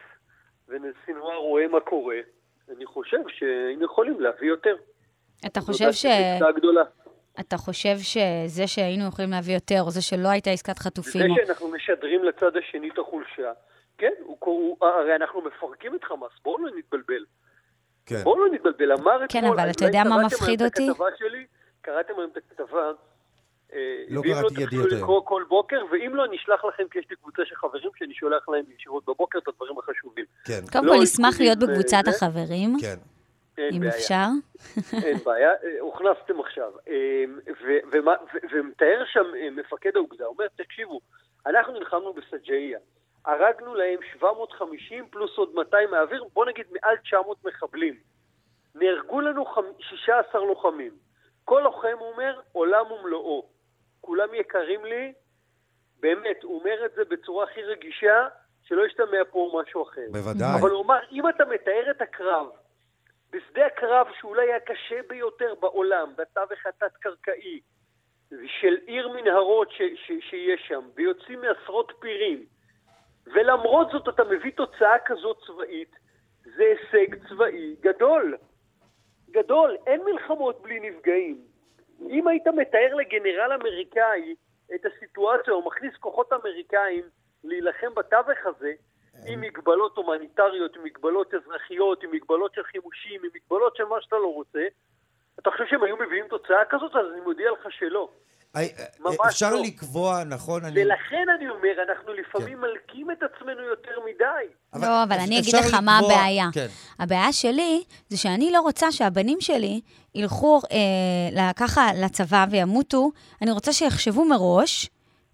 Speaker 7: וסנוואר רואה מה קורה, אני חושב שהיינו יכולים להביא יותר.
Speaker 3: אתה
Speaker 7: זו
Speaker 3: חושב
Speaker 7: דעתי,
Speaker 3: ש...
Speaker 7: זו גדולה.
Speaker 3: אתה חושב שזה שהיינו יכולים להביא יותר, או זה שלא הייתה עסקת
Speaker 7: זה
Speaker 3: חטופים, או-
Speaker 7: שאנחנו משדרים לצד השני את החולשה, כן, הוא, הוא, הרי אנחנו מפרקים את חמאס, בואו לא נתבלבל.
Speaker 4: כן.
Speaker 7: בואו לא נתבלבל, אמר אתמול...
Speaker 3: כן, אבל
Speaker 7: אולי
Speaker 3: אתה יודע מה
Speaker 7: קראתם
Speaker 3: מפחיד
Speaker 7: היום
Speaker 3: אותי?
Speaker 7: את הכתבה שלי, קראתם היום את הכתבה... אה,
Speaker 4: לא
Speaker 7: ואם
Speaker 4: קראתי
Speaker 7: תתחילו
Speaker 4: ידיעות היום.
Speaker 7: לקרוא כל בוקר, ואם לא, אני אשלח לכם, כי יש לי קבוצה של חברים שאני שולח להם ישירות בבוקר את הדברים החשובים.
Speaker 4: כן,
Speaker 3: קודם
Speaker 7: לא,
Speaker 3: כל, נשמח
Speaker 7: עדכונים
Speaker 3: להיות
Speaker 7: ו-
Speaker 3: בקבוצת
Speaker 7: זה.
Speaker 3: החברים,
Speaker 4: כן.
Speaker 7: אין
Speaker 3: אם
Speaker 7: בעיה.
Speaker 3: אפשר.
Speaker 7: אין בעיה, אה, הוכנסתם עכשיו. אה, ו- ומה- ו- ומתאר שם אה, מפקד האוגדה, אומר, תקשיבו, אנחנו נלחמנו בסג'עיה, הרגנו להם 750 פלוס עוד 200 מהאוויר, בוא נגיד מעל 900 מחבלים. נהרגו לנו חמ- 16 לוחמים. כל לוחם, הוא אומר, עולם ומלואו. כולם יקרים לי, באמת, הוא אומר את זה בצורה הכי רגישה, שלא ישתמע פה משהו אחר.
Speaker 4: בוודאי.
Speaker 7: אבל הוא אמר, אם אתה מתאר את הקרב, בשדה הקרב שאולי היה קשה ביותר בעולם, בתווך התת-קרקעי, של עיר מנהרות ש, ש, שיש שם, ויוצאים מעשרות פירים, ולמרות זאת אתה מביא תוצאה כזאת צבאית, זה הישג צבאי גדול. גדול, אין מלחמות בלי נפגעים. אם היית מתאר לגנרל אמריקאי את הסיטואציה, או מכניס כוחות אמריקאים להילחם בתווך הזה, עם מגבלות הומניטריות, עם מגבלות אזרחיות, עם מגבלות של חימושים, עם מגבלות של מה שאתה לא רוצה, אתה חושב שהם היו מביאים תוצאה כזאת? אז אני מודיע לך שלא.
Speaker 4: אי-
Speaker 7: ממש
Speaker 4: אה, אפשר
Speaker 7: לא.
Speaker 4: לקבוע, נכון, אני...
Speaker 7: ולכן אני אומר, אנחנו לפעמים מלקים את עצמנו יותר מדי.
Speaker 3: לא, אבל אני אגיד
Speaker 4: אפשר
Speaker 3: לך מה
Speaker 4: לקבוע-
Speaker 3: הבעיה.
Speaker 4: כן.
Speaker 3: הבעיה שלי זה שאני לא רוצה שהבנים שלי ילכו אה, ל- ככה לצבא וימותו, אני רוצה שיחשבו מראש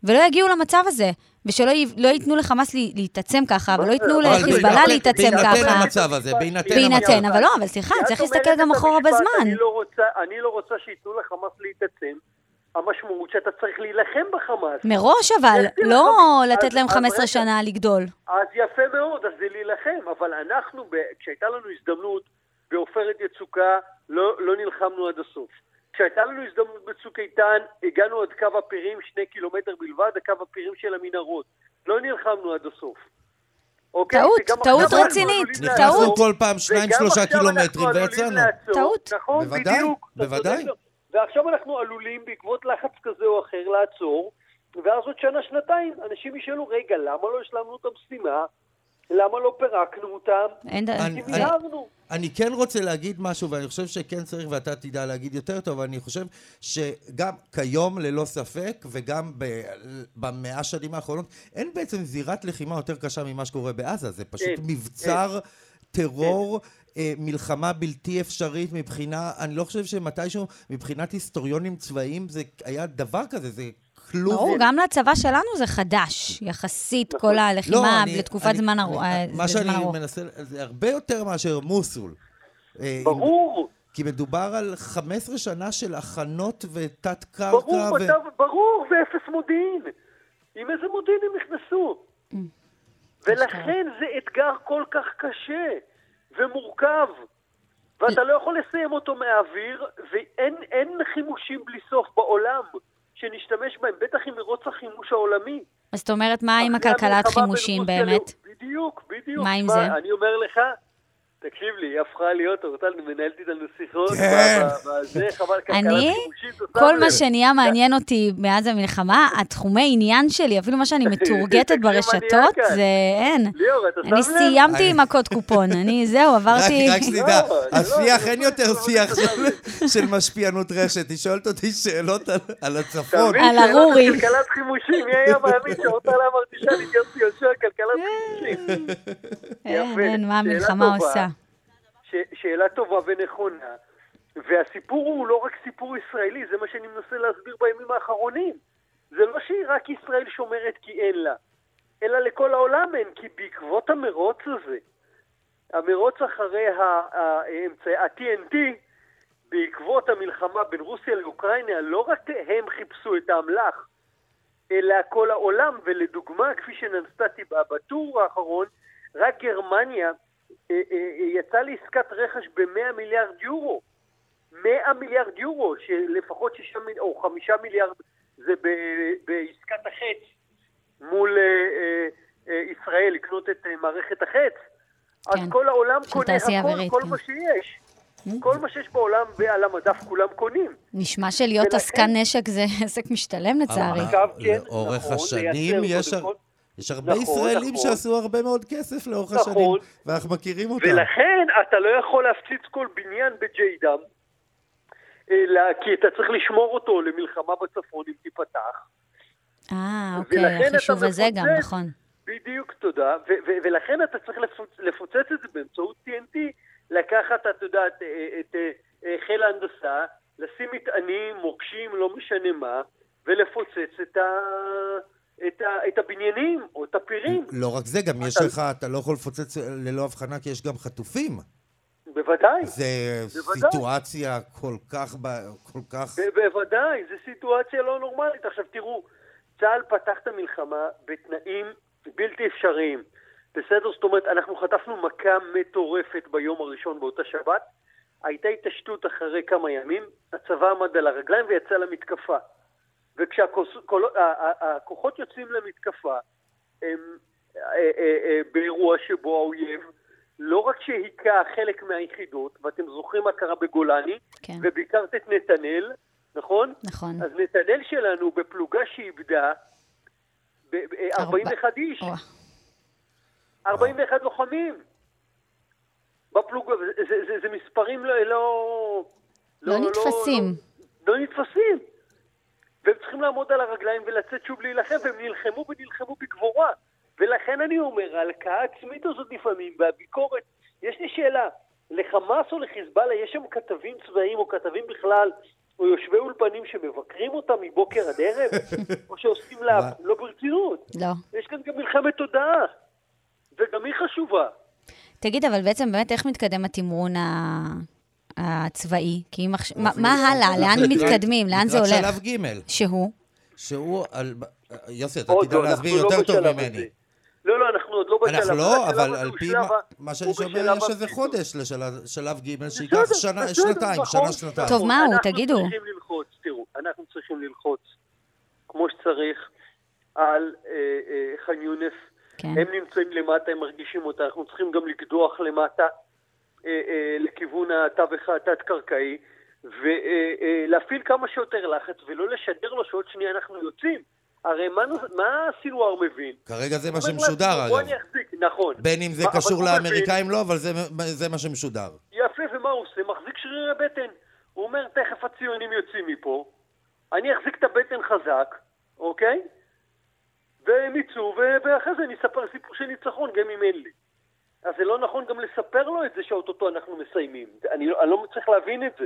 Speaker 3: ולא יגיעו למצב הזה, ושלא י- לא ייתנו לחמאס לה- להתעצם ככה, ולא לא ייתנו
Speaker 7: אבל
Speaker 3: לחיזבאללה
Speaker 7: בהינתן-
Speaker 3: להתעצם
Speaker 4: בהינתן
Speaker 3: ככה.
Speaker 4: המצב הזה, בהינתן
Speaker 3: בהינתן,
Speaker 4: המצב.
Speaker 3: אבל לא, אבל סליחה,
Speaker 7: כשאת
Speaker 3: צריך
Speaker 7: אומרת
Speaker 3: להסתכל גם
Speaker 7: את
Speaker 3: אחורה
Speaker 7: המשפט,
Speaker 3: בזמן.
Speaker 7: אני לא רוצה, אני לא רוצה שייתנו לחמאס להתעצם. המשמעות שאתה צריך להילחם בחמאס.
Speaker 3: מראש אבל,
Speaker 7: יש לי
Speaker 3: לא
Speaker 7: לחם.
Speaker 3: לתת
Speaker 7: אז-
Speaker 3: להם
Speaker 7: אז
Speaker 3: 15
Speaker 7: רגע.
Speaker 3: שנה לגדול.
Speaker 7: אז יפה מאוד, אז זה להילחם. אבל אנחנו, ב- כשהייתה לנו הזדמנות בעופרת יצוקה, לא, לא נלחמנו עד הסוף. כשהייתה לנו הזדמנות בצוק איתן, הגענו עד קו הפירים, שני קילומטר בלבד, הקו הפירים של המנהרות. לא נלחמנו עד הסוף. אוקיי?
Speaker 3: טעות,
Speaker 7: וגם
Speaker 3: טעות
Speaker 7: עכשיו אנחנו לא
Speaker 3: רצינית,
Speaker 7: עלולים
Speaker 3: טעות.
Speaker 7: לעצור,
Speaker 4: נכנסנו כל פעם שניים,
Speaker 7: וגם
Speaker 4: שלושה
Speaker 7: עכשיו אנחנו
Speaker 4: קילומטרים
Speaker 7: עלולים
Speaker 4: ויצאנו.
Speaker 7: לעצור.
Speaker 3: טעות.
Speaker 7: נכון,
Speaker 4: בוודאי,
Speaker 7: בדיוק. אתה
Speaker 4: בוודאי.
Speaker 7: צודק. ועכשיו אנחנו עלולים, בעקבות לחץ כזה או אחר, לעצור, ואז עוד שנה-שנתיים אנשים ישאלו, רגע, למה לא השלמנו את המשימה? למה לא פירקנו אותם?
Speaker 3: אין ד-
Speaker 4: אני-
Speaker 7: כי
Speaker 4: אני-
Speaker 7: מיהרנו.
Speaker 4: אני כן רוצה להגיד משהו, ואני חושב שכן צריך, ואתה תדע להגיד יותר טוב, אבל אני חושב שגם כיום, ללא ספק, וגם ב- במאה שנים האחרונות, אין בעצם זירת לחימה יותר קשה ממה שקורה בעזה. זה פשוט
Speaker 7: אין,
Speaker 4: מבצר טרור. אה, מלחמה בלתי אפשרית מבחינה, אני לא חושב שמתישהו, מבחינת היסטוריונים צבאיים זה היה דבר כזה, זה כלום.
Speaker 3: ברור, גם לצבא שלנו זה חדש, יחסית כל הלחימה
Speaker 4: לא, אני-
Speaker 3: לתקופת
Speaker 4: אני-
Speaker 3: זמן
Speaker 4: אני-
Speaker 3: ארוך.
Speaker 4: מה שאני מנסה, זה הרבה יותר מאשר מוסול. אה,
Speaker 7: ברור,
Speaker 4: כי מדובר על 15 שנה של הכנות ותת קרקע.
Speaker 7: ברור, מצב- ברור, ואפס מודיעין. עם איזה מודיעין הם נכנסו?
Speaker 3: אה,
Speaker 7: ולכן זה אתגר כל כך קשה ומורכב, ואתה לא יכול לסיים אותו מהאוויר, ואין אין חימושים בלי סוף בעולם שנשתמש בהם, בטח עם מרוץ החימוש העולמי.
Speaker 3: אז זאת אומרת, מה עם
Speaker 7: אחרי
Speaker 3: הכלכלת
Speaker 7: המלחמה בין
Speaker 3: חימושים
Speaker 7: רוסיה
Speaker 3: באמת?
Speaker 7: לאו- בדיוק, בדיוק.
Speaker 3: מה עם
Speaker 7: תשמע,
Speaker 3: זה?
Speaker 7: אני אומר לך, תקשיב לי, היא הפכה להיות, אורטל מנהלת איתנו שיחות.
Speaker 4: כן.
Speaker 7: ב- ב- בזה, חבל, כלכלה
Speaker 3: אני?
Speaker 7: חימושית, עושה
Speaker 3: כל
Speaker 7: את
Speaker 3: מה
Speaker 7: זה.
Speaker 3: שנהיה מעניין אותי מאז המלחמה, התחומי עניין שלי, אפילו מה שאני מתורגטת ברשתות, זה אין.
Speaker 7: ליאור, אתה כן. שם לב?
Speaker 3: אני סיימתי עם הקוד קופון, אני זהו, עברתי...
Speaker 4: רק, רק שתדע,
Speaker 7: לא, לא,
Speaker 4: השיח,
Speaker 7: לא,
Speaker 4: אין
Speaker 7: לא,
Speaker 4: יותר
Speaker 7: לא,
Speaker 4: שיח
Speaker 7: לא,
Speaker 4: של- של משפיענות רשת. היא שואלת אותי שאלות על- על
Speaker 7: אתה
Speaker 4: הצפון.
Speaker 7: מבין?
Speaker 3: על
Speaker 7: שאלת
Speaker 3: הרורי.
Speaker 7: כלכלת חימושים, מי היה מאמין שאורטל אמרתי שאני יוסי יהושע, כלכלת
Speaker 3: כן.
Speaker 7: חימושים.
Speaker 3: אין,
Speaker 7: יפה.
Speaker 3: אין, מה
Speaker 7: שאלה
Speaker 3: המלחמה
Speaker 7: טובה.
Speaker 3: עושה.
Speaker 7: ש- שאלה טובה ונכונה. והסיפור הוא לא רק סיפור ישראלי, זה מה שאני מנסה להסביר בימים האחרונים. זה לא שרק ישראל שומרת כי אין לה, אלא לכל העולם אין, כי בעקבות המרוץ הזה, המרוץ אחרי ה- ה- אה, האמצעי- ה-TNT, בעקבות המלחמה בין רוסיה לאוקראינה, לא רק הם חיפשו את האמל"ח, אלא כל העולם, ולדוגמה, כפי שננסתי ב- בטור האחרון, רק גרמניה אה, אה, אה, יצאה לעסקת רכש ב-100 מיליארד יורו. 100 מיליארד יורו, שלפחות 6 מיליארד, או 5 מיליארד, זה ב- בעסקת החץ מול אה, אה, אה, ישראל, לקנות את אה, מערכת החץ. אז
Speaker 3: כן.
Speaker 7: כל העולם
Speaker 3: של
Speaker 7: קונה
Speaker 3: תעשייה
Speaker 7: הכל,
Speaker 3: אווירית,
Speaker 7: כל
Speaker 3: כן.
Speaker 7: מה שיש. כל מה שיש בעולם ועל המדף כולם קונים.
Speaker 3: נשמע שלהיות
Speaker 7: ולכן-
Speaker 3: עסקן נשק זה עסק
Speaker 4: אה,
Speaker 3: משתלם לצערי.
Speaker 4: אבל-
Speaker 7: עכשיו, כן,
Speaker 4: לאורך
Speaker 7: נכון,
Speaker 4: השנים
Speaker 7: לייצר
Speaker 4: יש
Speaker 7: קודם
Speaker 4: הר-
Speaker 7: כל.
Speaker 4: יש הרבה
Speaker 7: נכון,
Speaker 4: ישראלים
Speaker 7: נכון.
Speaker 4: שעשו הרבה מאוד כסף לאורך
Speaker 7: נכון.
Speaker 4: השנים, ואנחנו מכירים אותם.
Speaker 7: ולכן אתה לא יכול להפציץ כל בניין בג'יידם, אלא כי אתה צריך לשמור אותו למלחמה בצפון אם תיפתח.
Speaker 3: אה,
Speaker 7: ולכן
Speaker 3: אוקיי,
Speaker 7: אתה
Speaker 3: החישוב הזה גם,
Speaker 7: מפוצץ.
Speaker 3: נכון.
Speaker 7: בדיוק, תודה. ו- ו- ולכן אתה צריך לפוצ- לפוצץ את זה באמצעות TNT, לקחת, את יודעת, אה, את אה, אה, חיל ההנדסה, לשים מטענים, מוקשים, לא משנה מה, ולפוצץ את, ה... את, ה... את הבניינים או את הפירים.
Speaker 4: לא רק זה, גם יש
Speaker 7: אתה-
Speaker 4: לך, אתה לא יכול לפוצץ ללא הבחנה, כי יש גם חטופים.
Speaker 7: בוודאי.
Speaker 4: זו
Speaker 7: בוודאי.
Speaker 4: סיטואציה כל כך, ב- כל כך...
Speaker 7: ב- בוודאי, זו סיטואציה לא נורמלית. עכשיו תראו, צה"ל פתח את המלחמה בתנאים בלתי אפשריים. בסדר? זאת אומרת, אנחנו חטפנו מכה מטורפת ביום הראשון באותה שבת. הייתה התעשתות אחרי כמה ימים, הצבא עמד על הרגליים ויצא למתקפה. וכשהכוחות יוצאים למתקפה, הם אה, אה, אה, באירוע שבו האויב לא רק שהיכה חלק מהיחידות, ואתם זוכרים מה קרה בגולני,
Speaker 3: כן.
Speaker 7: וביקרת את נתנאל, נכון?
Speaker 3: נכון.
Speaker 7: אז נתנאל שלנו בפלוגה שאיבדה ב- ב-
Speaker 3: ארבע-
Speaker 7: 41 איש,
Speaker 3: וואו.
Speaker 7: 41 לוחמים. בפלוגה, זה, זה, זה, זה מספרים לא... לא,
Speaker 3: לא נתפסים.
Speaker 7: לא, לא נתפסים. והם צריכים לעמוד על הרגליים ולצאת שוב להילחם, והם נלחמו ונלחמו בגבורה. ולכן אני אומר, ההלקאה העצמית הזאת לפעמים, והביקורת, יש לי שאלה, לחמאס או לחיזבאללה יש שם כתבים צבאיים או כתבים בכלל, או יושבי אולפנים שמבקרים אותם מבוקר עד ערב, או שעושים לה, לא ברצינות.
Speaker 3: לא.
Speaker 7: יש כאן גם מלחמת תודעה, וגם היא חשובה.
Speaker 3: תגיד, אבל בעצם באמת איך מתקדם התמרון ה... הצבאי? כי אם עכשיו... מה- מה הלאה? לאן
Speaker 4: לקראת-
Speaker 3: מתקדמים? לאן זה
Speaker 4: לקראת
Speaker 3: הולך?
Speaker 4: שלב ג',
Speaker 3: שהוא?
Speaker 4: שהוא... על- יוסי, אתה
Speaker 7: עוד
Speaker 4: תדע
Speaker 7: לא, אנחנו
Speaker 4: להסביר
Speaker 7: לא
Speaker 4: יותר טוב
Speaker 7: בשלב
Speaker 4: ממני.
Speaker 7: הזה. לא, לא, אנחנו עוד לא בשלב
Speaker 4: אנחנו
Speaker 7: הזה,
Speaker 4: לא,
Speaker 7: השלב
Speaker 4: אבל
Speaker 7: הזה
Speaker 4: על
Speaker 7: הוא
Speaker 4: פי
Speaker 7: שלב
Speaker 4: מה-
Speaker 7: ה-
Speaker 4: מה שאני
Speaker 7: הוא
Speaker 4: שומע,
Speaker 7: בשלב
Speaker 4: יש איזה
Speaker 7: הפיצוץ.
Speaker 4: חודש לשלב ג' שייקח
Speaker 7: בסדר,
Speaker 4: שנה-
Speaker 7: בסדר,
Speaker 4: שנתיים,
Speaker 7: נכון,
Speaker 4: שנה, שנתיים.
Speaker 3: טוב, מה הוא?
Speaker 7: אנחנו
Speaker 3: תגידו.
Speaker 7: צריכים ללחוץ, תראו, אנחנו צריכים ללחוץ כמו שצריך על אה, אה, ח'אן יונס.
Speaker 3: כן.
Speaker 7: הם נמצאים למטה, הם מרגישים אותה, אנחנו צריכים גם לקדוח למטה אה, אה, לכיוון התווך התת-קרקעי, ולהפעיל כמה שיותר לחץ ולא לשדר לו שעוד שנייה אנחנו יוצאים. הרי מה נוס- מה סילואר מבין?
Speaker 4: כרגע זה מה
Speaker 7: אומר
Speaker 4: שמשודר,
Speaker 7: לעצמו, "בוא
Speaker 4: אגב.
Speaker 7: אני אחזיק", נכון.
Speaker 4: בין אם זה
Speaker 7: אבל
Speaker 4: קשור
Speaker 7: הוא מבין-
Speaker 4: לאמריקאים, לא, אבל זה- זה מה שמשודר.
Speaker 7: יפה, ומה הוא עושה? מחזיק שרירי בטן. הוא אומר, תכף הציונים יוצאים מפה, אני אחזיק את הבטן חזק, אוקיי? והם יצאו, ו- ואחרי זה אני אספר סיפור של ניצחון, גם אם אין לי. אז זה לא נכון גם לספר לו את זה שאו-טו-טו אנחנו מסיימים. אני, לא- אני לא מצליח להבין את זה.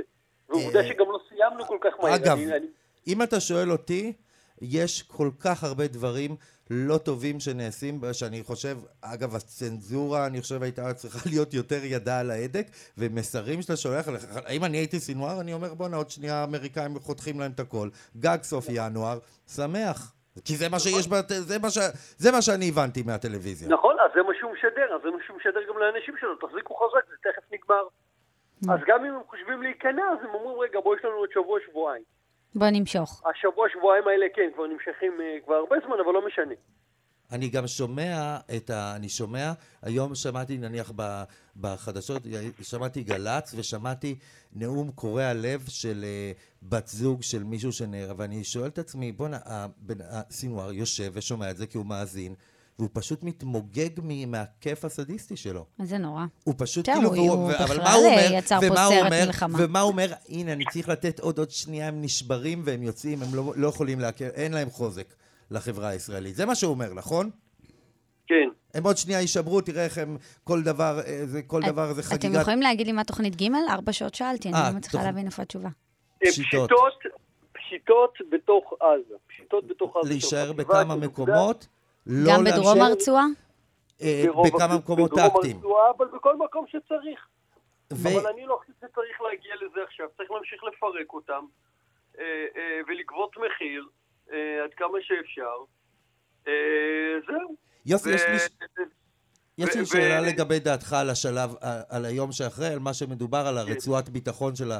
Speaker 7: ועובדה
Speaker 4: אה,
Speaker 7: שגם לא סיימנו כל כך מהר.
Speaker 4: אגב,
Speaker 7: אני, אני...
Speaker 4: אם אתה שואל אותי, יש כל כך הרבה דברים לא טובים שנעשים, שאני חושב, אגב, הצנזורה, אני חושב, הייתה צריכה להיות יותר ידה על ההדק, ומסרים שאתה שולח לך, אם אני הייתי סינואר, אני אומר, בואנה, עוד שנייה האמריקאים חותכים להם את הכל. גג סוף ינואר, שמח. כי זה מה שיש, בת... זה, מה ש... זה מה שאני הבנתי מהטלוויזיה.
Speaker 7: נכון, אז זה מה שהוא משדר, אז זה מה שהוא משדר גם לאנשים שלו, תחזיקו חזק, זה תכף נגמר.
Speaker 4: Mm.
Speaker 7: אז גם אם הם חושבים להיכנע, אז הם אומרים, רגע, בואו, יש לנו עוד שבוע-שבועיים.
Speaker 3: בוא נמשוך.
Speaker 7: השבוע, שבועיים האלה, כן, כבר נמשכים אה, כבר הרבה זמן, אבל לא משנה.
Speaker 4: אני גם שומע את ה... אני שומע, היום שמעתי נניח ב, בחדשות, שמעתי גל"צ ושמעתי נאום קורע לב של אה, בת זוג של מישהו שנהרג, ואני שואל את עצמי, בואנה, הבן- הסינואר יושב ושומע את זה כי הוא מאזין, והוא פשוט מתמוגג מ- מהכיף הסדיסטי שלו.
Speaker 3: זה נורא.
Speaker 4: הוא פשוט
Speaker 3: כן,
Speaker 4: כאילו,
Speaker 3: הוא-
Speaker 4: והוא-
Speaker 3: הוא
Speaker 4: ו- אבל
Speaker 3: בכלל
Speaker 4: מה הוא אומר,
Speaker 3: יצר פה
Speaker 4: ומה הוא
Speaker 3: סרט
Speaker 4: אומר,
Speaker 3: מלחמה.
Speaker 4: ומה הוא אומר, הנה, אני צריך לתת עוד עוד שנייה, הם נשברים והם יוצאים, הם לא, לא יכולים להכיר, אין להם חוזק לחברה הישראלית. זה מה שהוא אומר, נכון?
Speaker 7: כן.
Speaker 4: הם עוד שנייה יישברו, תראה איך הם, כל דבר, אה, זה, כל דבר זה חגיגת...
Speaker 3: אתם יכולים להגיד לי מה תוכנית ג'? ארבע שעות שאלתי, אני
Speaker 4: אה,
Speaker 3: לא מצליחה
Speaker 4: תוכנית-
Speaker 3: להבין איפה התשובה.
Speaker 4: פשיטות.
Speaker 7: אה, פשיטות, פשיטות בתוך עזה. פשיטות בתוך עזה.
Speaker 4: להישאר
Speaker 7: בתוך
Speaker 4: בכמה
Speaker 7: חטיבת
Speaker 4: מקומות, לא
Speaker 3: גם בדרום
Speaker 4: להמשיך,
Speaker 3: הרצועה?
Speaker 4: אה,
Speaker 7: ברוב
Speaker 4: בכמה
Speaker 7: הפ-
Speaker 4: מקומות
Speaker 7: בדרום
Speaker 4: טקטיים.
Speaker 7: הרצועה, אבל בכל מקום שצריך.
Speaker 4: ו-
Speaker 7: אבל אני לא חושב שצריך להגיע לזה עכשיו. צריך להמשיך לפרק אותם אה, אה, ולגבות מחיר אה, עד כמה שאפשר. אה, זהו.
Speaker 4: יוסי, יש לי...
Speaker 7: ו- אה,
Speaker 4: יש לי
Speaker 7: ו-
Speaker 4: שאלה
Speaker 7: ו-
Speaker 4: לגבי דעתך על השלב, על- על היום שאחרי, על מה שמדובר, על
Speaker 7: כן.
Speaker 4: הרצועת ביטחון של ה...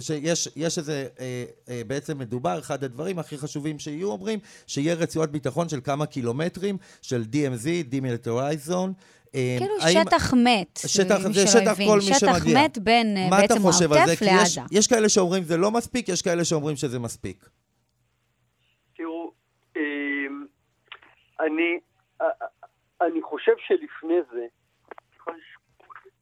Speaker 4: שיש יש איזה, אה, אה, בעצם מדובר, אחד הדברים הכי חשובים שיהיו אומרים, שיהיה רצועת ביטחון של כמה קילומטרים, של DMZ, Demilitarized Zone. אה,
Speaker 3: כאילו
Speaker 4: האם-
Speaker 3: שטח מת,
Speaker 4: שטח,
Speaker 3: למי
Speaker 4: זה
Speaker 3: שלא
Speaker 4: שטח
Speaker 3: הבין.
Speaker 4: כל מי שמגיע.
Speaker 3: שטח מת בין אה,
Speaker 4: מה אתה
Speaker 3: בעצם
Speaker 4: חושב על זה?
Speaker 3: העוטף
Speaker 4: כי יש-
Speaker 3: לעזה.
Speaker 4: יש כאלה שאומרים זה לא מספיק, יש כאלה שאומרים שזה מספיק.
Speaker 7: תראו, אמ, אני, אה, א- א- אני חושב שלפני זה,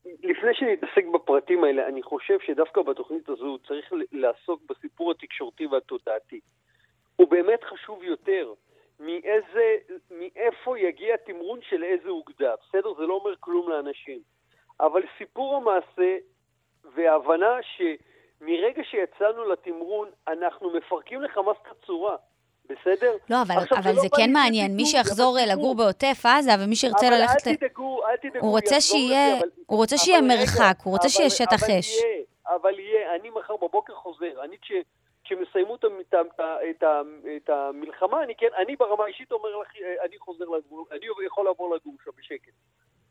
Speaker 7: לפני שנתעסק בפרטים האלה, אני חושב שדווקא בתוכנית הזו צריך ל- לעסוק בסיפור התקשורתי והתודעתי. הוא באמת חשוב יותר מאיזה, מאיפה יגיע התמרון של איזה אוגדה. בסדר? זה לא אומר כלום לאנשים. אבל סיפור המעשה וההבנה שמרגע שיצאנו לתמרון, אנחנו מפרקים לחמאס את הצורה, בסדר?
Speaker 3: לא, אבל,
Speaker 7: עכשיו,
Speaker 3: אבל
Speaker 7: לא
Speaker 3: זה
Speaker 7: בא
Speaker 3: כן
Speaker 7: לידי
Speaker 3: מעניין. מי
Speaker 7: ביטוי,
Speaker 3: שיחזור
Speaker 7: אבל
Speaker 3: אה, לגור בעוטף עזה ומי שירצה
Speaker 7: לא אבל
Speaker 3: ללכת... ל-
Speaker 7: אל תדאגו, אל תדאגו.
Speaker 3: הוא רוצה
Speaker 7: יחזור לזה,
Speaker 3: שיהיה-
Speaker 7: אבל-
Speaker 3: הוא רוצה
Speaker 7: אבל
Speaker 3: שיהיה
Speaker 7: רגע,
Speaker 3: מרחק, הוא רוצה
Speaker 7: אבל-
Speaker 3: שיהיה שטח
Speaker 7: אבל
Speaker 3: אש.
Speaker 7: יהיה, אבל יהיה, אני מחר בבוקר חוזר. אני, כש- כשהם יסיימו את המ- את ה- את ה- את המלחמה, אני כן, אני ברמה האישית אומר לך, אה, אני חוזר לגור, אני יכול לעבור לגור שם בשקט.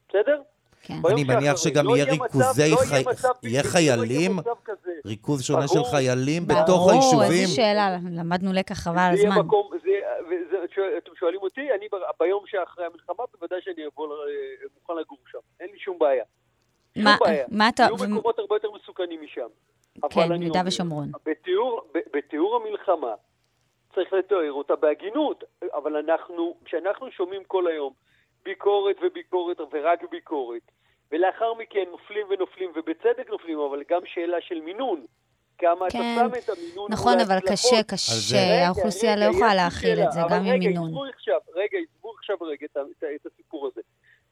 Speaker 7: בסדר?
Speaker 3: כן.
Speaker 7: ביום
Speaker 4: אני מניח
Speaker 7: שאחרי.
Speaker 4: שגם
Speaker 7: לא
Speaker 4: יהיה
Speaker 7: מצב-
Speaker 4: ריכוזי
Speaker 7: לא
Speaker 4: חי-
Speaker 7: מצב
Speaker 4: יהיה
Speaker 7: בלתי-
Speaker 4: חיילים,
Speaker 7: לא יהיה מצב כזה.
Speaker 4: ריכוז שונה של
Speaker 7: ברור.
Speaker 4: חיילים בתוך
Speaker 3: ברור,
Speaker 4: היישובים.
Speaker 3: איזה שאלה, למדנו לקח חבל על
Speaker 7: זה יהיה
Speaker 3: הזמן.
Speaker 7: מקום, זה, וזה, שואל- אתם שואלים אותי, אני ב- ביום שאחרי המלחמה בוודאי שאני אבוא, ל- אה, מוכן לגור שם, אין לי שום בעיה. שום
Speaker 3: מה-
Speaker 7: בעיה.
Speaker 3: מה אתה-
Speaker 7: יהיו
Speaker 3: ו-
Speaker 7: מקומות הרבה יותר מסוכנים משם. אבל
Speaker 3: כן,
Speaker 7: אני
Speaker 3: יהודה
Speaker 7: אומר,
Speaker 3: ושומרון.
Speaker 7: בתיאור, ב- בתיאור המלחמה צריך לתאר אותה בהגינות, אבל אנחנו, כשאנחנו שומעים כל היום ביקורת וביקורת ורק ביקורת, ולאחר מכן נופלים ונופלים, ובצדק נופלים, אבל גם שאלה של מינון. כמה
Speaker 3: כן.
Speaker 7: אתה שם את המינון
Speaker 3: נכון,
Speaker 7: מול
Speaker 3: אבל קשה,
Speaker 7: ההצלחות.
Speaker 4: על
Speaker 3: קשה,
Speaker 4: זה-
Speaker 3: האוכלוסייה לא
Speaker 7: רגע,
Speaker 3: יכולה
Speaker 7: יש לי
Speaker 3: להכיל
Speaker 7: שאלה,
Speaker 3: את זה,
Speaker 7: אבל
Speaker 3: גם עם
Speaker 7: רגע,
Speaker 3: מינון.
Speaker 7: עזבו עכשיו, רגע, עזבו עכשיו רגע את ה- את ה- את הסיפור הזה.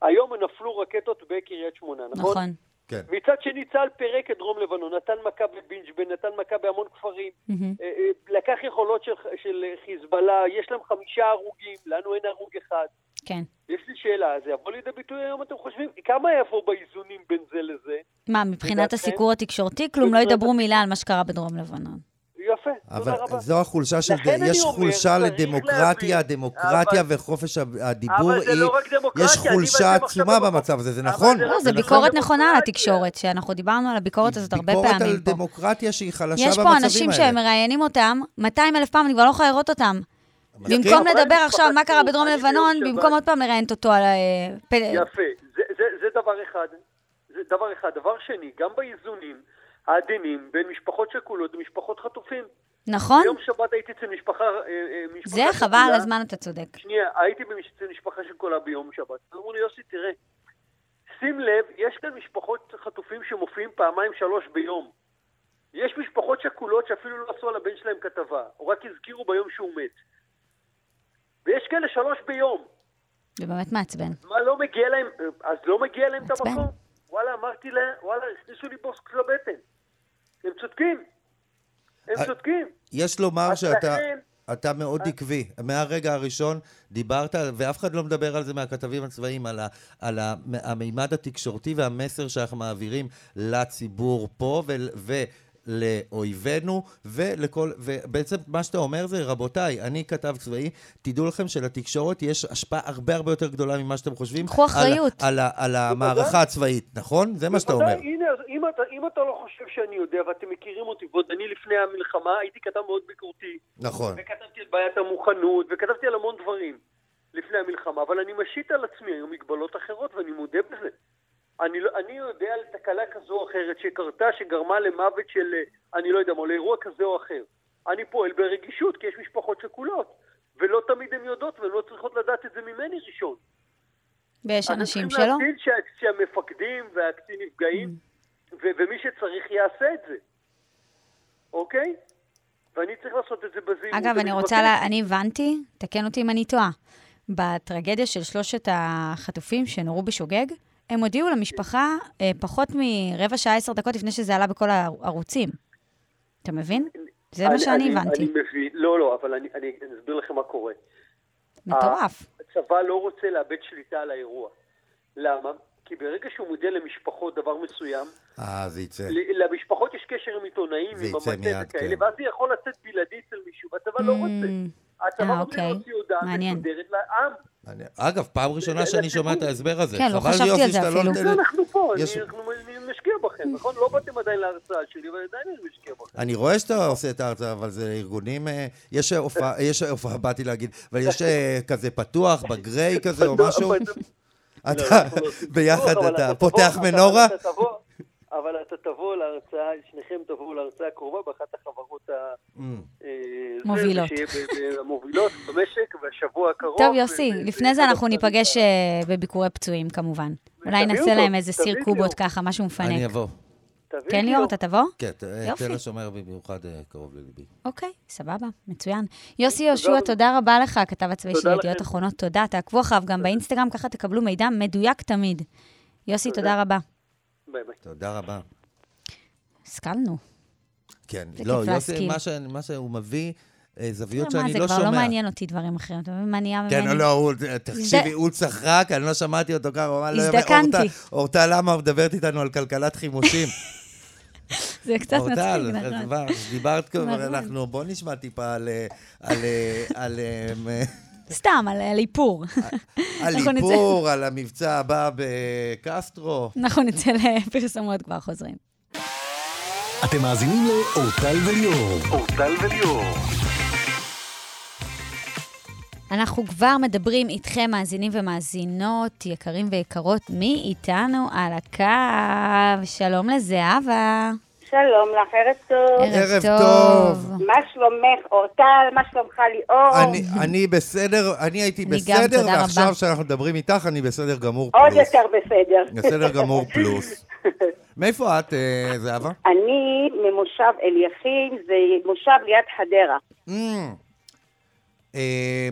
Speaker 7: היום נפלו רקטות בקריית שמונה, נכון?
Speaker 3: נכון.
Speaker 4: כן.
Speaker 7: מצד שני, צה"ל פירק את דרום לבנון, נתן מכה בבינג'בן, נתן מכה בהמון כפרים,
Speaker 3: מהמם.
Speaker 7: אה, אה, לקח יכולות של, של אה, חיזבאללה, יש להם חמישה הרוגים, לנו אין הרוג אחד.
Speaker 3: כן.
Speaker 7: יש לי שאלה, זה יבוא לידי ביטוי היום, אתם חושבים? כמה יבוא באיזונים בין זה אוקיי. לזה?
Speaker 3: מה, מבחינת
Speaker 7: לדעתכם?
Speaker 3: הסיקור התקשורתי, כלום לא
Speaker 7: מבחינת-
Speaker 3: ידברו מילה על מה שקרה בדרום לבנון.
Speaker 7: יפה, תודה
Speaker 4: אבל
Speaker 7: רבה.
Speaker 4: זו החולשה של...
Speaker 7: לכן אני
Speaker 4: יש
Speaker 7: אומר,
Speaker 4: חולשה
Speaker 7: צריך
Speaker 4: לדמוקרטיה,
Speaker 7: להבין,
Speaker 4: דמוקרטיה
Speaker 7: אבל-
Speaker 4: וחופש הב- הדיבור
Speaker 7: אבל זה
Speaker 4: היא...
Speaker 7: לא רק דמוקרטיה,
Speaker 4: יש
Speaker 7: אני
Speaker 4: חולשה
Speaker 7: ואתם עכשיו
Speaker 4: עצומה
Speaker 7: במקום-
Speaker 4: במצב הזה, זה
Speaker 7: אבל
Speaker 4: נכון.
Speaker 7: זה לא
Speaker 3: לא, זה
Speaker 7: נכון.
Speaker 3: ביקורת נכונה על
Speaker 7: דמוקרטיה.
Speaker 3: התקשורת, שאנחנו דיברנו על הביקורת הזאת הרבה
Speaker 4: ביקורת על
Speaker 3: פעמים פה.
Speaker 4: דמוקרטיה שהיא חלשה
Speaker 3: יש
Speaker 4: במצבים האלה.
Speaker 3: פה אנשים שמראיינים אותם 200 אלף פעם, אני כבר לא יכולה לראות אותם.
Speaker 4: מסכים?
Speaker 3: במקום
Speaker 7: אבל
Speaker 3: לדבר
Speaker 7: אני
Speaker 3: עכשיו על מה
Speaker 7: פחד,
Speaker 3: קרה בדרום
Speaker 7: אני ביום
Speaker 3: לבנון,
Speaker 7: שבת-
Speaker 3: במקום עוד פעם לראיין אותו על... אה, פ-
Speaker 7: יפה, זה, זה, זה דבר אחד. זה דבר אחד. דבר שני, גם באיזונים העדינים בין משפחות שכולות למשפחות חטופים.
Speaker 3: נכון?
Speaker 7: ביום שבת הייתי אצל משפחה... אה, אה, משפחה
Speaker 3: זה חבל
Speaker 7: שכולה.
Speaker 3: על הזמן, אתה צודק.
Speaker 7: שנייה, הייתי במש- אצל משפחה שכולה ביום שבת. אז אמרו לי, יוסי, תראה, שים לב, יש כאן משפחות חטופים שמופיעים פעמיים שלוש ביום. יש משפחות שכולות שאפילו לא עשו על הבן שלהם כתבה, או רק הזכירו ביום שהוא מת. ויש כאלה שלוש ביום.
Speaker 3: זה באמת מעצבן.
Speaker 7: מה לא מגיע להם, אז לא מגיע להם את
Speaker 3: מעצבן.
Speaker 7: המקום? וואלה, אמרתי להם, וואלה, הכניסו לי בוסק לבטן. הם צודקים. הם
Speaker 4: אה,
Speaker 7: צודקים.
Speaker 4: יש לומר
Speaker 7: אז
Speaker 4: שאתה...
Speaker 7: לכן-
Speaker 4: אתה מאוד עקבי, מהרגע הראשון דיברת, ואף אחד לא מדבר על זה מהכתבים הצבאיים, על, ה, על ה, המימד התקשורתי והמסר שאנחנו מעבירים לציבור פה ול, ולאויבינו, ולכל, ובעצם מה שאתה אומר זה, רבותיי, אני כתב צבאי, תדעו לכם שלתקשורת יש השפעה הרבה הרבה יותר גדולה ממה שאתם חושבים.
Speaker 3: קחו אחריות.
Speaker 4: על, ה- על, ה- על המערכה הצבאית, נכון? זה מה שאתה אומר.
Speaker 7: בוודאי, הנה, אז אם אתה, אם אתה לא חושב שאני יודע, ואתם מכירים אותי, ועוד אני לפני המלחמה הייתי כתב מאוד ביקורתי,
Speaker 4: נכון.
Speaker 7: וכתבתי על בעיית המוכנות, וכתבתי על המון דברים. לפני המלחמה, אבל אני משית על עצמי היום מגבלות אחרות ואני מודה בזה. אני, לא- אני יודע על תקלה כזו או אחרת שקרתה, שגרמה למוות של, אה, אני לא יודע מה, או לאירוע כזה או אחר. אני פועל ברגישות, כי יש משפחות שכולות, ולא תמיד הן יודעות והן לא צריכות לדעת את זה ממני ראשון.
Speaker 3: ויש
Speaker 7: אז הם
Speaker 3: אנשים
Speaker 7: צריכים
Speaker 3: שלא.
Speaker 7: להפעיל שה- שהמפקדים והקצין נפגעים,
Speaker 3: Mm.
Speaker 7: ו- ומי שצריך יעשה את זה, אוקיי? ואני צריך לעשות את זה בזהירות.
Speaker 3: אגב, אני רוצה,
Speaker 7: המתבקשת.
Speaker 3: לה... אני הבנתי, תקן אותי אם אני טועה, בטרגדיה של שלושת החטופים שנורו בשוגג, הם הודיעו למשפחה אה, פחות מרבע שעה, עשר דקות לפני שזה עלה בכל הערוצים. אתה מבין? זה מה
Speaker 7: אני-
Speaker 3: שאני
Speaker 7: אני-
Speaker 3: הבנתי.
Speaker 7: אני מבין, לא, לא, אבל אני- אני אני אסביר לכם מה קורה.
Speaker 3: מטורף.
Speaker 7: הצבא לא רוצה לאבד שליטה על האירוע. למה? כי ברגע שהוא מודיע למשפחות דבר מסוים,
Speaker 4: אה, זה יצא.
Speaker 7: ל- למשפחות יש קשר עם עיתונאים,
Speaker 4: זה
Speaker 7: עם
Speaker 4: יצא
Speaker 7: המטה
Speaker 4: מיד,
Speaker 7: וכאלה,
Speaker 4: כן.
Speaker 7: ואז זה יכול לצאת בלעדי אצל מישהו, והצבא לא רוצה.
Speaker 3: אה,
Speaker 7: הצבא רוצה
Speaker 3: אוקיי.
Speaker 7: להוציא הודעה
Speaker 3: מעניין.
Speaker 7: מסודרת לעם.
Speaker 4: אני- אגב, פעם ראשונה שאני שומע את ההסבר הזה.
Speaker 3: כן, לא
Speaker 4: חבל,
Speaker 3: חשבתי על
Speaker 4: יוסי,
Speaker 3: זה
Speaker 4: שאתה לא
Speaker 3: אפילו.
Speaker 4: נותן
Speaker 7: לא,
Speaker 4: לי-
Speaker 7: אנחנו פה,
Speaker 4: יש-
Speaker 7: אני- אנחנו אני משקיע בכם, נכון? לא באתם עדיין להרצאה שלי, אבל עדיין אני משקיע בכם.
Speaker 4: אני רואה שאתה עושה את ההרצאה, אבל זה ארגונים... אה, יש הופעה, יש אה, הופעה, באתי להגיד, אבל יש אה, כזה פתוח, בגריי כזה או
Speaker 7: לא,
Speaker 4: משהו?
Speaker 7: אבל- לא,
Speaker 4: אתה
Speaker 7: אנחנו לא עושים
Speaker 4: ביחד,
Speaker 7: סיבוב, אבל
Speaker 4: אתה
Speaker 7: תבוא,
Speaker 4: פותח
Speaker 7: אבל
Speaker 4: מנורה?
Speaker 7: אתה תבוא- אבל אתה תבוא להרצאה, שניכם תבואו להרצאה הקרובה באחת החברות ה...
Speaker 4: Mm.
Speaker 7: אה, זה,
Speaker 3: מובילות.
Speaker 7: שיהיה ב- ב- המובילות במשק, והשבוע הקרוב.
Speaker 3: טוב, יוסי,
Speaker 7: ו- ו-
Speaker 3: לפני זה
Speaker 7: ואחד
Speaker 3: אנחנו
Speaker 7: הדברים-
Speaker 3: ניפגש אה, בביקורי פצועים, כמובן. אולי
Speaker 7: תביאו
Speaker 3: נעשה
Speaker 7: אותו,
Speaker 3: להם איזה סיר
Speaker 7: תביאו.
Speaker 3: קובות ככה, משהו
Speaker 4: אני
Speaker 3: מפנק.
Speaker 4: אבוא.
Speaker 7: תביא
Speaker 3: כן,
Speaker 7: לי
Speaker 3: ליאור,
Speaker 7: אותו.
Speaker 3: אתה תבוא?
Speaker 4: כן, ת- אה,
Speaker 3: יופי.
Speaker 4: תל השומר במיוחד אה, קרוב לליבי.
Speaker 3: אוקיי, סבבה, מצוין. יוסי יהושע, תודה רבה לך, הכתב הצבאי של
Speaker 7: תודה
Speaker 3: ידיעות
Speaker 7: לכם.
Speaker 3: אחרונות, תודה. תעקבו אחריו גם באינסטגרם, ככה תקבלו מידע מדויק תמיד. יוסי, תודה רבה.
Speaker 7: ביי, ביי.
Speaker 4: תודה רבה.
Speaker 3: השכלנו.
Speaker 4: כן,
Speaker 3: זה
Speaker 4: לא,
Speaker 3: כיף
Speaker 4: יוסי,
Speaker 3: להשכיל.
Speaker 4: מה שאני- מה שהוא מביא, אה, זוויות
Speaker 3: מה,
Speaker 4: שאני
Speaker 3: זה
Speaker 4: לא
Speaker 3: כבר
Speaker 4: שומע.
Speaker 3: לא מעניין אותי דברים אחרים, אתה מבין מה נהיה ממני?
Speaker 4: כן, לא, הוא- תקשיבי, הוא צחק, אני לא שמעתי אותו ככה, הוא אמר, לא,
Speaker 3: הזדקנתי.
Speaker 4: אורטל- אורטל, למה מדברת איתנו על כלכלת חימושים?
Speaker 3: זה קצת
Speaker 4: אורטל,
Speaker 3: מצחיק,
Speaker 4: אז
Speaker 3: נכון.
Speaker 4: כבר, דיברת כבר,
Speaker 3: נכון.
Speaker 4: אנחנו, בוא נשמע טיפה על, אה, על, אה, על, אה,
Speaker 3: סתם, על על איפור.
Speaker 4: על
Speaker 3: אנחנו נצא-
Speaker 4: איפור, על המבצע הבא בקסטרו.
Speaker 3: אנחנו נצא לפרסומות כבר חוזרים.
Speaker 1: אתם מאזינים לאורטל וליאור.
Speaker 3: אנחנו כבר מדברים איתכם, מאזינים ומאזינות, יקרים ויקרות, מי איתנו על הקו? שלום לזהבה.
Speaker 8: שלום לך, ערב טוב.
Speaker 4: ערב טוב.
Speaker 8: מה שלומך, אורטל? מה שלומך, ליאור?
Speaker 4: אני- אני בסדר, אני הייתי
Speaker 3: אני גם,
Speaker 4: בסדר,
Speaker 3: תודה רבה.
Speaker 4: ועכשיו שאנחנו מדברים איתך, אני בסדר גמור
Speaker 8: עוד
Speaker 4: פלוס.
Speaker 8: יותר בסדר.
Speaker 4: בסדר גמור פלוס. מאיפה את, אה, זהבה?
Speaker 8: אני ממושב אליכין, זה מושב ליד חדרה.
Speaker 4: אמ, אה,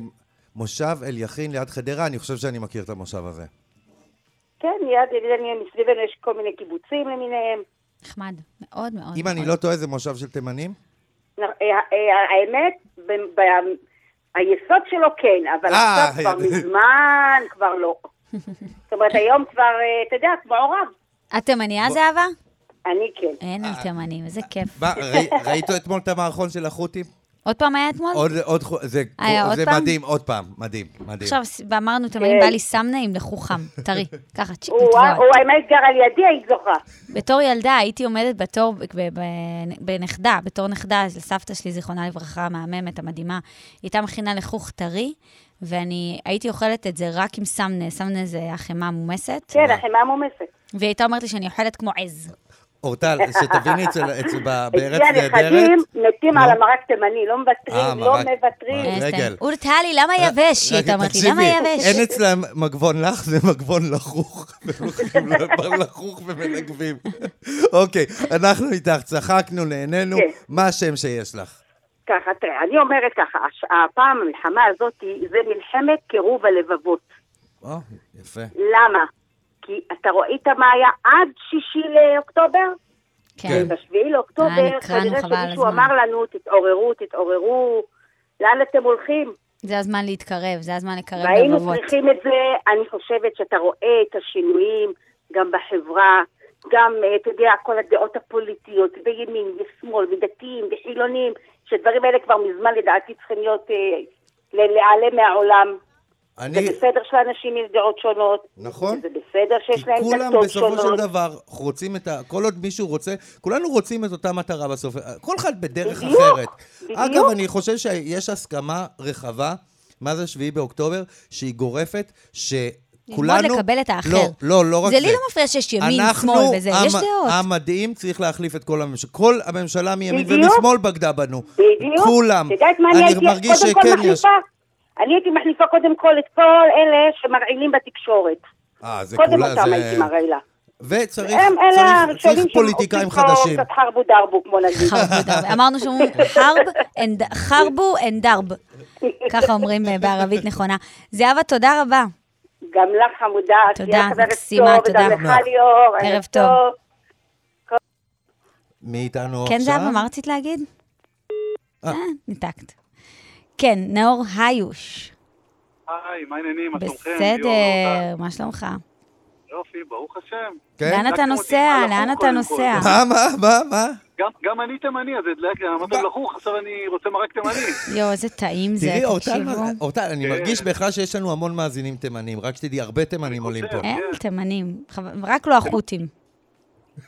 Speaker 4: מושב אליכין ליד חדרה, אני חושב שאני מכיר את המושב הזה.
Speaker 8: כן, ליד אליכין, מסביבנו יש כל מיני קיבוצים למיניהם.
Speaker 3: נחמד, מאוד מאוד.
Speaker 4: אם אני
Speaker 3: מאוד.
Speaker 4: לא טועה, זה מושב של תימנים?
Speaker 8: נ- אה, אה, האמת, ב- ב- היסוד שלו כן, אבל
Speaker 4: אה,
Speaker 8: עכשיו כבר
Speaker 4: היה-
Speaker 8: מזמן כבר לא. זאת אומרת, היום כבר, אה, אתה יודע, כמו עורב.
Speaker 4: לא-
Speaker 3: את תימניה, זהבה?
Speaker 8: אני כן.
Speaker 3: אין
Speaker 4: אה.
Speaker 3: על תימנים, איזה כיף.
Speaker 4: מה, ראי- ראית אתמול את המערכון של החות'ים?
Speaker 3: עוד פעם היה אתמול?
Speaker 4: עוד, עוד, חו- זה,
Speaker 3: היה אה, עוד
Speaker 4: זה
Speaker 3: פעם?
Speaker 4: מדהים, עוד פעם, מדהים, מדהים.
Speaker 3: עכשיו ס- אמרנו תימנים,
Speaker 8: כן.
Speaker 3: בא לי סמנה עם לחוחם, טרי. ככה, צ'יק
Speaker 8: הוא
Speaker 3: נתבוע.
Speaker 8: הוא, האמת גר על ידי, היית זוכה.
Speaker 3: בתור ילדה הייתי עומדת בתור, ב- ב- ב- בנכדה, בתור נכדה, של סבתא שלי, זיכרונה לברכה, המהממת, המדהימה, היא הייתה מכינה לחוך טרי, ואני הייתי אוכלת את זה רק עם סמנה, סמנה זה החמאה מומסת,
Speaker 8: כן, החמאה מומסת.
Speaker 3: והיא הייתה אומרת לי שאני אוכלת כמו עז.
Speaker 4: אורטל, שתביני, אצל, אצל, ב- בארץ
Speaker 8: אצלי הנכדים
Speaker 4: נהדרת...
Speaker 8: מתים
Speaker 4: נו.
Speaker 8: על המרק תימני, לא
Speaker 4: אה,
Speaker 8: מוותרים, לא
Speaker 4: מרק.
Speaker 8: מוותרים.
Speaker 4: מרק.
Speaker 3: אז
Speaker 4: רגל.
Speaker 3: תן, אורטלי, למה יבש? היא הייתה אומרת לי, למה
Speaker 4: תקשיבי,
Speaker 3: יבש?
Speaker 4: אין אצלם מגבון לך, זה מגבון לחוך. והם לוקחים לו איבר לחוך ומנגבים. אוקיי, אנחנו איתך, צחקנו, נהנינו,
Speaker 8: כן.
Speaker 4: מה השם שיש לך?
Speaker 8: ככה, תראה, אני אומרת ככה, הש- הפעם המלחמה הזאת היא- זה מלחמת קירוב הלבבות.
Speaker 4: או, אה, יפה.
Speaker 8: למה? כי אתה ראית מה היה עד שישי לאוקטובר?
Speaker 3: כן.
Speaker 8: בשביעי
Speaker 3: אה,
Speaker 8: לאוקטובר,
Speaker 3: נקרענו,
Speaker 8: כנראה
Speaker 3: חבל על הזמן.
Speaker 8: שמישהו אמר לנו, תתעוררו, תתעוררו, לאן אתם הולכים?
Speaker 3: זה הזמן להתקרב, זה הזמן לקרב
Speaker 8: והיינו
Speaker 3: לבבות.
Speaker 8: צריכים את זה, אני חושבת שאתה רואה את השינויים גם בחברה, גם, אה, אתה יודע, כל הדעות הפוליטיות, בימין, בשמאל, בדתיים, בחילונים, שדברים האלה כבר מזמן לדעתי צריכים להיות, אה, ל- להיעלם מהעולם. זה
Speaker 4: אני,
Speaker 8: בסדר שלאנשים יש דעות שונות.
Speaker 4: נכון.
Speaker 8: זה בסדר
Speaker 4: כי
Speaker 8: שיש להם
Speaker 4: כולם
Speaker 8: דתות
Speaker 4: בסופו של
Speaker 8: שונות.
Speaker 4: דבר רוצים את ה... כל עוד מישהו רוצה, כולנו רוצים את אותה מטרה בסוף, כל אחד בדרך
Speaker 8: בדיוק,
Speaker 4: אחרת.
Speaker 8: בדיוק.
Speaker 4: אגב, אני חושב שיש הסכמה רחבה מה זה 7 באוקטובר, שהיא גורפת, שכולנו...
Speaker 3: ללמוד לקבל את האחר.
Speaker 4: לא, לא, לא רק
Speaker 3: זה
Speaker 4: זה.
Speaker 3: לי לא מפריע שיש ימין,
Speaker 4: אנחנו,
Speaker 3: שמאל וזה, יש דעות.
Speaker 4: עם מדהים צריך להחליף את כל הממשלה. כל הממשלה מימין
Speaker 8: בדיוק.
Speaker 4: ומשמאל בגדה בנו.
Speaker 8: בדיוק.
Speaker 4: כולם.
Speaker 8: את יודעת מה אני הייתי
Speaker 4: מרגיש
Speaker 8: קודם כל
Speaker 4: שכן יש.
Speaker 8: מחליפה? אני הייתי מחליפה קודם כל את כל אלה שמרעילים בתקשורת.
Speaker 4: אה, זה
Speaker 8: קודם
Speaker 4: כולה,
Speaker 8: אותם
Speaker 4: זה-
Speaker 8: הייתי מרעילה.
Speaker 4: וצריך
Speaker 8: הם אלה
Speaker 4: צריך, צריך
Speaker 8: הראשונים
Speaker 4: פוליטיקאים
Speaker 8: פה
Speaker 4: חדשים.
Speaker 8: קצת חרבו דרבו, כמו נגיד.
Speaker 3: חרבו, אמרנו שאומרים חרב, אנד- חרבו אנד דרב. ככה אומרים אה, בערבית נכונה. זהבה, תודה רבה.
Speaker 8: גם לך חמודה, את
Speaker 3: תודה,
Speaker 8: תהיה חברת
Speaker 3: מקסימה,
Speaker 8: טוב, וגם
Speaker 3: תודה.
Speaker 8: לך ליאור,
Speaker 3: ערב
Speaker 8: ערב
Speaker 3: טוב.
Speaker 8: טוב.
Speaker 4: מי איתנו
Speaker 3: כן,
Speaker 4: עכשיו?
Speaker 3: זהבה, מה רצית להגיד?
Speaker 4: אה.
Speaker 3: אה, ניתקת. כן, נאור היוש.
Speaker 9: היי, מה העניינים? מה שלומכם?
Speaker 3: בסדר, מה שלומך?
Speaker 9: יופי, ברוך השם.
Speaker 4: כן?
Speaker 3: לאן אתה
Speaker 9: לקחתם
Speaker 3: נוסע?
Speaker 9: אותי,
Speaker 3: לאן
Speaker 9: מה
Speaker 3: אתה
Speaker 9: לחו"ל
Speaker 3: נוסע?
Speaker 9: קודם
Speaker 4: מה, מה, מה, מה?
Speaker 9: גם- גם אני תימני, אז הדלק- אמרת
Speaker 4: מה?
Speaker 9: לחוך, עכשיו אני רוצה מרק תימני.
Speaker 3: יואו, איזה טעים זה,
Speaker 4: תראי, אורטל,
Speaker 3: תקשיבו.
Speaker 4: מה- אורטל, אני
Speaker 9: כן.
Speaker 4: מרגיש בכלל שיש לנו המון מאזינים תימנים, רק שתדעי, הרבה תימנים עולים פה.
Speaker 9: חושב.
Speaker 3: אין
Speaker 9: כן.
Speaker 3: תימנים, חב- רק לא החות'ים.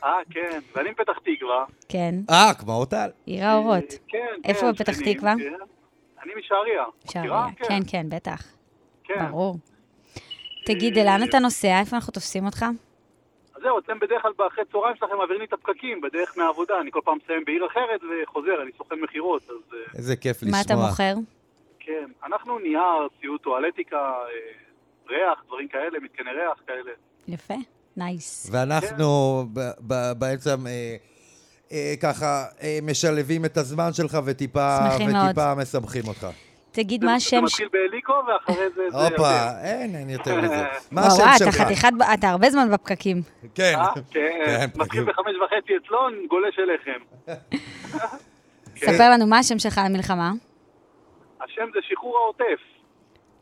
Speaker 9: אה, כן, ואני מפתח תקווה.
Speaker 3: כן,
Speaker 4: אה, כמו אורטל.
Speaker 3: עיר האורות.
Speaker 9: אה, כן,
Speaker 3: איפה
Speaker 9: כן,
Speaker 3: בפתח
Speaker 9: שכנים,
Speaker 3: תקווה?
Speaker 9: כן. אני משעריה. מכירה?
Speaker 3: שעריה. כן, כן, בטח.
Speaker 9: כן.
Speaker 3: ברור. תגיד, לאן אתה נוסע? איפה אנחנו תופסים אותך?
Speaker 9: אז זהו, אתם בדרך כלל אחרי צהריים שלכם מעבירים לי את הפקקים בדרך מהעבודה. אני כל פעם מסיים בעיר אחרת וחוזר, אני סוכן מכירות, אז... אה,
Speaker 4: איזה כיף לשמוע.
Speaker 3: מה אתה מוכר?
Speaker 9: כן, אנחנו נייר, ציוד טואלטיקה, אה, ריח, דברים כאלה, מתקני ריח כאלה.
Speaker 3: יפה, נייס.
Speaker 4: ואנחנו ב- ב- בעצם אה, אה, ככה אה, משלבים את הזמן שלך וטיפה
Speaker 3: שמחים מאוד.
Speaker 4: וטיפה מסמכים אותך.
Speaker 3: תגיד,
Speaker 9: זה-
Speaker 3: מה השם
Speaker 9: זה
Speaker 3: ש...
Speaker 9: מתחיל באליקו ואחרי זה... זה ירדן.
Speaker 4: הופה, אין, אין יותר מזה.
Speaker 9: אה.
Speaker 4: מה
Speaker 3: וואו, אתה
Speaker 4: השם שלך?
Speaker 3: חתיכת... ב- אתה הרבה זמן בפקקים.
Speaker 4: כן.
Speaker 9: אה, כן, מתחיל
Speaker 4: בדיוק.
Speaker 9: בחמש וחצי אצלו, גולש אליכם.
Speaker 3: ספר לנו מה השם שלך למלחמה.
Speaker 4: Mm,
Speaker 9: השם זה שחרור העוטף.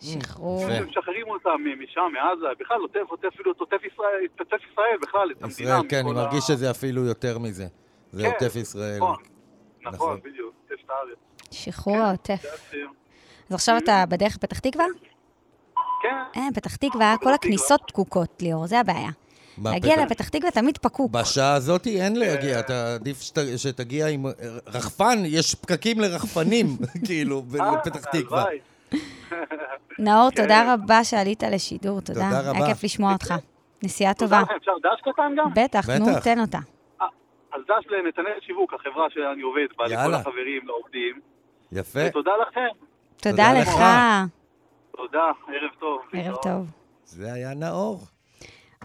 Speaker 3: שחרור.
Speaker 4: יפה.
Speaker 9: משחררים אותם משם, מעזה, בכלל עוטף, עוטף, אפילו את עוטף ישראל, את עוטף ישראל בכלל, את המדינה.
Speaker 4: ישראל, כן,
Speaker 9: מכל
Speaker 4: אני
Speaker 9: ה-
Speaker 4: מרגיש שזה אפילו יותר מזה. זה
Speaker 9: כן,
Speaker 4: עוטף ישראל.
Speaker 9: נכון,
Speaker 4: נכון.
Speaker 9: נכון, בדיוק, עוטף את הארץ.
Speaker 3: שחרור העוטף.
Speaker 9: זה השיר.
Speaker 3: אז עכשיו אתה בדרך לפתח תקווה?
Speaker 9: כן,
Speaker 3: אה, פתח תקווה, כל הכניסות פקוקות, ליאור, זה הבעיה.
Speaker 4: מה,
Speaker 3: להגיע
Speaker 4: פתח-
Speaker 3: לפתח תקווה תמיד פקוק.
Speaker 4: בשעה הזאת אין להגיע, אתה עדיף שת- שתגיע עם אה, רחפן, יש פקקים לרחפנים, כאילו, ב-
Speaker 9: אה,
Speaker 4: לפתח תקווה.
Speaker 9: הלוואי.
Speaker 3: נאור, תודה רבה שעלית לשידור, תודה.
Speaker 4: תודה רבה.
Speaker 3: היה כיף לשמוע אותך. נסיעה
Speaker 9: כן. תודה
Speaker 3: טובה.
Speaker 9: לכם, אפשר דש קטן גם?
Speaker 3: בטח, נו,
Speaker 4: בטח.
Speaker 3: תן אותה.
Speaker 9: אה, אז דש לנתנאל שיווק, החברה שאני עובד בה, לכל
Speaker 4: יאללה. אה.
Speaker 9: החברים, לעובדים.
Speaker 4: יפה.
Speaker 9: ותודה לכם,
Speaker 3: תודה
Speaker 4: לך.
Speaker 3: לך.
Speaker 9: תודה, ערב טוב.
Speaker 3: ערב טוב.
Speaker 4: זה היה נאור.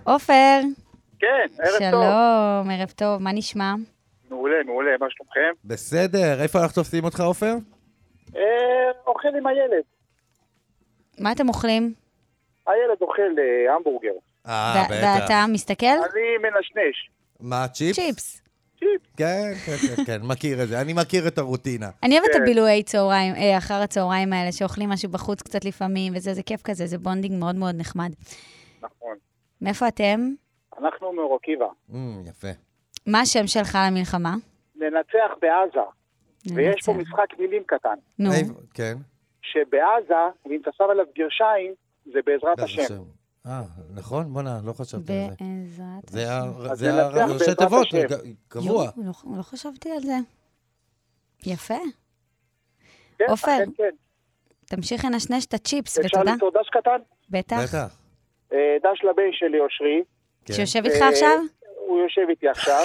Speaker 3: עופר,
Speaker 9: כן, ערב טוב.
Speaker 3: שלום, ערב טוב, מה נשמע?
Speaker 9: מעולה, מעולה, מה שלומכם?
Speaker 4: בסדר, איפה אנחנו תופסים אותך, עופר?
Speaker 9: אה, אוכל עם הילד.
Speaker 3: מה אתם אוכלים?
Speaker 9: הילד אוכל אה, המבורגר.
Speaker 4: אה,
Speaker 3: ו-
Speaker 4: בטח.
Speaker 3: ואתה מסתכל?
Speaker 9: אני מנשנש.
Speaker 4: מה, צ'יפס?
Speaker 3: צ'יפס.
Speaker 4: כן, כן, כן, כן, מכיר את זה. אני מכיר את הרוטינה.
Speaker 3: אני
Speaker 9: כן.
Speaker 3: אוהבת את הבילויי צהריים, אה, אחר הצהריים האלה, שאוכלים משהו בחוץ קצת לפעמים, וזה, זה כיף כזה, זה בונדינג מאוד מאוד נחמד.
Speaker 9: נכון.
Speaker 3: מאיפה אתם?
Speaker 9: אנחנו מאור עקיבא.
Speaker 4: אמ, יפה.
Speaker 3: מה השם שלך למלחמה?
Speaker 9: ננצח בעזה. ויש פה
Speaker 3: ננצח.
Speaker 9: משחק מילים קטן,
Speaker 3: נו,
Speaker 4: איפה- כן.
Speaker 9: שבעזה, ואם אתה שם עליו גרשיים, זה בעזרת השם.
Speaker 4: אה, נכון? בוא'נה, לא חשבתי על זה.
Speaker 3: בעזרת
Speaker 4: זה
Speaker 3: השם.
Speaker 4: ה-
Speaker 9: אז
Speaker 4: זה
Speaker 9: ננצח בעזרת
Speaker 4: הראשי תיבות,
Speaker 9: השם.
Speaker 4: ג- קבוע.
Speaker 3: יואו, לא- לא חשבתי על זה. יפה.
Speaker 9: כן,
Speaker 3: עופר.
Speaker 9: אכן כן.
Speaker 3: תמשיך לנשנש את הצ'יפס,
Speaker 9: אפשר
Speaker 3: ותודה.
Speaker 9: למצוא דש קטן?
Speaker 3: בטח.
Speaker 4: בטח.
Speaker 9: אה, דש לבן שלי, אושרי.
Speaker 4: כן.
Speaker 3: שיושב איתך
Speaker 9: אה,
Speaker 3: עכשיו?
Speaker 9: הוא יושב איתי עכשיו,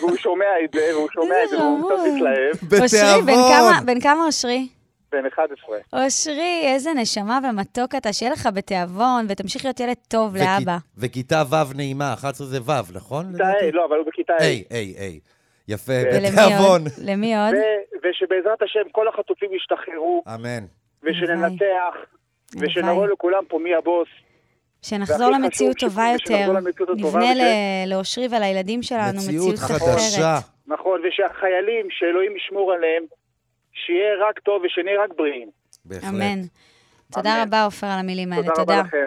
Speaker 9: והוא שומע את זה, והוא שומע את זה,
Speaker 3: איזה
Speaker 9: והוא
Speaker 3: חמוד.
Speaker 9: קצת מתלהב,
Speaker 3: אושרי, בן
Speaker 4: בתיאבון.
Speaker 3: כמה- בן כמה אושרי?
Speaker 9: בן 11.
Speaker 3: אושרי, איזה נשמה ומתוק אתה, שיהיה לך בתיאבון, ותמשיך להיות ילד טוב
Speaker 4: וכי-
Speaker 3: לאבא.
Speaker 4: וכיתה ו' נעימה, 11 זה ו', נכון?
Speaker 9: בכיתה
Speaker 4: לדעתי?
Speaker 9: A, לא, אבל הוא בכיתה A.
Speaker 4: היי, היי, היי. יפה,
Speaker 3: ולמי
Speaker 4: בתיאבון.
Speaker 3: עוד? למי עוד?
Speaker 9: ו- ושבעזרת השם כל החטופים ישתחררו,
Speaker 4: אמן.
Speaker 9: ושננצח,
Speaker 3: הלוואי.
Speaker 9: ושנראה לכולם פה מי הבוס.
Speaker 3: שנחזור
Speaker 9: והכי חשוב
Speaker 3: למציאות
Speaker 9: שכן,
Speaker 3: טובה יותר.
Speaker 9: שנחזור למציאות הטובה
Speaker 3: נבנה
Speaker 9: וכן.
Speaker 3: ל- לאושרי ולילדים שלנו
Speaker 4: מציאות
Speaker 3: מציאות אחרת.
Speaker 4: חדשה.
Speaker 9: נכון, ושהחיילים, שאלוהים ישמור עליהם, שיהיה רק טוב ושנהיה רק בריאים.
Speaker 4: בהחלט.
Speaker 3: אמן. תודה
Speaker 9: אמן.
Speaker 3: רבה, עופר, על המילים האלה.
Speaker 9: תודה רבה
Speaker 3: תודה.
Speaker 9: לכם.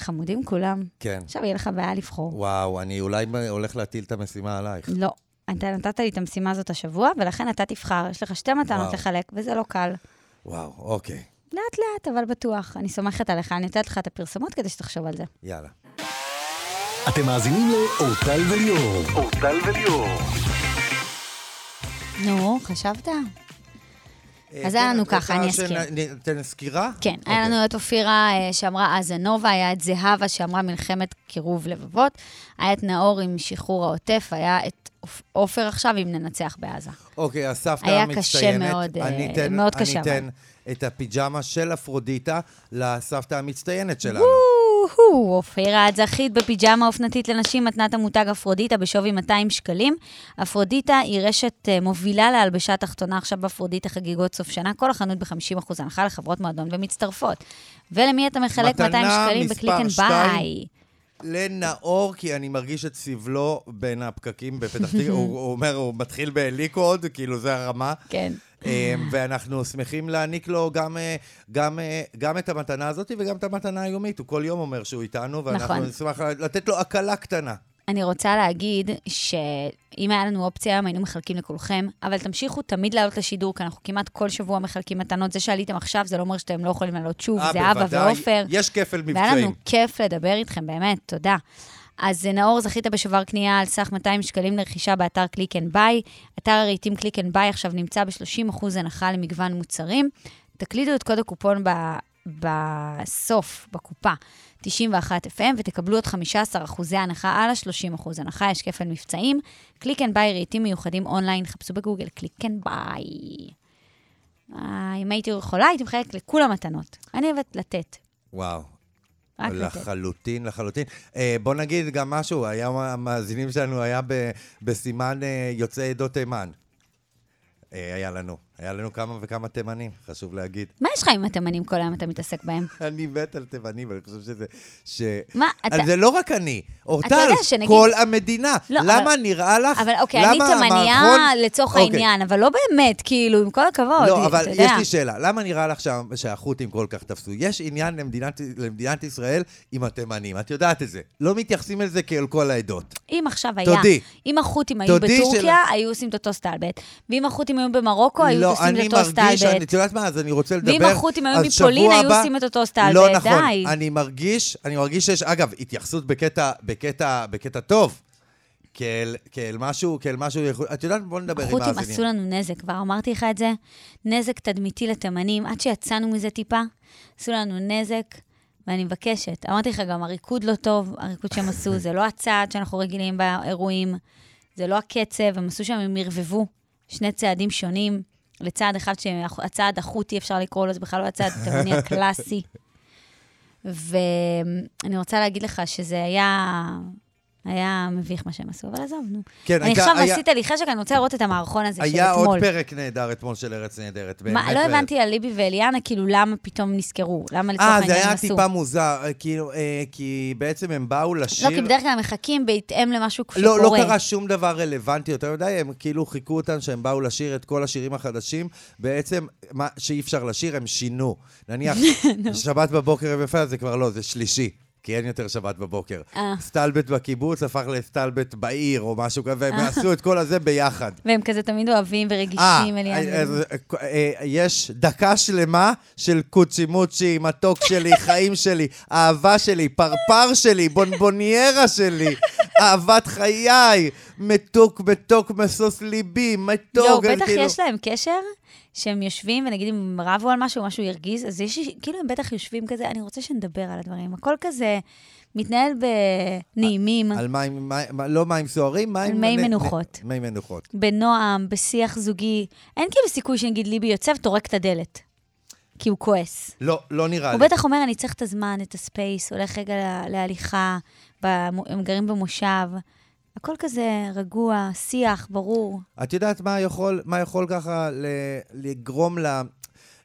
Speaker 3: חמודים כולם.
Speaker 4: כן.
Speaker 3: עכשיו יהיה לך בעיה לבחור.
Speaker 4: וואו, אני אולי מ- הולך להטיל את המשימה עלייך.
Speaker 3: לא. אתה נתת לי את המשימה הזאת השבוע, ולכן אתה תבחר. יש לך שתי מתנות
Speaker 4: וואו.
Speaker 3: לחלק, וזה לא קל.
Speaker 4: וואו, אוקיי.
Speaker 3: לאט לאט, אבל בטוח. אני סומכת עליך, אני נותנת לך את הפרסומות כדי שתחשוב על זה.
Speaker 4: יאללה.
Speaker 1: אתם מאזינים לאורטל וליאור.
Speaker 3: נו, חשבת?
Speaker 4: אה,
Speaker 3: אז היה לנו
Speaker 4: את
Speaker 3: ככה,
Speaker 4: רוצה
Speaker 3: אני אזכיר.
Speaker 4: שנ- ניתן אה, סקירה? אוקיי.
Speaker 3: כן, okay. היה לנו את אופירה אה, שאמרה אז הנובה, היה את זהבה שאמרה מלחמת קירוב לבבות, היה את נאור עם שחרור העוטף, היה את אופ- עופר עכשיו עם ננצח בעזה.
Speaker 4: אוקיי, הסבתא
Speaker 3: היה
Speaker 4: המצטיינת.
Speaker 3: קשה מאוד, אה,
Speaker 4: אני אתן-
Speaker 3: מאוד קשה,
Speaker 4: אני אתן את הפיג'מה של אפרודיטה לסבתא המצטיינת שלנו.
Speaker 3: וואו, אופירה, את זכית בפיג'מה אופנתית לנשים, מתנת המותג אפרודיטה בשווי 200 שקלים. אפרודיטה היא רשת אה, מובילה להלבשה תחתונה עכשיו באפרודיטה חגיגות סוף שנה, כל החנות ב-50% הנחה לחברות מועדון ומצטרפות. ולמי אתה מחלק 200 שקלים בקליק אנד ביי?
Speaker 4: לנאור, כי אני מרגיש את סבלו בין הפקקים בפתח תקווה. הוא הוא אומר, הוא מתחיל בליקוד, כאילו זה הרמה.
Speaker 3: כן.
Speaker 4: אה, ואנחנו שמחים להעניק לו גם, אה, גם, אה, גם את המתנה הזאת וגם את המתנה היומית. הוא כל יום אומר שהוא איתנו, ואנחנו
Speaker 3: נכון.
Speaker 4: נשמח לתת לו הקלה קטנה.
Speaker 3: אני רוצה להגיד שאם היה לנו אופציה היום, היינו מחלקים לכולכם, אבל תמשיכו תמיד לעלות לשידור, כי אנחנו כמעט כל שבוע מחלקים מתנות. זה שעליתם עכשיו, זה לא אומר שאתם לא יכולים לעלות שוב,
Speaker 4: אה,
Speaker 3: זה אבא
Speaker 4: בוודאי.
Speaker 3: ועופר.
Speaker 4: יש כפל
Speaker 3: והיה לנו
Speaker 4: מבצעים.
Speaker 3: כיף לדבר איתכם, באמת, תודה. אז אה, נאור, זכית בשובר קנייה על סך 200 שקלים לרכישה באתר קליק אנד ביי. אתר הרהיטים קליק אנד ביי עכשיו נמצא ב-30% הנחה למגוון מוצרים. תקלידו את קוד הקופון ב... בסוף, בקופה, 91 FM, ותקבלו עוד 15% הנחה על ה-30% הנחה, יש כפל מבצעים. קליק אנד ביי, רהיטים מיוחדים אונליין, חפשו בגוגל קליק אנד ביי. אה, אם הייתי יכולה, הייתי מחלקת לכולם מתנות. אני אוהבת לתת.
Speaker 4: וואו.
Speaker 3: רק לתת.
Speaker 4: לחלוטין, לחלוטין. אה, בוא נגיד גם משהו, היה, המאזינים שלנו היה ב, בסימן אה, יוצאי עדות תימן. אה, היה לנו. היה לנו כמה וכמה תימנים, חשוב להגיד.
Speaker 3: מה יש לך עם התימנים כל היום אתה מתעסק בהם?
Speaker 4: אני מת על תימנים, אני חושב שזה... ש...
Speaker 3: מה,
Speaker 4: אז
Speaker 3: אתה-
Speaker 4: זה לא רק אני, אורטל,
Speaker 3: יודע שנגיד-
Speaker 4: כל המדינה.
Speaker 3: לא,
Speaker 4: למה
Speaker 3: אבל-
Speaker 4: נראה לך?
Speaker 3: אבל אוקיי, אני
Speaker 4: למה
Speaker 3: תימניה
Speaker 4: המערכון-
Speaker 3: לצורך
Speaker 4: אוקיי.
Speaker 3: העניין, אבל לא באמת, כאילו, עם כל הכבוד,
Speaker 4: לא, אבל
Speaker 3: אתה יודע.
Speaker 4: יש לי שאלה, למה נראה לך שה- שהחות'ים כל כך תפסו? יש עניין למדינת, למדינת ישראל עם התימנים, את יודעת את זה. לא מתייחסים לזה כאל כל העדות.
Speaker 3: אם עכשיו היה,
Speaker 4: תודי.
Speaker 3: אם החות'ים היו
Speaker 4: תודי
Speaker 3: בטורקיה,
Speaker 4: שלא.
Speaker 3: היו עושים את אותו סטלבט. ואם החות'ים היו במרוקו, היו
Speaker 4: לא,
Speaker 3: עושים
Speaker 4: אני
Speaker 3: את אותו
Speaker 4: מרגיש, אני,
Speaker 3: סטלבט.
Speaker 4: את יודעת מה, אז אני רוצה לדבר.
Speaker 3: ואם החות'ים היו
Speaker 4: אז
Speaker 3: מפולין,
Speaker 4: שבוע
Speaker 3: היו
Speaker 4: הבא-
Speaker 3: עושים את אותו סטלבט,
Speaker 4: לא נכון,
Speaker 3: די.
Speaker 4: אני מרגיש, אני מרגיש שיש, אגב, התייחסות בקטע, בקטע, בקטע טוב. כאל, כאל משהו, כאל משהו, יכול- את יודעת, בוא נדבר עם
Speaker 3: החות'ים עשו
Speaker 4: מאזינים.
Speaker 3: לנו נזק, כבר אמרתי לך את זה. נזק תדמיתי לתימנים, עד שיצאנו מזה טיפה, עשו לנו נזק, ואני מבקשת. אמרתי לך גם, הריקוד לא טוב, הריקוד שהם עשו, זה לא הצעד שאנחנו רגילים באירועים, זה לא הקצב, הם עשו שם, הם ערבבו שני צעדים שונים. לצעד אחד שהצעד החותי, אפשר לקרוא לו, זה בכלל לא הצעד התימני הקלאסי. ואני רוצה להגיד לך שזה היה... היה מביך מה שהם עשו, אבל עזוב, נו.
Speaker 4: כן,
Speaker 3: אני
Speaker 4: הייתה-
Speaker 3: עכשיו
Speaker 4: היה-
Speaker 3: עשית לי חשק, אני רוצה לראות את המערכון הזה של אתמול.
Speaker 4: היה עוד פרק נהדר אתמול של ארץ נהדרת.
Speaker 3: מה,
Speaker 4: באמת,
Speaker 3: לא
Speaker 4: ו-
Speaker 3: הבנתי על ליבי ואליאנה, כאילו, למה פתאום נזכרו? למה לצורך
Speaker 4: אה, זה
Speaker 3: העניין הם
Speaker 4: היה
Speaker 3: עשו?
Speaker 4: טיפה מוזר, אה, כאילו, אה, כי בעצם הם באו
Speaker 3: לא,
Speaker 4: לשיר...
Speaker 3: כי בדרך כלל הם מחכים בהתאם למשהו שקורה.
Speaker 4: לא, לא קרה שום דבר רלוונטי יותר מדי, הם כאילו חיכו אותם שהם באו לשיר את כל השירים החדשים. בעצם, מה שאי אפשר לשיר, הם שינו. נניח, שבת בבוקר יפה, זה כבר לא, זה שלישי. כי אין יותר שבת בבוקר.
Speaker 3: אה.
Speaker 4: סטלבט בקיבוץ הפך לסטלבט בעיר או משהו כזה,
Speaker 3: אה.
Speaker 4: והם עשו את כל הזה ביחד.
Speaker 3: והם כזה תמיד אוהבים
Speaker 4: אה,
Speaker 3: ורגישים, אליאנה.
Speaker 4: אז, אה, אה, יש דקה שלמה של קוצ'י מוצ'י, מתוק שלי, חיים שלי, אהבה שלי, פרפר שלי, בונבוניירה שלי, אהבת חיי, מתוק, מתוק, משוש ליבי, מתוק.
Speaker 3: לא,
Speaker 4: אני
Speaker 3: בטח
Speaker 4: כאילו-
Speaker 3: יש להם קשר שהם יושבים, ונגיד אם רבו על משהו, משהו הרגיז, אז יש, כאילו הם בטח יושבים כזה, אני רוצה שנדבר על הדברים. הכל כזה מתנהל בנעימים,
Speaker 4: על מים, מים- לא מים סוערים, מים...
Speaker 3: על מי
Speaker 4: נ- נ-
Speaker 3: מנוחות.
Speaker 4: מי מנוחות.
Speaker 3: בנועם, בשיח זוגי. אין כאילו סיכוי שנגיד ליבי יוצא וטורק את הדלת, כי הוא כועס.
Speaker 4: לא, לא נראה לי.
Speaker 3: הוא בטח אומר, אני צריך את הזמן, את הספייס, הולך רגע לה- להליכה, במו- הם גרים במושב. הכל כזה רגוע, שיח, ברור.
Speaker 4: את יודעת מה יכול, מה יכול ככה ל, לגרום ל,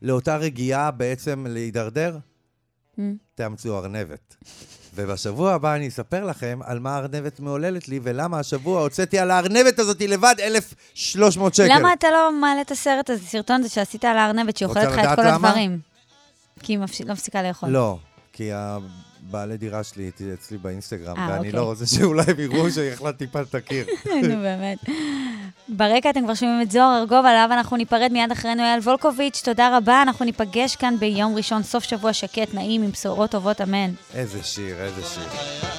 Speaker 4: לאותה רגיעה בעצם להידרדר?
Speaker 3: Mm.
Speaker 4: תאמצו ארנבת. ובשבוע הבא אני אספר לכם על מה הארנבת מעוללת לי ולמה השבוע הוצאתי על הארנבת הזאת לבד 1,300 שקל.
Speaker 3: למה אתה לא מעלה את הסרט הזה, סרטון הזה שעשית על הארנבת, שאוכלת
Speaker 4: רוצה
Speaker 3: לך את
Speaker 4: לדעת
Speaker 3: כל
Speaker 4: למה?
Speaker 3: הדברים? כי היא מפש- לא מפסיקה לאכול.
Speaker 4: לא, כי הבעלי דירה שלי איתי- אצלי באינסטגרם,
Speaker 3: אה,
Speaker 4: ואני
Speaker 3: אוקיי.
Speaker 4: לא רוצה שאולי הם יראו שהחלטתי פעם את הקיר.
Speaker 3: נו, באמת. ברקע אתם כבר שומעים את זוהר ארגוב, עליו אנחנו ניפרד מיד אחרינו אייל וולקוביץ', תודה רבה, אנחנו ניפגש כאן ביום ראשון, סוף שבוע שקט, נעים, עם בשורות טובות, אמן.
Speaker 4: איזה שיר, איזה שיר.